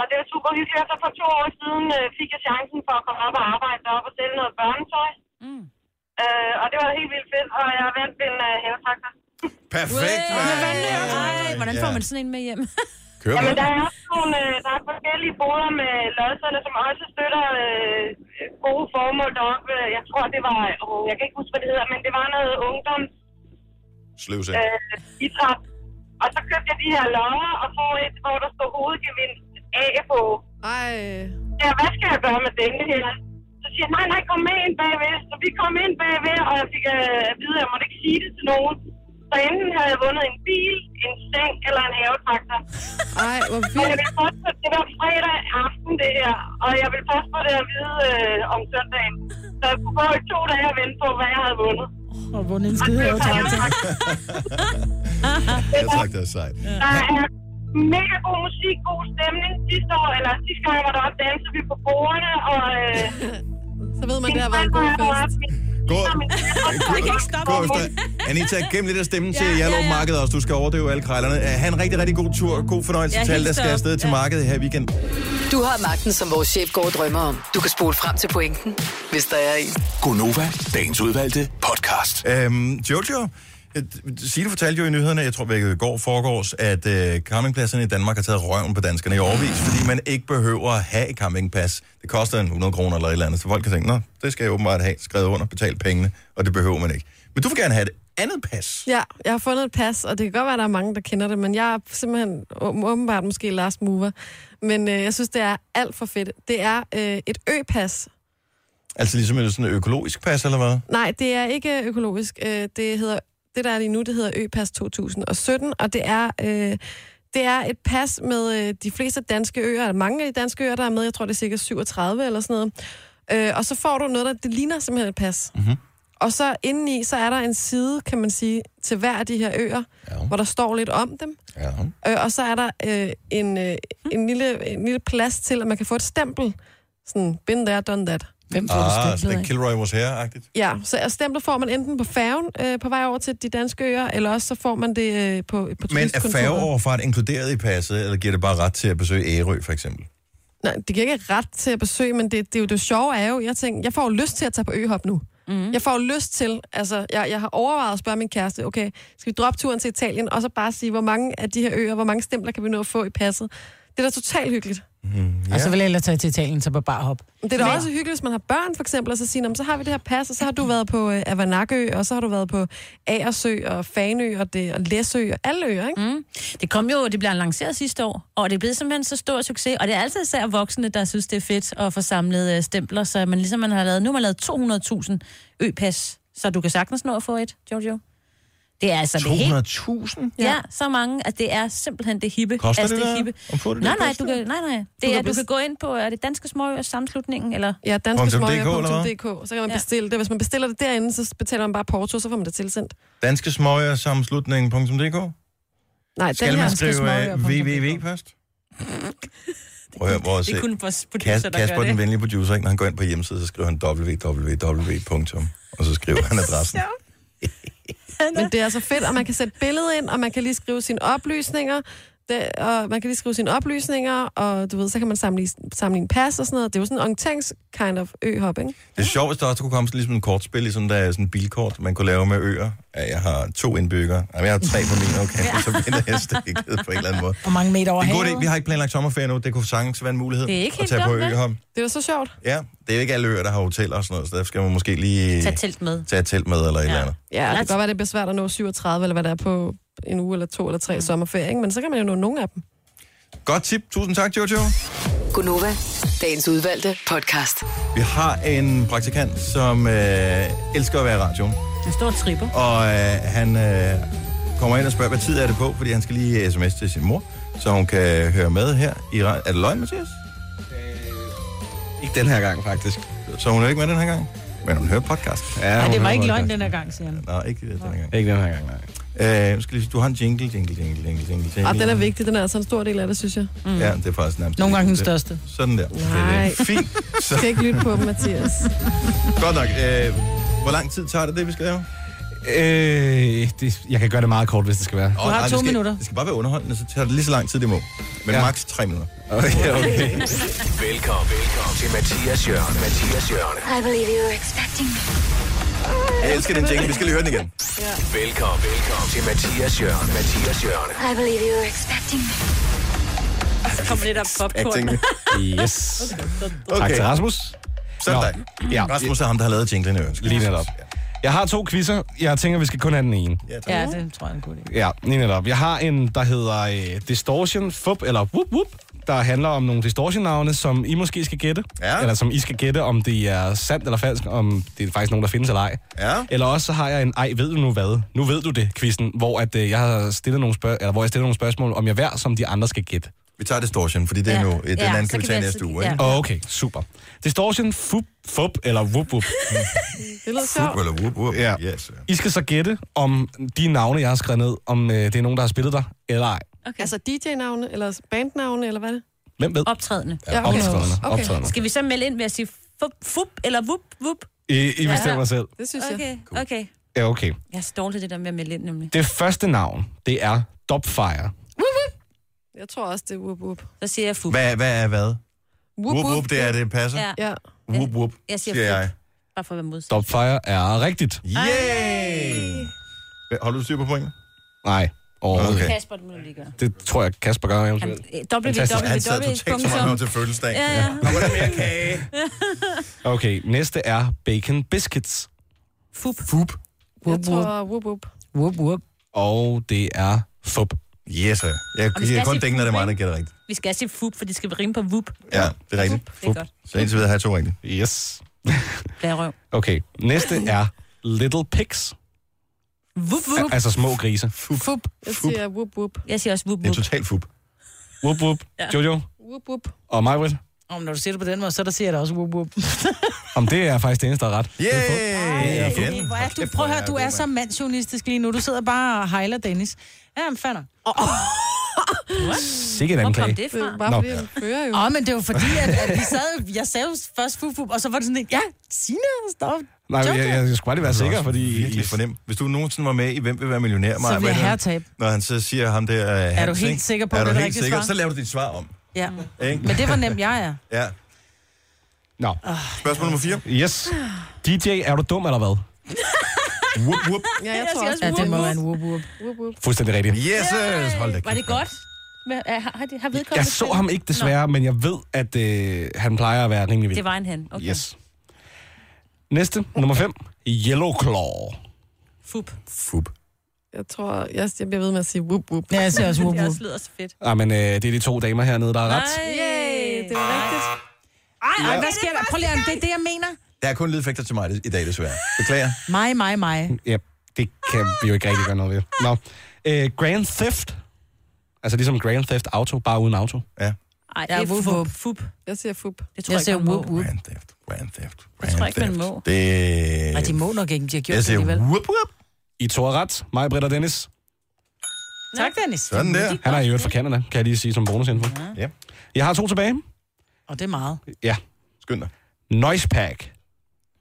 Speaker 17: Og det var super hyggeligt. Og så for to år siden øh, fik jeg chancen for at komme op og arbejde deroppe og sælge noget børnetøj.
Speaker 7: Mm.
Speaker 17: Øh, og det var helt vildt fedt, og jeg vandt en øh, havetraktor.
Speaker 1: Perfekt,
Speaker 7: Ej, hvordan får
Speaker 1: Ja.
Speaker 7: man sådan en med hjem?
Speaker 1: Kør
Speaker 17: Jamen,
Speaker 1: med.
Speaker 17: der er også nogle, øh, der er forskellige boder med lodserne, som også støtter øh, gode formål deroppe. Jeg tror, det var, åh, jeg kan ikke huske, hvad det hedder, men det var noget ungdoms
Speaker 1: Sløvsæt.
Speaker 17: øh, idræt. Og så købte jeg de her lommer og få et, hvor der stod hovedgevinst af på.
Speaker 2: Ej.
Speaker 17: Ja, hvad skal jeg gøre med denne her? Så siger jeg, nej, nej, kom med ind bagved. Så vi kom ind bagved, og jeg fik øh, at vide, at jeg måtte ikke sige det til nogen. Så enten havde jeg vundet en bil, en seng eller en havetraktor.
Speaker 2: Ej, hvor
Speaker 17: vildt. Jeg vil først få det var fredag aften, det her. Og jeg vil først få det at vide øh, om søndagen. Så jeg kunne gå i to dage og vente på, hvad jeg havde vundet.
Speaker 4: Og vundet en skide over
Speaker 1: Jeg tak, det er sejt.
Speaker 17: Der er mega god musik, god stemning. Sidste år, eller sidste gang, jeg var deroppe, dansede vi på bordene, og... Øh,
Speaker 2: så ved man, der var en god fest.
Speaker 1: Gå,
Speaker 17: Jeg kan ikke
Speaker 1: gå efter. Anita, gem lidt af stemmen til Hjallerup Markedet også. Du skal overdøve alle krejlerne. Øh, Ha' en rigtig, rigtig god tur. God fornøjelse
Speaker 5: Ja,
Speaker 1: til alle, der
Speaker 5: hils
Speaker 1: skal
Speaker 5: op.
Speaker 1: afsted til
Speaker 5: Ja.
Speaker 1: markedet her i weekenden.
Speaker 5: Du har magten, som vores chef går og drømmer om. Du kan spole frem til pointen, hvis der er en.
Speaker 1: Gonova, dagens udvalgte podcast. Øhm, Jojo, øh, Signe fortalte jo i nyhederne, jeg tror vækket i går foregårs, at øh, campingpladserne i Danmark har taget røven på danskerne i overvis, fordi man ikke behøver at have et campingpas. Det koster en 100 kroner eller et eller andet, så folk kan tænke, nå, det skal jeg åbenbart have, skrevet under, betalt pengene, og det behøver man ikke. Men du vil gerne have et andet pas.
Speaker 2: Ja, jeg har fundet et pas, og det kan godt være, at der er mange, der kender det, men jeg er simpelthen åben- åbenbart måske last mover. Men øh, jeg synes, det er alt for fedt. Det er øh, et ø-pas.
Speaker 1: Altså ligesom et sådan økologisk pas, eller hvad?
Speaker 2: Nej, det er ikke økologisk. Øh, det hedder det der er lige nu, det hedder Øpas 2017, og det er øh, det er et pas med øh, de fleste danske øer, eller mange af de danske øer, der er med. Jeg tror, det er cirka 37 eller sådan noget. Øh, og så får du noget, der det ligner simpelthen et pas.
Speaker 1: Mm-hmm.
Speaker 2: Og så indeni, så er der en side, kan man sige, til hver af de her øer, ja. hvor der står lidt om dem.
Speaker 1: Ja.
Speaker 2: Øh, og så er der øh, en, øh, en, lille, en lille plads til, at man kan få et stempel. Sådan, been there, done that.
Speaker 4: Hvem
Speaker 2: får du
Speaker 1: ah,
Speaker 2: stemplet
Speaker 1: sådan
Speaker 2: af?
Speaker 1: en Kilroy was here-agtigt.
Speaker 2: Ja, så og stemplet får man enten på færgen øh, på vej over til de danske øer, eller også så får man det øh, på, på
Speaker 1: Men er
Speaker 2: turistkontoret.
Speaker 1: færgeoverfart inkluderet i passet, eller giver det bare ret til at besøge Ærø, for eksempel?
Speaker 2: Nej, det giver ikke ret til at besøge, men det, det, er jo det sjove er jo, jeg tænker, jeg får jo lyst til at tage på øhop nu. Mm. Jeg får jo lyst til, altså, jeg, jeg har overvejet at spørge min kæreste, okay, skal vi droppe turen til Italien, og så bare sige, hvor mange af de her øer, hvor mange stempler kan vi nå at få i passet? Det er da totalt hyggeligt.
Speaker 4: Og så vil jeg ellers tage til Italien, så bare barhop.
Speaker 2: Men Det er da også hyggeligt, hvis man har børn, for eksempel, og så siger, "Nå, men så har vi det her pas, og så har du været på øh, Avanakø, og så har du været på Agersø, og Fanø, og, det, og Læsø, og alle øer, ikke?
Speaker 7: Mm. Det kom jo, det blev lanceret sidste år, og det er blevet simpelthen så stor succes. Og det er altid især voksne, der synes, det er fedt at få samlet øh, stempler, så man ligesom man har lavet, nu har man lavet 200.000 ø-pas, så du kan sagtens nå at få et, Jojo. Det er altså det helt...
Speaker 1: 200.000?
Speaker 7: Ja. ja, så mange, at det er simpelthen det hippe.
Speaker 1: Koster
Speaker 7: altså,
Speaker 1: det
Speaker 7: det
Speaker 1: noget
Speaker 7: hippe.
Speaker 1: at få det
Speaker 7: nej,
Speaker 1: der
Speaker 7: nej,
Speaker 1: pas
Speaker 7: du
Speaker 1: der?
Speaker 7: kan, nej, nej.
Speaker 2: Du
Speaker 7: Det er,
Speaker 2: kan
Speaker 7: du kan
Speaker 2: best-
Speaker 7: gå ind på, er det Danske Småøers sammenslutningen, eller?
Speaker 2: Ja,
Speaker 1: danskesmåøer.dk,
Speaker 2: dansksmåøer.dk, så kan man bestille det. Hvis man bestiller det derinde, så betaler man bare porto, så får man det tilsendt.
Speaker 1: Danske Smøger sammenslutningen.dk?
Speaker 2: Nej,
Speaker 1: Skal
Speaker 2: den her
Speaker 1: man skrive øh, www først? Prøv at høre, hvor at
Speaker 7: Det er
Speaker 1: se.
Speaker 7: kun vores
Speaker 1: Kas-
Speaker 7: producer, der
Speaker 1: Kasper,
Speaker 7: gør
Speaker 1: den
Speaker 7: det.
Speaker 1: venlige producer, ikke? når han går ind på hjemmesiden, så skriver han www. punktum, Og så skriver han adressen.
Speaker 2: Men det er så fedt, og man kan sætte billede ind, og man kan lige skrive sine oplysninger. Det, og man kan lige skrive sine oplysninger, og du ved, så kan man samle, samle en pas og sådan noget. Det er jo sådan en orienterings kind of ø-hop, ikke?
Speaker 1: Det er sjovt, hvis der også kunne komme sådan, ligesom en kortspil, ligesom der er sådan en bilkort, man kunne lave med øer. Ja, jeg har to indbyggere. Jamen, jeg har tre på min, okay, men så vinder jeg stikket på en eller anden måde.
Speaker 4: Hvor mange meter over
Speaker 1: Det er en god
Speaker 4: havet?
Speaker 1: idé. Vi har ikke planlagt sommerferie nu. Det kunne sagtens være en mulighed
Speaker 4: Det er ikke
Speaker 1: at
Speaker 4: helt
Speaker 1: tage på
Speaker 4: dumt, vel?
Speaker 1: Øholm.
Speaker 2: Det er da så sjovt.
Speaker 1: Ja, det er jo ikke alle øer, der har hoteller og sådan noget, så der skal man måske lige
Speaker 7: Tag telt med.
Speaker 1: tage et telt med eller et ja. eller andet.
Speaker 2: Ja, det kan godt være, det bliver svært at nå 37, eller hvad der er på en uge eller to eller
Speaker 7: Mm.
Speaker 2: tre sommerferie, ikke? Men så kan man jo nå nogle af dem.
Speaker 1: Godt tip. Tusind tak, Jojo.
Speaker 5: Gunova, dagens udvalgte podcast.
Speaker 1: Vi har en praktikant, som øh, elsker at være i radioen,
Speaker 7: En stor tripper.
Speaker 1: og øh, han øh, kommer ind og spørger, hvad tid er det på, fordi han skal lige øh, sms til sin mor, så hun kan høre med her. I, ra- er det løgn, Mathias? Øh, Ikke den her gang, faktisk. Så hun er ikke med den her gang? Men hun hører podcast. Ja,
Speaker 4: Nej, det var ikke løgn den her gang, siger han.
Speaker 1: Nej, ikke den her gang. Ikke den her gang, nej. Øh, nu skal lige, se, du har en jingle, jingle, jingle, jingle, jingle, jingle.
Speaker 2: Og den er vigtig, den er altså en stor del af det, synes jeg. Mm.
Speaker 1: Ja, det er faktisk nærmest...
Speaker 2: Nogle gange den
Speaker 1: det-
Speaker 2: største.
Speaker 1: Sådan der.
Speaker 2: Nej.
Speaker 1: Det er Fint.
Speaker 2: Så... Skal ikke lytte på dem, Mathias.
Speaker 1: Godt nok. Øh, hvor lang tid tager det, det vi skal lave?
Speaker 18: Øh, det, jeg kan gøre det meget kort, hvis det skal være.
Speaker 1: Åh, nej, det skal, Det skal bare være underholdende, så tager det lige så lang tid, det må. Men ja. maks tre minutter.
Speaker 18: Okay, okay.
Speaker 6: Velkommen, velkommen til Mathias Jørgen. Mathias Jørgen.
Speaker 12: I believe you were expecting me.
Speaker 1: Jeg elsker den jingle, vi skal lige høre den igen.
Speaker 6: Velkommen, velkommen til Mathias Jørgen. Mathias Jørgen.
Speaker 12: I believe you were expecting me.
Speaker 7: Så kommer lidt op popcorn.
Speaker 18: yes.
Speaker 1: Okay.
Speaker 18: Tak til Rasmus.
Speaker 1: Sådan dig. Ja. Rasmus er ham, der har lavet jinglen, jeg ønsker.
Speaker 18: Lige netop. Jeg har to quizzer. Jeg tænker, vi skal kun have den ene.
Speaker 4: Ja, det tror jeg er en god idé.
Speaker 18: Ja, lige netop. Jeg har en, der hedder øh, Distortion Fup, eller Whoop Whoop, der handler om nogle distortion-navne, som I måske skal gætte. Ja. Eller som I skal gætte, om det er sandt eller falsk, om det er faktisk nogen, der findes eller ej.
Speaker 1: Ja.
Speaker 18: Eller også så har jeg en, ej, ved du nu hvad? Nu ved du det, quizzen, hvor, at, øh, jeg har stillet nogle spørg- eller, hvor jeg stiller nogle spørgsmål om jeg hver, som de andre skal gætte.
Speaker 1: Vi tager distortion, fordi det er Ja. nu- øh, den Ja, anden så kan kan vi vi tage altid- næste uge, ja. ikke?
Speaker 18: Oh, okay, super. Distortion, fup, fup eller whoop, whoop.
Speaker 2: Det lyder
Speaker 1: Fup
Speaker 2: sjovt.
Speaker 1: eller whoop, whoop.
Speaker 18: Ja.
Speaker 1: Yes.
Speaker 18: I skal så gætte, om de navne, jeg har skrevet ned, om øh, det er nogen, der har spillet der, eller ej.
Speaker 2: Okay. Altså DJ-navne, eller bandnavne, eller hvad er det?
Speaker 18: Hvem ved?
Speaker 7: Optrædende.
Speaker 18: Ja, Ja, okay. optrædende,
Speaker 2: Okay.
Speaker 18: optrædende.
Speaker 7: Skal vi så melde ind ved at sige fup, fup eller vup, vup?
Speaker 18: I, I bestemmer ja. selv.
Speaker 2: Det
Speaker 7: synes okay, jeg. Okay,
Speaker 18: Ja, okay.
Speaker 7: Jeg er så dårlig til det der med at melde ind, nemlig.
Speaker 18: Det første navn, det er Dopfire.
Speaker 2: Jeg tror også, det er whoop whoop.
Speaker 7: Så siger jeg fup.
Speaker 1: Hvad, hvad er hvad?
Speaker 2: Whoop,
Speaker 1: Whoop, whoop, det er det, passer.
Speaker 7: Ja.
Speaker 2: ja.
Speaker 1: Whoop, whoop,
Speaker 7: Jeg siger
Speaker 1: siger
Speaker 7: fup.
Speaker 1: jeg.
Speaker 7: Bare for at være modsat.
Speaker 18: Dopfire er rigtigt.
Speaker 1: Yay! Hvad, Holder du styr på pointen?
Speaker 18: Nej, overhovedet
Speaker 7: Okay.
Speaker 18: okay.
Speaker 7: Kasper, det må du lige gøre.
Speaker 18: Det tror jeg, Kasper gør eventuelt.
Speaker 7: Han- www.www.com.
Speaker 1: Han sad totalt som om han var til fødselsdag.
Speaker 7: Ja, ja.
Speaker 1: Der var lidt mere kage.
Speaker 18: Okay, næste er Bacon Biscuits.
Speaker 7: Fup.
Speaker 1: Fup.
Speaker 2: Jeg tror whoop whoop.
Speaker 18: Whoop, whoop. Og det er fup.
Speaker 1: Yes, sir. Jeg,
Speaker 7: Og vi skal
Speaker 1: jeg kan kun
Speaker 7: sige
Speaker 1: tænke, når det er
Speaker 7: fup,
Speaker 1: mig, der gætter rigtigt.
Speaker 7: Vi skal sige fup, for det skal rime på vup.
Speaker 1: Ja, det er rigtigt.
Speaker 7: Det er godt.
Speaker 1: Så indtil videre har jeg to rigtigt.
Speaker 18: Yes.
Speaker 7: Blærerøv.
Speaker 18: Okay, næste er Little Pigs.
Speaker 7: Vup,
Speaker 18: Al-
Speaker 7: vup.
Speaker 18: altså små grise.
Speaker 1: Fup.
Speaker 2: Jeg siger whoop whoop.
Speaker 7: Jeg siger også whoop,
Speaker 1: Det er
Speaker 7: whoop.
Speaker 1: totalt fup.
Speaker 18: Whoop, whoop.
Speaker 7: Ja.
Speaker 18: Jojo
Speaker 2: Whoop whoop.
Speaker 18: og Majwit.
Speaker 4: Om når du siger det på den måde, så der siger jeg da også whoop whoop.
Speaker 18: Om det er faktisk det eneste, der er ret.
Speaker 1: Yay!
Speaker 18: Igen.
Speaker 4: Øh, Hvor er du, prøv at høre, du er så mandsjournalistisk lige nu. Du sidder bare og hejler Dennis. Ja, men fander. Åh,
Speaker 18: Sikke et anklage.
Speaker 2: Det er jo bare, fordi han fører jo.
Speaker 4: oh. oh, men det var fordi, at, at vi sad, jeg sagde jo først fup, fup, og så var det sådan et, ja, Sina, stop.
Speaker 18: Nej,
Speaker 4: Jojo.
Speaker 18: jeg, jeg, jeg skulle bare lige være sikker, fordi...
Speaker 1: Virkelig fornemt. Hvis du nogensinde var med i Hvem vil være millionær, Maja,
Speaker 4: vil jeg
Speaker 1: hvad-
Speaker 4: herretabe.
Speaker 1: Når han så siger ham der... Er
Speaker 4: du helt sikker på,
Speaker 1: er
Speaker 4: at
Speaker 1: du
Speaker 4: det er
Speaker 1: helt
Speaker 4: rigtigt
Speaker 1: sikker?
Speaker 4: svar?
Speaker 1: Så laver du dit svar om.
Speaker 4: Ja.
Speaker 1: Ikke?
Speaker 4: Men det var nemt, jeg er.
Speaker 1: Ja.
Speaker 18: Nå.
Speaker 1: Spørgsmål nummer 4.
Speaker 18: Yes. DJ, er du dum eller hvad?
Speaker 1: Whoop, whoop.
Speaker 2: Ja, jeg,
Speaker 7: Jeg
Speaker 2: tror
Speaker 7: siger
Speaker 2: også
Speaker 4: Ja,
Speaker 2: whoop
Speaker 4: det må
Speaker 2: whoop.
Speaker 4: være en whoop whoop.
Speaker 2: whoop, whoop.
Speaker 18: Fuldstændig rigtigt.
Speaker 1: Yes, yes. Hold da
Speaker 7: Var det godt? Hvad- er- Har, har, de- har vedkommende
Speaker 18: Jeg så
Speaker 7: selv-
Speaker 18: ham ikke desværre, Nå. men jeg ved, at øh, han plejer at være rimelig
Speaker 7: Nå,
Speaker 18: vild.
Speaker 7: det var en han. Okay.
Speaker 18: Yes. Næste, nummer 5. Yellow Claw.
Speaker 7: Fup.
Speaker 1: Fup.
Speaker 2: Jeg tror, jeg, jeg bliver ved med at sige whoop whoop.
Speaker 4: Ja, jeg siger også whoop
Speaker 7: Det
Speaker 4: whoop.
Speaker 7: også lyder så fedt.
Speaker 18: Ah, men øh, det er de to damer hernede, der er ret.
Speaker 2: Yay, det er rigtigt.
Speaker 4: Ej, hvad sker der? Prøv lige, at- det er det, jeg mener.
Speaker 1: Der er kun lydeffekter til mig i dag, desværre. Beklager.
Speaker 4: Mig, mig, mig.
Speaker 18: Ja, det kan vi jo ikke rigtig gøre noget ved. Nå. Øh, Grand Theft. Altså ligesom Grand Theft Auto, bare uden auto.
Speaker 1: Ja.
Speaker 7: Ej, det
Speaker 4: Ja,
Speaker 7: er
Speaker 4: whoop,
Speaker 7: fup.
Speaker 4: whoop.
Speaker 7: Fup.
Speaker 2: Jeg siger fup.
Speaker 7: Det tror
Speaker 4: Jeg
Speaker 7: jeg,
Speaker 4: siger
Speaker 7: ikke, man må.
Speaker 4: whoop whoop.
Speaker 1: Grand Theft. Grand Theft. Grand
Speaker 7: tror ikke, man
Speaker 1: Theft.
Speaker 7: må.
Speaker 1: Det...
Speaker 4: Nej, de må nok ikke, de har gjort
Speaker 1: Jeg
Speaker 4: det
Speaker 1: siger
Speaker 4: alligevel.
Speaker 1: whoop, whoop.
Speaker 18: I to er ret. Mig, Britt og Dennis.
Speaker 4: Tak, Dennis.
Speaker 1: Sådan der.
Speaker 18: Han er i øvrigt fra Canada, kan jeg lige sige som bonusinfo.
Speaker 1: Ja.
Speaker 18: Jeg har to tilbage.
Speaker 4: Og det er meget.
Speaker 18: Ja.
Speaker 1: Skynd dig.
Speaker 18: Noise Pack.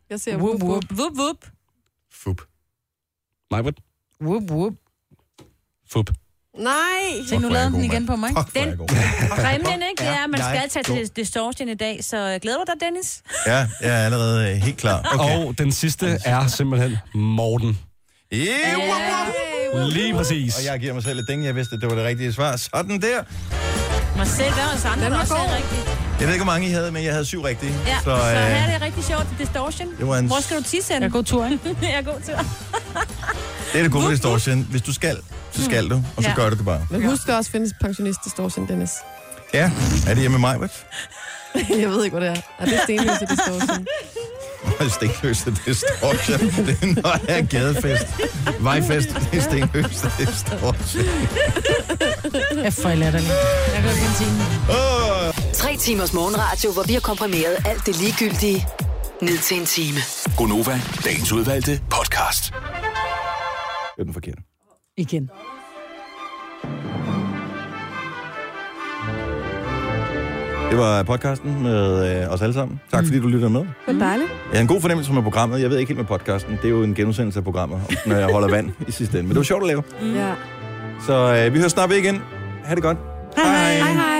Speaker 2: Jeg siger
Speaker 4: Whoop,
Speaker 2: whoop whoop.
Speaker 4: whoop.
Speaker 7: Vup, vup.
Speaker 1: Fup.
Speaker 18: Mig, Britt.
Speaker 4: Whoop whoop.
Speaker 18: Fup.
Speaker 2: Nej.
Speaker 4: Se, nu
Speaker 1: hvor er jeg
Speaker 4: lavede den
Speaker 1: god,
Speaker 4: igen
Speaker 1: mand.
Speaker 4: på mig.
Speaker 1: Fuck, hvor er
Speaker 7: Den-
Speaker 1: jeg god.
Speaker 7: Præmien, ikke? Det er, at man
Speaker 1: Nej.
Speaker 7: skal tage
Speaker 1: Jo.
Speaker 7: til distortion i dag, så øh, glæder du dig, Dennis?
Speaker 1: Ja, jeg er allerede øh, helt klar. Okay.
Speaker 18: Okay. Og den sidste er simpelthen Morten.
Speaker 1: Yeah,
Speaker 7: Øh,
Speaker 1: whoop, whoop.
Speaker 18: Lige præcis.
Speaker 1: Og jeg giver mig selv et ding. Jeg vidste, at det var det rigtige svar. Sådan der.
Speaker 7: Mig selv og os
Speaker 2: Den
Speaker 7: andre, der
Speaker 2: var
Speaker 7: også
Speaker 2: god.
Speaker 7: er rigtigt.
Speaker 1: Jeg ved ikke, hvor mange I havde, men jeg havde syv rigtige.
Speaker 7: Ja, så, øh, så her er det rigtig sjovt til distortion.
Speaker 1: Det var en-
Speaker 7: Hvor skal du tisse hen?
Speaker 4: Ja, god tur, ikke?
Speaker 7: Jeg er god til
Speaker 1: det er det gode ved distortion. Hvis du skal, så skal du, og så
Speaker 7: Mm. Ja.
Speaker 1: gør du det bare.
Speaker 2: Men husk, der også findes pensionistdistortion, Dennis.
Speaker 1: Ja, er det hjemme med mig, hvad?
Speaker 2: jeg ved ikke, hvad det er. Er det stenløse distortion?
Speaker 7: Mm.
Speaker 1: Og stenløse distortion. Det er når jeg er gadefest. Vejfest, det er stenløse distortion.
Speaker 4: Jeg får i latterlig. Jeg kan ikke en time.
Speaker 1: Åh,
Speaker 5: Tre timers morgenradio, hvor vi har komprimeret alt det ligegyldige ned til en time.
Speaker 6: Gonova, dagens udvalgte podcast.
Speaker 1: det er den forkerte.
Speaker 4: Igen.
Speaker 1: Det var podcasten med øh, os alle sammen. Tak fordi du lyttede med.
Speaker 2: Det var dejligt.
Speaker 1: Jeg har en god fornemmelse med programmet. Jeg ved ikke helt med podcasten. Det er jo en genudsendelse af programmet, når jeg holder vand i sidste ende. Men det var sjovt at lave.
Speaker 2: Ja.
Speaker 1: Så øh, vi hører snart ved igen. Ha' det godt. Hej.
Speaker 2: Hej hej.